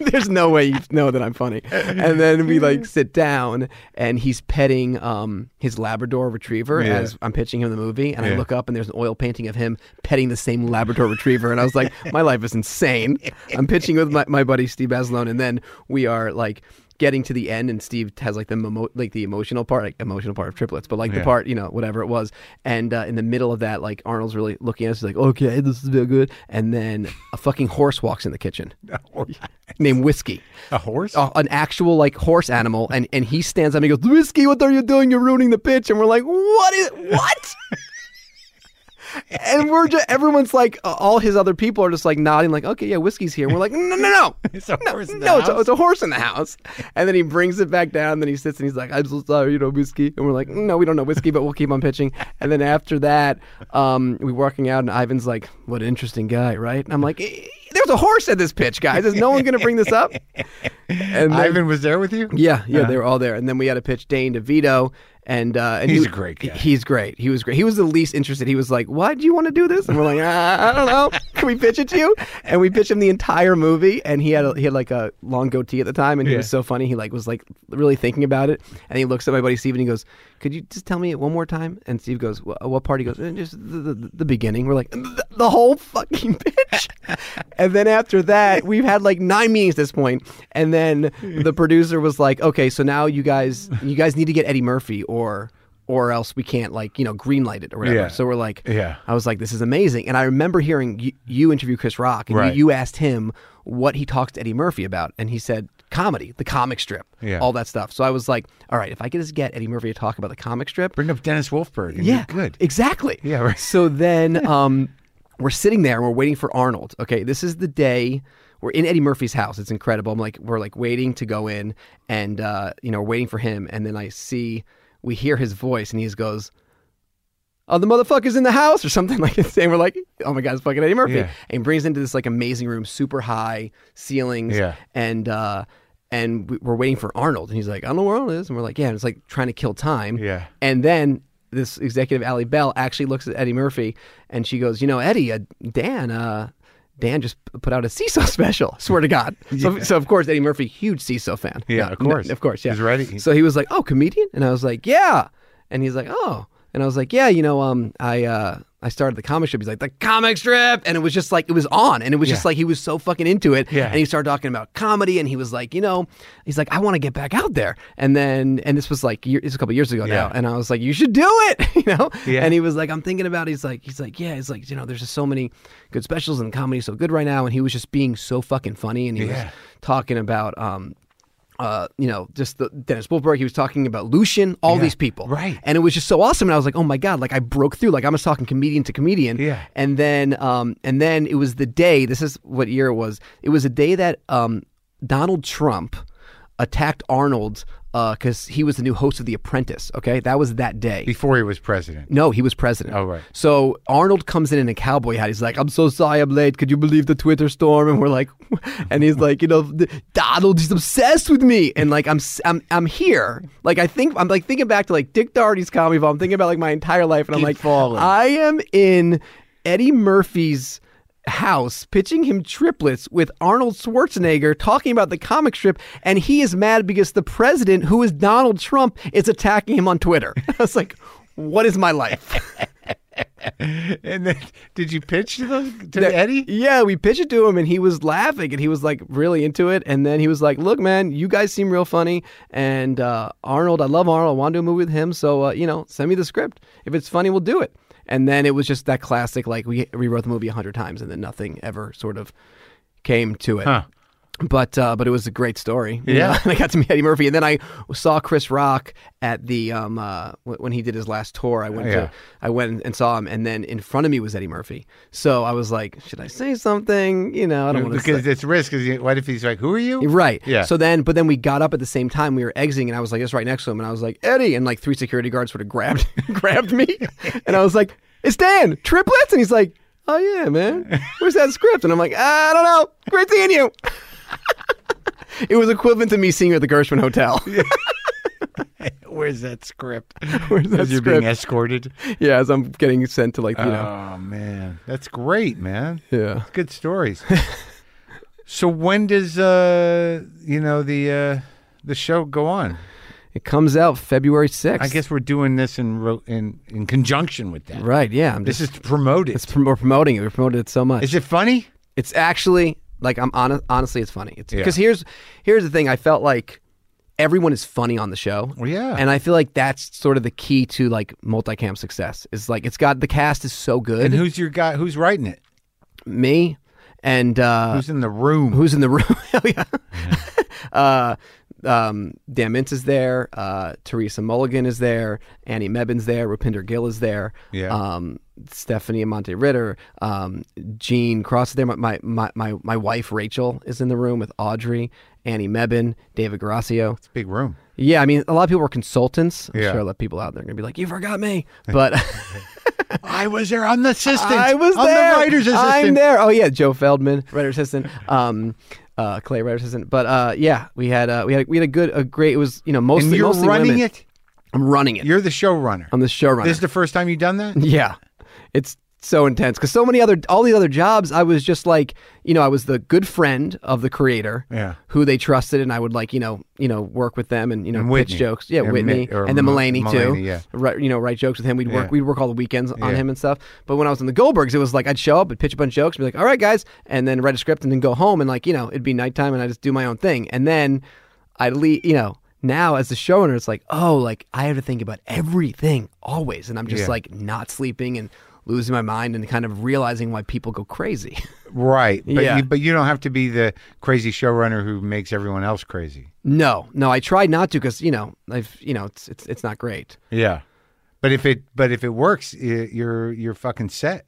[SPEAKER 2] There's no way you know that I'm funny. And then we like sit down and he's petting um, his Labrador retriever
[SPEAKER 1] Yeah.
[SPEAKER 2] as I'm pitching him the movie. And
[SPEAKER 1] Yeah.
[SPEAKER 2] I look up and there's an oil painting of him petting the same Labrador retriever. And I was like, my life is insane. I'm pitching with my, my buddy Steve Bazelon. And then we are like, Getting to the end, and Steve has like the memo- like the emotional part, like emotional part of triplets, but like the
[SPEAKER 1] Yeah.
[SPEAKER 2] part you know whatever it was, and uh, in the middle of that, like Arnold's really looking at us, he's like, okay, this is real good, and then a fucking horse walks in the kitchen named Whiskey
[SPEAKER 1] A horse?
[SPEAKER 2] a- an actual like horse animal, and and he stands up and he goes, "Whiskey, what are you doing? You're ruining the pitch." And we're like, "What is what?" and we're just everyone's like, uh, all his other people are just like nodding, like, "Okay, yeah, whiskey's here." And we're like, "No, no, no."
[SPEAKER 1] It's a horse in the
[SPEAKER 2] no, it's a,
[SPEAKER 1] house?
[SPEAKER 2] it's a horse in the house. And then he brings it back down. Then he sits and he's like, I'm so sorry, you know, whiskey. And we're like, no, we don't know whiskey, but we'll keep on pitching. And then after that, um, we're walking out, and Ivan's like, what an interesting guy, right? And I'm like, "Eh, there's a horse at this pitch, guys. Is no one going to bring this up? And then-
[SPEAKER 1] Ivan Uh-huh. was there with you?
[SPEAKER 2] yeah, yeah, they were all there, and then we had to pitch Dane DeVito, and uh, and he
[SPEAKER 1] He's
[SPEAKER 2] was-
[SPEAKER 1] a great guy.
[SPEAKER 2] He's great. He was great. He was the least interested. He was like, "Why do you want to do this?" And we're like, ah, "I don't know. Can we pitch it to you?" And we pitched him the entire movie, and he had a, he had like a long goatee at the time, and he
[SPEAKER 1] Yeah.
[SPEAKER 2] was so funny. He like was like really thinking about it, and he looks at my buddy Steve, and he goes, "Could you just tell me it one more time?" And Steve goes, "Wh- "What part?" He goes, "Eh, "Just the, the, the beginning." We're like, "The, the whole fucking pitch." and then after that, we've had like nine meetings at this point, and then the producer was like, "Okay, so now you guys you guys need to get Eddie Murphy or." Or else we can't like you know greenlight it or whatever.
[SPEAKER 1] Yeah.
[SPEAKER 2] So we're like,
[SPEAKER 1] Yeah.
[SPEAKER 2] I was like, this is amazing. And I remember hearing you, you interview Chris Rock, and
[SPEAKER 1] Right.
[SPEAKER 2] you, you asked him what he talks to Eddie Murphy about, and he said comedy, the comic strip,
[SPEAKER 1] Yeah.
[SPEAKER 2] all that stuff. So I was like, all right, if I could just get Eddie Murphy to talk about the comic strip,
[SPEAKER 1] Bring up Dennis Wolfberg. And
[SPEAKER 2] yeah,
[SPEAKER 1] you're good.
[SPEAKER 2] exactly.
[SPEAKER 1] Yeah, right.
[SPEAKER 2] So then um, we're sitting there and we're waiting for Arnold. Okay, this is the day we're in Eddie Murphy's house. It's incredible. I'm like, we're like waiting to go in, and uh, you know, we're waiting for him, and then I see we hear his voice, and he just goes. Oh, the motherfucker's in the house or something like that. And we're like, oh my God, it's fucking Eddie Murphy.
[SPEAKER 1] Yeah.
[SPEAKER 2] And he brings into this like amazing room, super high ceilings.
[SPEAKER 1] Yeah.
[SPEAKER 2] And uh, and we- we're waiting for Arnold. And he's like, I don't know where Arnold is. And we're like, yeah. And it's like trying to kill time.
[SPEAKER 1] Yeah.
[SPEAKER 2] And then this executive, Ali Bell, actually looks at Eddie Murphy and she goes, You know, Eddie, uh, Dan, uh, Dan just p- put out a CISO special. Swear to God. So, so of course, Eddie Murphy, huge CISO fan.
[SPEAKER 1] Yeah,
[SPEAKER 2] No,
[SPEAKER 1] of course.
[SPEAKER 2] no, of course, yeah.
[SPEAKER 1] He's ready.
[SPEAKER 2] So he was like, "Oh, comedian," and I was like, "Yeah," and he's like, "Oh," and I was like, "Yeah, you know, um, I uh, I started the comic strip." He's like, "The comic strip," and it was just like it was on, and it was just
[SPEAKER 1] Yeah.
[SPEAKER 2] like he was so fucking into it,
[SPEAKER 1] Yeah.
[SPEAKER 2] and he started talking about comedy, and he was like, you know, he's like, "I want to get back out there," and then and this was like year, it's a couple years ago now,
[SPEAKER 1] Yeah.
[SPEAKER 2] and I was like, "You should do it," you know,
[SPEAKER 1] Yeah.
[SPEAKER 2] and he was like, "I'm thinking about," it. he's like, he's like, "Yeah," he's like, you know, there's just so many good specials and comedy so good right now, and he was just being so fucking funny, and he
[SPEAKER 1] Yeah.
[SPEAKER 2] was talking about um uh, you know, just the Dennis Wolberg. He was talking about Lucian, all
[SPEAKER 1] Yeah,
[SPEAKER 2] these people,
[SPEAKER 1] right.
[SPEAKER 2] And it was just so awesome. And I was like, oh my god, like I broke through. Like I was talking comedian to comedian.
[SPEAKER 1] Yeah.
[SPEAKER 2] And then, um, and then it was the day. This is what year it was. It was a day that um, Donald Trump attacked Arnold because he was the new host of The Apprentice. Okay, that was that day.
[SPEAKER 1] Before he was president.
[SPEAKER 2] No, he was president.
[SPEAKER 1] Oh, right.
[SPEAKER 2] So Arnold comes in in a cowboy hat. He's like, "I'm so sorry, I'm late. Could you believe the Twitter storm?" And we're like, and he's like, "You know, th- Donald, he's obsessed with me." And like, I'm, s- I'm, I'm here. Like, I think I'm like thinking back to like Dick Doherty's comedy vault. I'm thinking about like my entire life, and
[SPEAKER 1] Keep
[SPEAKER 2] I'm like,
[SPEAKER 1] falling.
[SPEAKER 2] I am in Eddie Murphy's house pitching him triplets with Arnold Schwarzenegger talking about the comic strip and he is mad because the president who is Donald Trump is attacking him on Twitter. I was like, what is my life?
[SPEAKER 1] And then did you pitch to, those, to Eddie?
[SPEAKER 2] Yeah, we pitched it to him and he was laughing and he was like really into it. And then he was like, look, man, you guys seem real funny. And uh, Arnold, I love Arnold. I want to do a movie with him. So, uh, you know, send me the script. If it's funny, we'll do it. And then it was just that classic, like we rewrote the movie a hundred times, and then nothing ever sort of came to it.
[SPEAKER 1] Huh.
[SPEAKER 2] But uh, but it was a great story. you
[SPEAKER 1] Yeah.
[SPEAKER 2] know? and I got to meet Eddie Murphy, and then I saw Chris Rock at the um uh, wh- when he did his last tour. I went
[SPEAKER 1] Oh, Yeah.
[SPEAKER 2] to I went and saw him, and then in front of me was Eddie Murphy. So I was like, should I say something? You know, I don't want to.
[SPEAKER 1] Because it's risk. Is what if he's like, "Who are you?"
[SPEAKER 2] Right.
[SPEAKER 1] Yeah.
[SPEAKER 2] So then, but then we got up at the same time. We were exiting, and I was like, just right next to him, and I was like, Eddie, and like three security guards sort of grabbed grabbed me, and I was like, it's Dan triplets, and he's like, oh yeah, man, where's that script? And I'm like, I don't know. Great seeing you. it was equivalent to me seeing you at the Gershwin Hotel.
[SPEAKER 1] Where's that script?
[SPEAKER 2] Where's that
[SPEAKER 1] As you're
[SPEAKER 2] script?
[SPEAKER 1] being escorted.
[SPEAKER 2] yeah, as I'm getting sent to like you know,
[SPEAKER 1] Oh man, that's great, man.
[SPEAKER 2] yeah.
[SPEAKER 1] Good stories. so when does uh you know the uh the show go on?
[SPEAKER 2] It comes out February sixth.
[SPEAKER 1] I guess we're doing this in ro- in in conjunction with that.
[SPEAKER 2] Right. Yeah. I'm
[SPEAKER 1] This
[SPEAKER 2] just.
[SPEAKER 1] is to promote it.
[SPEAKER 2] It's prom- we're promoting it. We promoted it so much.
[SPEAKER 1] Is it funny?
[SPEAKER 2] It's actually like I'm honest, honestly, it's funny. It's
[SPEAKER 1] Yeah.
[SPEAKER 2] because here's here's the thing. I felt like everyone is funny on the show.
[SPEAKER 1] Well, yeah.
[SPEAKER 2] and I feel like that's sort of the key to like multicam success. Is like it's got the cast is so
[SPEAKER 1] And
[SPEAKER 2] good.
[SPEAKER 1] who's your guy? Who's writing it?
[SPEAKER 2] Me and uh,
[SPEAKER 1] Who's in the room?
[SPEAKER 2] who's in the room? Hell yeah. uh, um, Dan Mintz is there. Uh, Teresa Mulligan is there. Annie Mebbin's there. Rupinder Gill is there.
[SPEAKER 1] Yeah.
[SPEAKER 2] Um, Stephanie Monte Ritter, um, Jean Cross is there. My, my my my my wife Rachel is in the room with Audrey, Annie Mebbin, David Gracio.
[SPEAKER 1] Big room.
[SPEAKER 2] Yeah, I mean a lot of people were consultants. I'm
[SPEAKER 1] Yeah.
[SPEAKER 2] sure a lot of people out there are gonna be like, you forgot me, but.
[SPEAKER 1] I was there. I'm the assistant.
[SPEAKER 2] I was
[SPEAKER 1] I'm
[SPEAKER 2] there.
[SPEAKER 1] the writer's assistant.
[SPEAKER 2] I'm there. Oh yeah, Joe Feldman, writer assistant. Um, uh, Clay, writer assistant. But uh, yeah, we had uh, we had we had a good a great. It was you know mostly
[SPEAKER 1] And you're
[SPEAKER 2] mostly
[SPEAKER 1] running
[SPEAKER 2] women.
[SPEAKER 1] it.
[SPEAKER 2] I'm running it.
[SPEAKER 1] You're the showrunner.
[SPEAKER 2] I'm the showrunner.
[SPEAKER 1] This is the first time you've done that.
[SPEAKER 2] yeah, it's so intense because so many other all the other jobs I was just like you know I was the good friend of the creator.
[SPEAKER 1] Yeah.
[SPEAKER 2] Who they trusted, and I would like you know you know work with them and you know
[SPEAKER 1] And
[SPEAKER 2] pitch
[SPEAKER 1] Whitney.
[SPEAKER 2] jokes, yeah,
[SPEAKER 1] And
[SPEAKER 2] Whitney,
[SPEAKER 1] Mi- or
[SPEAKER 2] and then
[SPEAKER 1] Mu-
[SPEAKER 2] Mulaney, too,
[SPEAKER 1] Mulaney, yeah.
[SPEAKER 2] Right, you know, write jokes with him. We'd work
[SPEAKER 1] Yeah.
[SPEAKER 2] we'd work all the weekends on
[SPEAKER 1] Yeah.
[SPEAKER 2] him and stuff. But when I was in the Goldbergs, it was like I'd show up, I'd pitch a bunch of jokes, be like, all right guys, and then write a script and then go home and like, you know, it'd be nighttime and I just do my own thing. And then I'd leave you know, now as the showrunner, it's like, oh, like I have to think about everything always. And I'm just
[SPEAKER 1] Yeah.
[SPEAKER 2] like not sleeping and losing my mind and kind of realizing why people go crazy.
[SPEAKER 1] Right. But
[SPEAKER 2] Yeah.
[SPEAKER 1] you, but you don't have to be the crazy showrunner who makes everyone else crazy.
[SPEAKER 2] no, no, I tried not to because, you know, I've you know, it's it's it's not great.
[SPEAKER 1] Yeah. But if it but if it works, i you're you're fucking set.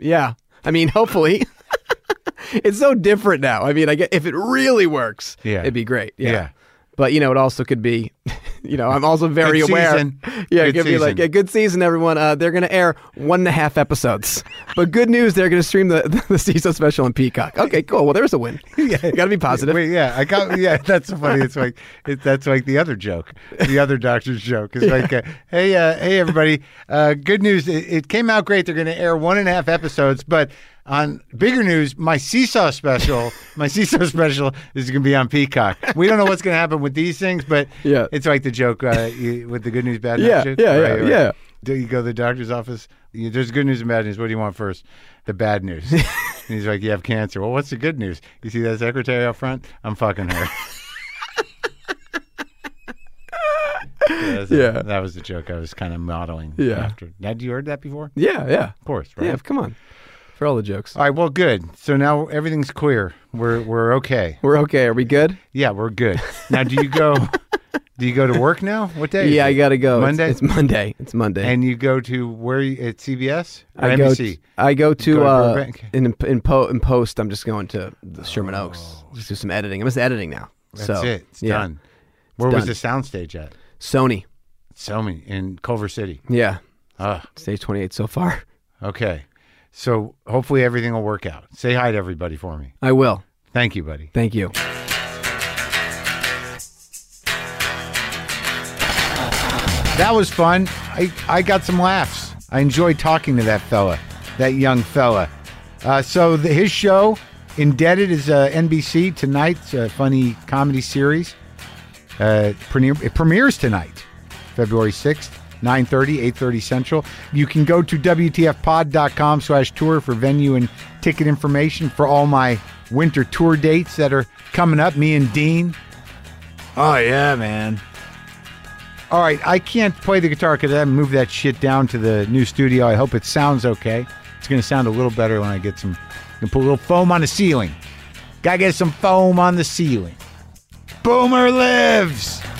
[SPEAKER 2] yeah. I mean, hopefully. it's so different now. I mean, I get if it really works,
[SPEAKER 1] Yeah.
[SPEAKER 2] it'd be great. Yeah.
[SPEAKER 1] Yeah.
[SPEAKER 2] But you know, it also could be, you know, I'm also very
[SPEAKER 1] Good
[SPEAKER 2] aware.
[SPEAKER 1] season.
[SPEAKER 2] Yeah, it
[SPEAKER 1] Good
[SPEAKER 2] could be like
[SPEAKER 1] season.
[SPEAKER 2] a good season, everyone. Uh, they're going to air one and a half episodes, but good news, they're going to stream the, the season special on Peacock. Okay, cool. Well, there's a win. yeah, got to be positive.
[SPEAKER 1] Wait, yeah, I got. Yeah, that's so funny. It's like it, that's like the other joke, the other doctor's joke. It's like, uh, hey, uh, hey, everybody, uh, good news. It, it came out great. They're going to air one and a half episodes, but on bigger news, my seesaw special, my seesaw special is going to be on Peacock. We don't know what's going to happen with these things, but
[SPEAKER 2] Yeah.
[SPEAKER 1] it's like the joke uh, you, with the good news, bad news.
[SPEAKER 2] Yeah,
[SPEAKER 1] shit.
[SPEAKER 2] yeah, yeah, yeah.
[SPEAKER 1] Do you go to the doctor's office? You, there's good news and bad news. What do you want first? The bad news. and he's like, "You have cancer." Well, what's the good news? You see that secretary out front? I'm fucking her. yeah, that's-
[SPEAKER 2] Yeah.
[SPEAKER 1] that was the joke I was kind of modeling.
[SPEAKER 2] Yeah.
[SPEAKER 1] After. Had you heard that before? Of
[SPEAKER 2] Yeah, yeah,
[SPEAKER 1] course, right?
[SPEAKER 2] yeah. Come on, for all the jokes,
[SPEAKER 1] All right. Well, good. So now everything's clear. We're we're okay.
[SPEAKER 2] we're okay. Are we good?
[SPEAKER 1] Yeah, we're good. Now, do you go? do you go to work now? What day? is
[SPEAKER 2] yeah,
[SPEAKER 1] it?
[SPEAKER 2] I gotta go. It's-
[SPEAKER 1] Monday?
[SPEAKER 2] It's, Monday. It's Monday.
[SPEAKER 1] And you go to where you- at CBS or
[SPEAKER 2] I go,
[SPEAKER 1] NBC?
[SPEAKER 2] t- I go to,
[SPEAKER 1] Go to
[SPEAKER 2] uh,
[SPEAKER 1] Burbank? Oh.
[SPEAKER 2] in in, po- in post. I'm just going to the Sherman Oaks. Just do some editing. I'm just editing now.
[SPEAKER 1] That's
[SPEAKER 2] so,
[SPEAKER 1] it. It's
[SPEAKER 2] yeah.
[SPEAKER 1] done. Where was
[SPEAKER 2] done.
[SPEAKER 1] the soundstage at?
[SPEAKER 2] Sony.
[SPEAKER 1] So many in Culver City.
[SPEAKER 2] Yeah.
[SPEAKER 1] Ah,
[SPEAKER 2] Stage 28 so far.
[SPEAKER 1] okay. So hopefully everything will work out. Say hi to everybody for me.
[SPEAKER 2] I will.
[SPEAKER 1] Thank you, buddy.
[SPEAKER 2] Thank you.
[SPEAKER 1] That was fun. I, I got some laughs. I enjoyed talking to that fella, that young fella. Uh, so the, his show, Indebted, is uh, NBC tonight. It's a funny comedy series. Uh, premiere, it premieres tonight, February 6th, 9.30, 8.30 Central. You can go to WTFpod.com slash tour for venue and ticket information for all my winter tour dates that are coming up. Me and Dean. Oh, yeah, man. All right, I can't play the guitar because I haven't moved that shit down to the new studio. I hope it sounds okay. It's going to sound a little better when I get some. Can put a little foam on the ceiling. Gotta get some foam on the ceiling. Boomer lives.